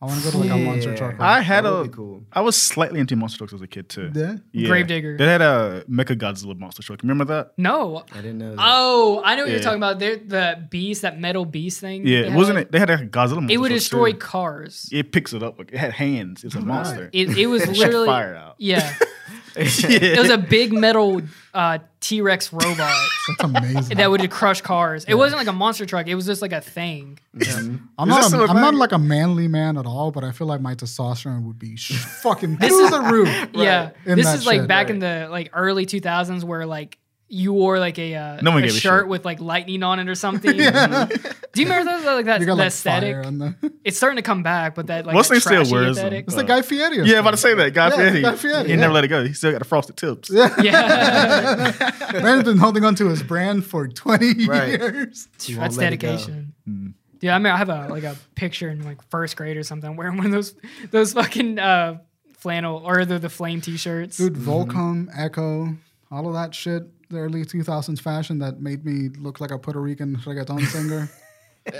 S2: I want to go to like a monster
S4: Yeah.
S2: truck.
S5: I had
S4: That
S5: a.
S4: would be cool.
S5: I was slightly into monster trucks as a kid too.
S2: derby. yeah.
S5: Yeah.
S3: Gravedigger.
S5: They had a Mecha Godzilla monster truck. Remember that?
S3: No.
S4: I didn't know that.
S3: Oh, I know what you're
S5: Yeah.
S3: talking about. They're the beast, that metal beast thing.
S5: Yeah,
S3: they had.
S5: wasn't it? They had a Godzilla. monster
S3: It would
S5: truck,
S3: destroy
S5: too.
S3: cars.
S5: It picks it up. Like, it had hands. It's a monster.
S3: It, it was
S5: shot
S3: literally
S5: fire out.
S3: yeah. It was a big metal uh, T Rex robot
S2: That's amazing.
S3: that would crush cars. It wasn't like a monster truck. It was just like a thing.
S2: I'm,
S5: Is that
S2: not, a,
S5: still a
S2: I'm not
S5: thing?
S2: like a manly man at all, but I feel like my testosterone would be sh- fucking through the roof.
S3: Yeah,
S2: In
S3: this
S2: that
S3: is like
S2: shit,
S3: back in the like early 2000s where like you wore like a, uh,
S5: No one
S3: a
S5: gave a
S3: shirt
S5: shit.
S3: with like lightning on it or something. Do you remember those like that,
S2: You
S3: that
S2: got like
S3: aesthetic?
S2: fire on the.
S3: It's starting to come back, but that like
S5: What's
S3: that
S5: they still
S3: trashy
S5: wears them?
S3: aesthetic.
S2: It's the Guy Fieri.
S5: Uh, Yeah, about to say that. Guy
S2: Yeah,
S5: Fieri.
S2: Guy Fieri,
S5: He never
S2: yeah.
S5: let it go. He still got the frosted tips.
S3: Yeah,
S2: Man's been holding on to his brand for 20
S4: Right.
S2: years.
S4: You won't
S3: that's
S4: let it go.
S3: dedication. Yeah, I mean, I have a like a picture in like first grade or something wearing one of those those fucking uh, flannel or the the flame t-shirts.
S2: Dude, Volcom, Echo, all of that shit, the early 2000s fashion that made me look like a Puerto Rican reggaeton singer.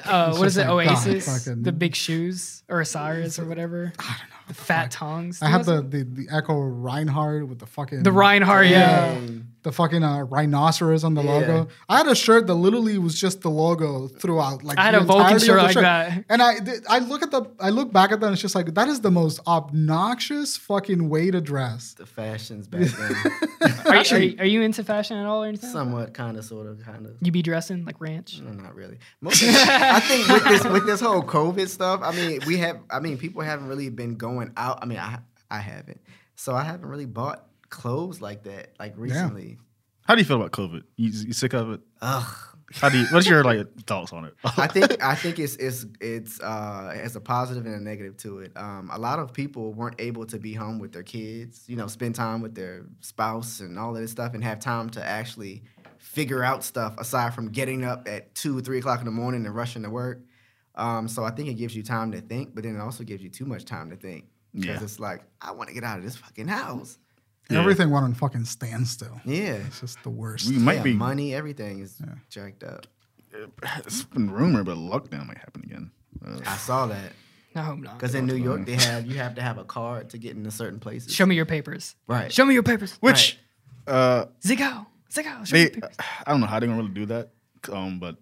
S3: uh, what is
S2: just
S3: it?
S2: like, God,
S3: Oasis,
S2: fucking-
S3: the big shoes or Osiris or whatever. I don't know. The fat tongs.
S2: I had the, the, the Echo Reinhardt with the fucking.
S3: the Reinhardt. Yeah.
S2: The fucking uh, rhinoceros on the logo. I had a shirt that literally was just the logo throughout. Like
S3: I had
S2: the
S3: a Vulcan
S2: entirety of the
S3: shirt like that.
S2: and I th- I look at the I look back at that. and It's just like that is the most obnoxious fucking way to dress.
S4: The fashions back then.
S3: Are, you, are, you, are you into fashion at all or anything?
S4: Somewhat, kind of, sort of, kind of.
S3: You be dressing like ranch.
S5: Mm.
S4: No, not really. Most of- I think with this with this whole COVID stuff, I mean, we have, I mean, people haven't really been going out. I mean, I I haven't, so I haven't really bought clothes like that like recently.
S5: How do you feel about COVID? You, you sick of it?
S4: Ugh.
S5: How do you? What's your like thoughts on it?
S4: I think I think it's it's it's uh it has a positive and a negative to it. Um, a lot of people weren't able to be home with their kids, you know, spend time with their spouse and all of this stuff, and have time to actually figure out stuff aside from getting up at two, three o'clock in the morning and rushing to work. Um, so I think it gives you time to think, but then it also gives you too much time to think because
S5: Yeah.
S4: it's like I want to get out of this fucking house.
S5: Yeah.
S2: Everything went on fucking standstill.
S4: Yeah,
S2: It's just the worst.
S5: we might
S4: yeah,
S5: be.
S4: money, everything is jacked up.
S5: It's been rumored, but lockdown might happen again. Uh,
S4: I saw that.
S3: I hope not.
S4: Because in New York, they have you have to have a card to get into certain places.
S3: Show me your papers.
S4: Right.
S3: Show me your papers.
S5: which uh,
S3: Ziggo. Ziggo. Show me
S5: they,
S3: your papers.
S5: I don't know how they're gonna really do that. Um, but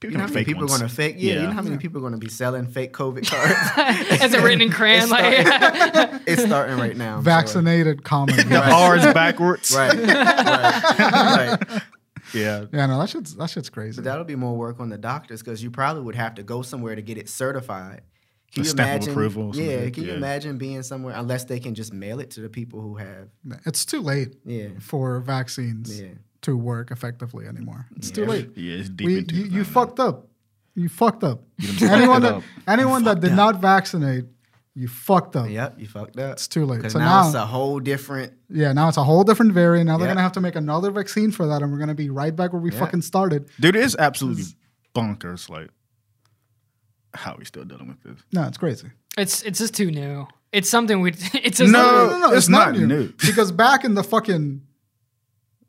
S5: people
S4: you know
S5: can
S4: how many
S5: fake
S4: people
S5: ones.
S4: are gonna fake? Yeah, You
S5: Yeah.
S4: know how many people are gonna be selling fake COVID cards?
S3: Is it written in crayon?
S4: It's
S3: Like,
S4: it's starting right now. I'm sure.
S2: Vaccinated common.
S5: The R is backwards.
S4: Right. right. right.
S5: Yeah.
S2: Yeah, no, that shit's that shit's crazy.
S4: But that'll be more work on the doctors because you probably would have to go somewhere to get it certified. Can
S5: A
S4: you
S5: stamp of
S4: imagine?
S5: approval or something,
S4: yeah. Can you
S5: yeah.
S4: imagine being somewhere unless they can just mail it to the people who have?
S2: it's too late
S4: Yeah.
S2: for vaccines
S4: Yeah.
S2: to work effectively anymore. It's too
S4: Yeah.
S2: late.
S5: Yeah, it's deep
S2: We,
S5: into
S2: you
S5: it
S2: you
S5: now.
S2: fucked up. You fucked up.
S5: done fucked
S2: anyone
S5: it
S2: that
S5: up.
S2: anyone that did not vaccinate, you fucked up.
S4: Yep. You fucked up.
S2: It's too late.
S4: Because
S2: So
S4: now,
S2: now-
S4: it's a whole different.
S2: Yeah, now it's a whole different variant. Now they're
S4: Yeah.
S2: gonna have to make another vaccine for that, and we're gonna be right back where we fucking started.
S5: Dude, it is absolutely bonkers. Like, how we still dealing with this?
S2: No, it's crazy.
S3: it's it's just too new. It's something we. It's just
S5: No.
S3: something-
S5: it's not new.
S2: because back in the fucking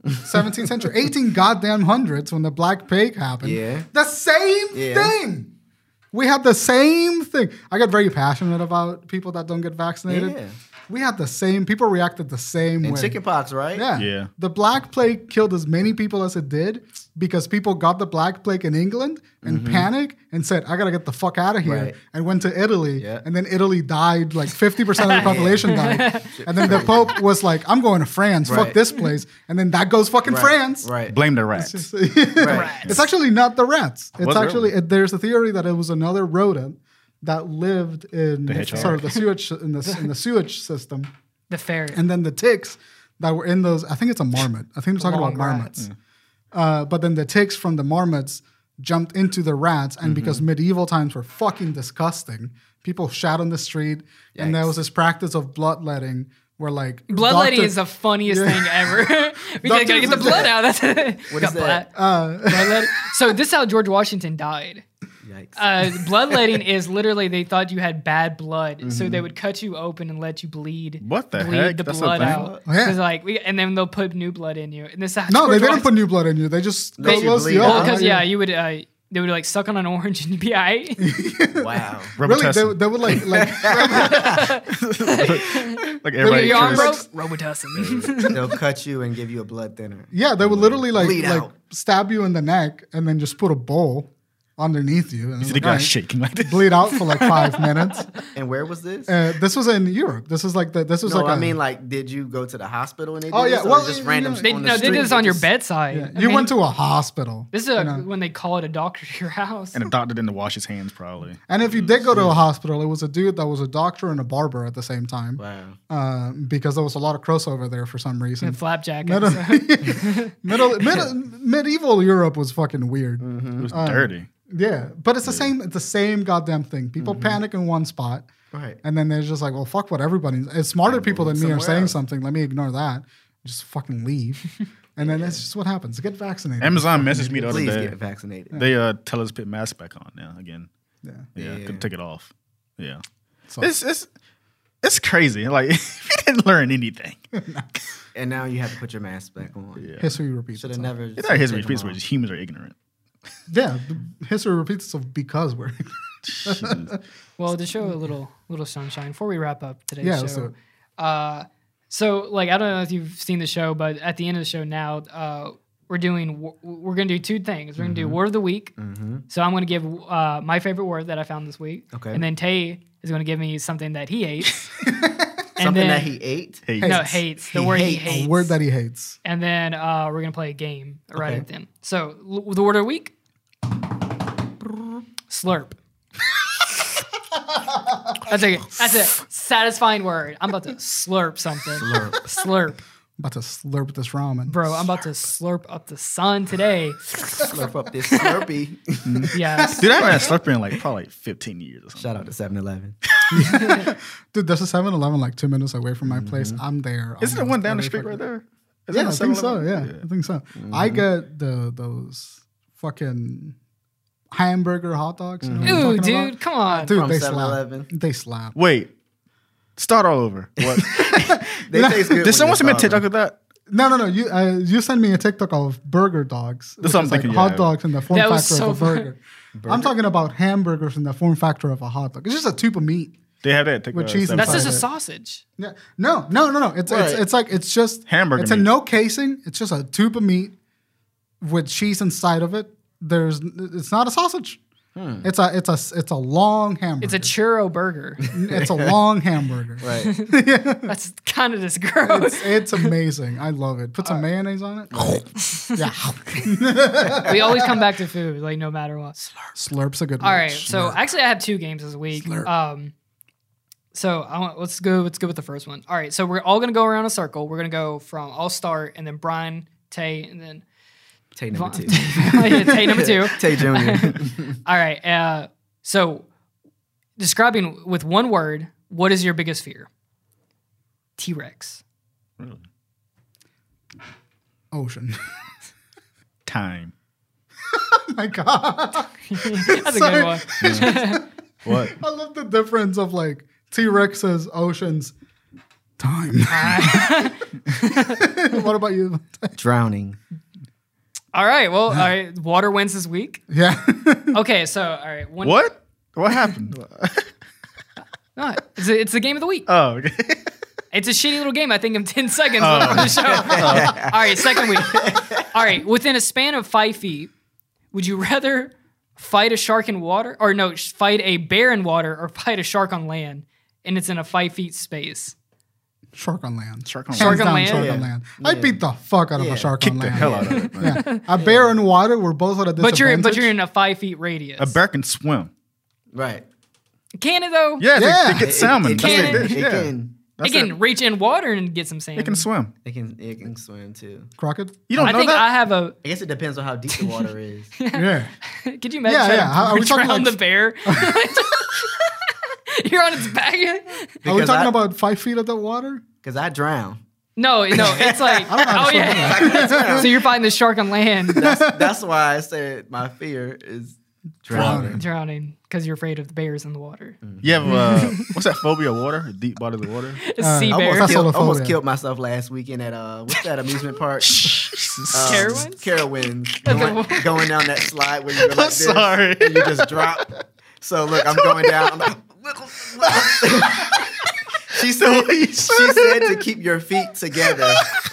S2: 17th century, 18 goddamn hundreds, when the Black Plague happened,
S4: Yeah.
S2: the same
S4: Yeah.
S2: thing. We had the same thing. I get very passionate about people that don't get vaccinated.
S4: Yeah.
S2: We had the same. People reacted the same
S4: And
S2: way.
S4: chickenpox, right?
S2: Yeah.
S5: Yeah.
S2: The Black Plague killed as many people as it did because people got the Black Plague in England and panicked and said, I got to get the fuck out of here.
S4: Mm-hmm. Right.
S2: And went to Italy.
S4: Yeah.
S2: And then Italy died, like 50% of the population died. And then the Pope was like, I'm going to France. Fuck
S4: Right.
S2: this place. And then that goes fucking
S4: Right.
S2: France.
S4: Right.
S5: Blame the rats.
S2: It's,
S4: Right.
S2: it's actually not the rats. It's
S5: What's wrong?
S2: actually, it, there's a theory that it was another rodent that lived in
S5: hedgehog.
S2: sort of the sewage in the, in the sewage system
S3: the ferret.
S2: and then the ticks that were in those i think it's a marmot i think i'm talking about
S3: Long rats.
S2: marmots uh, but then the ticks from the marmots jumped into the rats and because medieval times were fucking disgusting people shot on the street and there was this practice of bloodletting where like
S3: Bloodletting
S2: doctor-
S3: is the funniest thing ever. we gotta, gotta
S2: Doctors
S3: get the
S2: is
S3: blood out. That's it.
S4: What
S3: Got
S4: is that?
S2: Uh,
S3: blood. Bloodletting. So this is how George Washington died.
S4: Yikes.
S3: Uh, bloodletting is literally they thought you had bad blood,
S2: Mm-hmm.
S3: so they would cut you open and let you bleed.
S5: What the
S3: bleed
S5: heck?
S3: The
S5: That's a
S3: blood
S5: thing?
S3: out.
S2: Oh, yeah.
S3: 'Cause, like, we, and then they'll put new blood in you. And this is how
S2: no they
S3: George
S2: didn't
S3: Washington-
S2: put new blood in you they just
S4: They-
S2: they closed you
S4: bleed
S2: up.
S3: Well, because yeah,
S2: you-
S3: you would. Uh, they would like suck on an orange and you'd be alright.
S4: wow.
S5: Rubber
S2: really they,
S5: testing.
S2: they would like like
S5: like everybody.
S3: Your arm broke.
S5: trusts-
S3: Robitussin.
S4: They'll cut you and give you a blood thinner.
S2: yeah they would literally like
S4: Bleed
S2: like
S4: out.
S2: stab you in the neck and then just put a bowl underneath you. And
S5: You see
S2: it's
S5: the
S2: like,
S5: guy
S2: all right.
S5: shaking like this.
S2: Bleed out for like five minutes.
S4: And where was this?
S2: Uh, this was in Europe. This was like the, this was
S4: no,
S2: like
S4: I
S2: a-
S4: mean, like, did you go to the hospital and they did
S2: Oh, yeah,
S4: this, or
S2: well,
S4: just
S2: you
S4: random?
S2: know-
S3: They,
S4: on the
S3: no, they
S4: street?
S3: did this on your
S4: Just-
S3: bedside.
S2: yeah.
S3: I
S2: you
S3: mean,
S2: went to a hospital.
S3: This is a,
S2: you know.
S3: when they call it a doctor to your house.
S5: And the doctor didn't wash his hands probably.
S2: and if you did go to
S4: Mm.
S2: a hospital, it was a dude that was a doctor and a barber at the same time,
S4: Wow.
S2: uh, because there was a lot of crossover there for some reason.
S3: and flapjack. and
S2: Middle,
S3: stuff.
S2: middle, middle, medieval Europe was fucking weird.
S4: Mm-hmm.
S5: It was dirty.
S2: Yeah, but it's the same. It's the same goddamn thing. People
S4: Mm-hmm.
S2: panic in one spot,
S4: Right.
S2: and then they're just like, "Well, fuck what everybody." It's smarter people than me are
S4: somewhere
S2: saying
S4: else.
S2: something. Let me ignore that. Just fucking leave, and then that's just what happens. Get vaccinated.
S5: Amazon messaged me the other
S4: Please
S5: day.
S4: get vaccinated.
S5: They uh tell us to put masks back on now again.
S2: Yeah.
S5: Yeah,
S4: Yeah.
S5: could take it off. Yeah,
S2: So-
S5: it's it's it's crazy. Like we didn't learn anything.
S4: And now you have to put your mask back on.
S5: Yeah,
S2: History repeats
S4: Should have
S2: itself.
S4: never.
S5: it's not history.
S4: taken
S5: It's
S4: them
S5: just humans are ignorant.
S2: Yeah, the history repeats itself because we're.
S3: Well, to show a little little sunshine before we wrap up today's
S2: Yeah,
S3: show.
S2: let's do
S3: Uh, so like I don't know if you've seen the show, but at the end of the show now, uh, we're doing wo- we're gonna do two things. We're gonna
S2: Mm-hmm.
S3: do word of the week. So I'm gonna give uh, my favorite word that I found this week.
S4: Okay.
S3: And then Tay is gonna give me something that he hates.
S4: off. Something that he ate.
S5: Hey,
S3: no
S2: hates.
S3: hates the
S4: He
S3: word
S4: hates.
S3: he hates.
S2: a word that he hates.
S3: and then uh, we're gonna play a game right
S4: Okay.
S3: at them. So l- the word of the week, slurp. that's a that's a satisfying word. I'm about to slurp something. Slurp, slurp,
S2: about to slurp this ramen.
S3: bro. I'm about to slurp up the sun today.
S4: Slurp up this Slurpee.
S5: Mm-hmm.
S3: Yes.
S5: dude, I haven't had slurpee in like probably like 15 years or something.
S4: Shout out to 7 Eleven.
S2: Dude, there's a 7 Eleven like two minutes away from my place. I'm there. I'm
S5: Isn't there
S2: there
S5: one down the
S2: every
S5: street
S2: fucking-
S5: right there? Is
S2: Yeah,
S5: that
S2: I
S5: a
S2: think so.
S5: 7-Eleven?
S2: Yeah, I think so. I get the those fucking hamburger hot dogs. you know
S5: Mm-hmm.
S2: what I'm
S3: Ooh,
S2: talking
S3: dude,
S2: about?
S3: come on.
S2: Dude,
S4: From
S2: they
S4: 7-Eleven.
S2: slap. They slap.
S5: Wait, start all over. What?
S4: They taste good.
S5: Did someone
S4: when
S5: submit
S4: you
S5: TikTok
S4: thaw
S5: with that?
S2: No, no, no. You uh, you sent me a TikTok of burger dogs. which is
S5: what I'm
S2: like
S5: thinking,
S2: hot
S5: yeah.
S2: dogs in the form
S3: That
S2: factor
S3: was so
S2: of a burger. I'm talking about hamburgers in the form factor of a hot dog. It's just a tube of meat.
S5: They have that. uh,
S2: With
S5: TikTok.
S2: cheese and
S3: that's just a
S2: Sorry.
S3: sausage.
S2: Yeah. No, no, no, no. It's it's,
S5: Right.
S2: it's like it's just
S5: Hamburger
S2: It's a
S5: meat.
S2: no casing. It's just a tube of meat with cheese inside of it. There's it's not a sausage.
S5: Hmm.
S2: It's a it's a it's a long hamburger.
S3: It's a churro burger.
S2: it's a long hamburger.
S4: it up. Right.
S3: That's kind of just gross.
S2: It's amazing. I love it. Put some mayonnaise on it. yeah.
S3: we always come back to food, like no matter what.
S2: Slurp's a good
S3: All
S2: word.
S3: right. So actually, I have two games this week. Um, so I want, let's go. Let's go with the first one. All right. So we're all gonna go around a circle. We're gonna go from I'll start, and then Brian, Tay, and then
S4: Tay number two.
S3: yeah, Tay number two.
S4: Tay Jr.
S3: All right. Uh, so describing with one word, what is your biggest fear? T Rex.
S5: Really?
S2: Ocean.
S5: Time.
S2: oh my god.
S3: That's a
S2: Sorry.
S3: good one.
S5: What?
S2: I love the difference of like T Rex's oceans. Time. what about you?
S4: Drowning.
S3: All right. Well, all right. Water wins this week.
S2: Yeah.
S3: Okay. So all right. One,
S5: What? What happened?
S3: No, Ah, it's, a, it's the game of the week.
S5: oh, okay.
S3: It's a shitty little game. I think in 10 seconds left on the show. All right, second week. All right, within a span of five feet, would you rather fight a shark in water or no, sh- fight a bear in water or fight a shark on land? And it's in a five feet space.
S2: Shark on land.
S5: Shark on
S2: Hands
S5: land.
S3: Shark on
S2: down,
S3: land?
S2: Shark
S3: Yeah.
S2: on land. I beat the fuck out of
S4: Yeah.
S2: a shark
S5: Kick
S2: on
S5: the
S2: land.
S5: hell out of it. man.
S2: Yeah. A bear and water were both at a disadvantage.
S3: But you're but you're in a five feet radius.
S5: A bear can swim.
S4: Right.
S3: Can it though?
S5: Yeah,
S2: Yeah.
S5: They, they get salmon.
S4: It, it,
S5: That's
S4: can,
S5: their
S4: it,
S5: dish, yeah.
S4: can,
S3: It
S5: That's
S3: can
S5: it.
S3: reach in water and get some
S5: They
S3: salmon.
S5: can swim.
S4: it can. It can swim too.
S2: Crockett.
S5: You don't
S3: I
S5: know
S3: think I
S5: that?
S3: have a.
S4: I guess it depends on how deep the water is.
S2: Yeah.
S3: Could you imagine?
S2: Yeah, yeah.
S3: trying to
S2: How- are we talking
S3: drown
S2: like-
S3: the bear? You're on its back.
S2: Are we
S4: Because
S2: talking
S4: I-
S2: about five feet of the water?
S4: Because I drown.
S3: No, no, it's like oh yeah. so you're fighting the shark on land,
S4: That's, that's why I said my fear is drowning.
S3: drowning because you're afraid of the bears in the water.
S4: Mm.
S5: You have uh, what's that phobia of water? Deep body of water.
S3: It's sea
S2: I
S3: bear,
S2: almost-
S4: Killed, almost
S2: Solophobia.
S4: killed myself last weekend at uh, what's that amusement park? Um,
S3: Carowinds?
S4: Carowinds.
S3: That's
S4: Going,
S3: a-
S4: going down that slide where you go like this.
S5: Sorry.
S4: And you just drop. So look, I'm going down. I'm like, wiggle, wiggle. she said, she said to keep your feet together.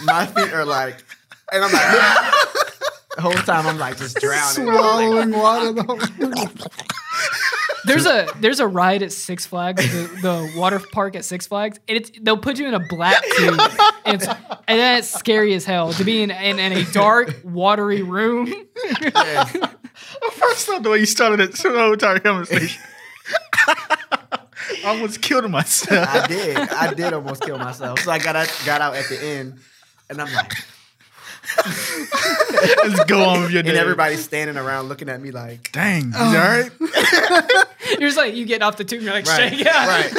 S4: My feet are like, and I'm like, The whole time I'm like just drowning.
S2: swallowing water. The whole
S3: There's a there's a ride at Six Flags, the, the water park at Six Flags, and it's they'll put you in a black tube, and, it's, and that's scary as hell to be in in, in a dark watery room.
S5: First off, the way you started it, the whole entire conversation. I almost killed myself.
S4: I did. I did almost kill myself. So I got out, got out at the end, and I'm like,
S5: Let's go on with your day.
S4: and everybody's standing around looking at me like,
S5: dang, you all right?
S3: You're just like you get off the tube, you're like
S4: right,
S3: shaking. out.
S4: right,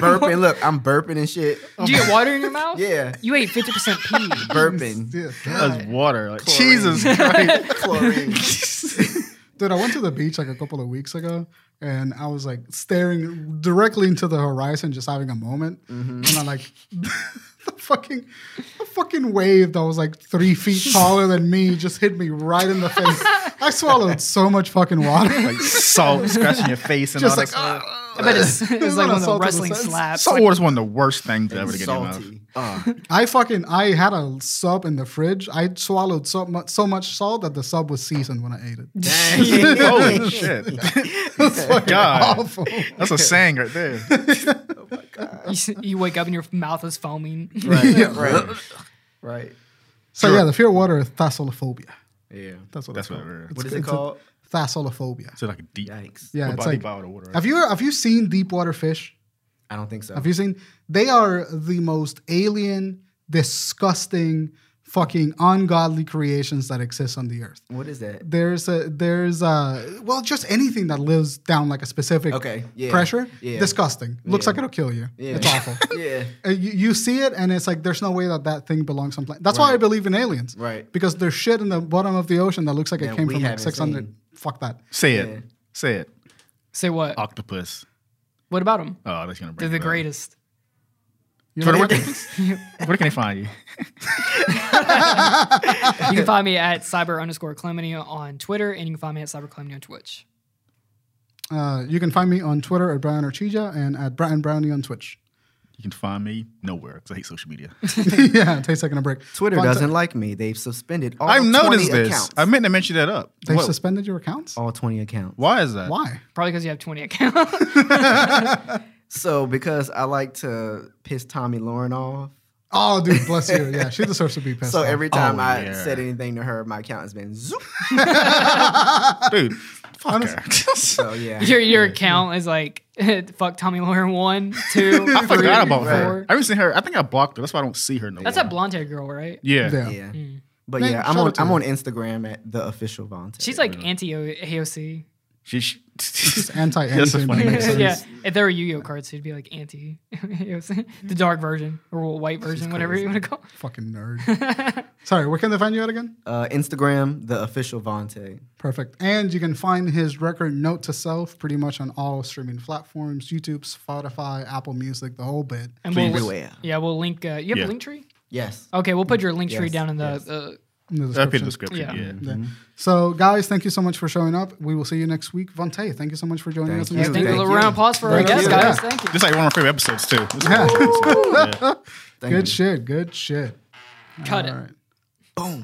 S4: burping. Look, I'm burping and shit.
S3: Do you get water in your mouth?
S4: Yeah,
S3: You ate fifty percent pee.
S4: burping.
S5: That was water. Like,
S4: Chlorine.
S5: Jesus Christ.
S4: Chlorine.
S2: Dude, I went to the beach like a couple of weeks ago and I was like staring directly into the horizon, just having a moment.
S3: Mm-hmm.
S2: And I like the fucking the fucking wave that was like three feet taller than me just hit me right in the face. I swallowed so much fucking water.
S5: like salt scratching your face and
S2: just
S5: all
S2: like,
S5: that. stuff.
S3: I bet it's, it's like one
S2: Assault
S3: of the
S2: to the
S3: wrestling
S2: sense.
S3: slaps.
S5: Salt water's one of the worst things to ever to get in your mouth.
S4: Salty. Uh,
S2: I fucking I had a sub in the fridge. I swallowed so much so much salt that the sub was seasoned when I ate it.
S4: dang.
S5: Holy shit.
S2: It's fucking
S5: God.
S2: awful.
S5: That's a saying right there.
S3: You, s- you wake up and your mouth is foaming.
S4: Right,
S2: Yeah.
S4: right, right.
S2: So
S5: Sure.
S2: yeah, the fear of water is thassalophobia.
S4: Yeah.
S2: That's what
S5: That's
S2: it's
S5: what
S2: called.
S5: it is.
S2: It's-
S4: What is it
S2: it's a
S4: called?
S2: Thassalophobia.
S5: It's like a deep.
S4: Yikes.
S2: Yeah, it's
S5: what about
S2: like
S5: deep out of water?
S2: Have you have you seen deep water fish?
S4: I don't think so.
S2: Have you seen? They are the most alien, disgusting, fucking ungodly creations that exist on the earth.
S4: What is that?
S2: There's a there's a well, just anything that lives down like a specific
S4: Okay, yeah,
S2: pressure.
S4: yeah.
S2: Disgusting. Looks
S4: Yeah.
S2: like it'll kill you.
S4: Yeah.
S2: It's awful.
S4: Yeah.
S2: Uh, you, you see it and it's like there's no way that that thing belongs on planet. That's why I
S4: Right.
S2: believe in aliens.
S4: Right.
S2: Because there's shit in the bottom of the ocean that looks like it
S4: That
S2: came
S4: we
S2: from like
S4: haven't
S2: 600.
S4: seen.
S2: Fuck that.
S5: Say
S4: Yeah.
S5: it. Say it.
S3: Say what?
S5: Octopus.
S3: What about them?
S5: Oh, that's gonna bring
S3: They're
S5: it
S3: the
S5: up.
S3: greatest.
S2: You
S5: For the
S2: know-
S5: where, where can they find you?
S3: You can find me at cyber underscore Clemeny on Twitter, and you can find me at cyber Clemeny on Twitch.
S2: Uh, you can find me on Twitter at Brian Orchija and at Brian Brownie on Twitch.
S5: You can find me nowhere because I hate social media.
S2: yeah, take a second a break.
S4: Twitter
S2: Fun
S4: doesn't
S2: ti-
S4: like me. They've suspended all
S5: I've
S4: 20
S5: noticed this.
S4: accounts.
S5: I meant to mention that up.
S2: They've
S5: What-
S2: suspended your accounts?
S4: all 20 accounts.
S5: why is that?
S2: Why?
S3: Probably because you have 20 accounts.
S4: So because I like to piss Tommy Lauren off.
S2: Oh, dude, bless you. Yeah, she deserves to be pissed.
S4: So
S2: off.
S4: every time
S5: Oh,
S4: I
S5: yeah.
S4: said anything to her, my account has been zoop.
S5: Dude, fuck her.
S4: So yeah.
S3: your your account is like fuck Tommy Lauren one, two,
S5: I
S3: three,
S5: forgot about her.
S3: four.
S5: I haven't seen her. I think I blocked her. That's why I don't see her no
S3: That's
S5: more.
S3: a blonde haired girl, right?
S5: yeah.
S2: yeah.
S4: Yeah. But
S2: Man,
S4: yeah, I'm
S2: shout
S4: on
S2: out to
S4: I'm
S2: her.
S4: on Instagram at the official Vontae.
S3: She's like anti AOC.
S5: She, she, she's
S2: anti
S5: That's a
S2: anything
S5: funny
S2: that makes
S5: name.
S3: yeah, if there were Yu-Gi-Oh cards, it'd be like anti AOC, the dark version or white version, whatever you want to call. it.
S2: Fucking nerd. Sorry, where can they find you at again?
S4: uh, Instagram, the official Vontae.
S2: Perfect. And you can find his record Note to Self pretty much on all streaming platforms YouTube, Spotify, Apple Music, the whole bit.
S3: And
S5: Please.
S3: we'll,
S4: Everywhere.
S3: yeah, we'll link. Uh, you have
S5: Yeah.
S3: a link tree?
S4: Yes.
S3: Okay, we'll put your link tree
S4: Yes,
S3: down in the.
S4: yes.
S3: Uh,
S2: In the
S5: up
S2: description.
S5: in the description.
S3: Yeah.
S5: Yeah.
S2: Yeah. So, guys, thank you so much for showing up. We will see you next week. Vontae, thank you so much for joining
S4: Thank
S2: us.
S4: you.
S2: next
S3: thank
S2: week.
S3: you. A
S4: Thank
S3: little
S4: you.
S3: round of applause for
S2: Thank
S3: our guests,
S2: you.
S3: guys.
S2: Yeah.
S3: Thank you.
S5: This is like one of my favorite episodes too. This is-
S2: Yeah.
S5: Yeah.
S4: Thank
S2: Good
S4: you.
S2: shit. Good shit.
S3: Cut it.
S2: All right.
S4: Boom.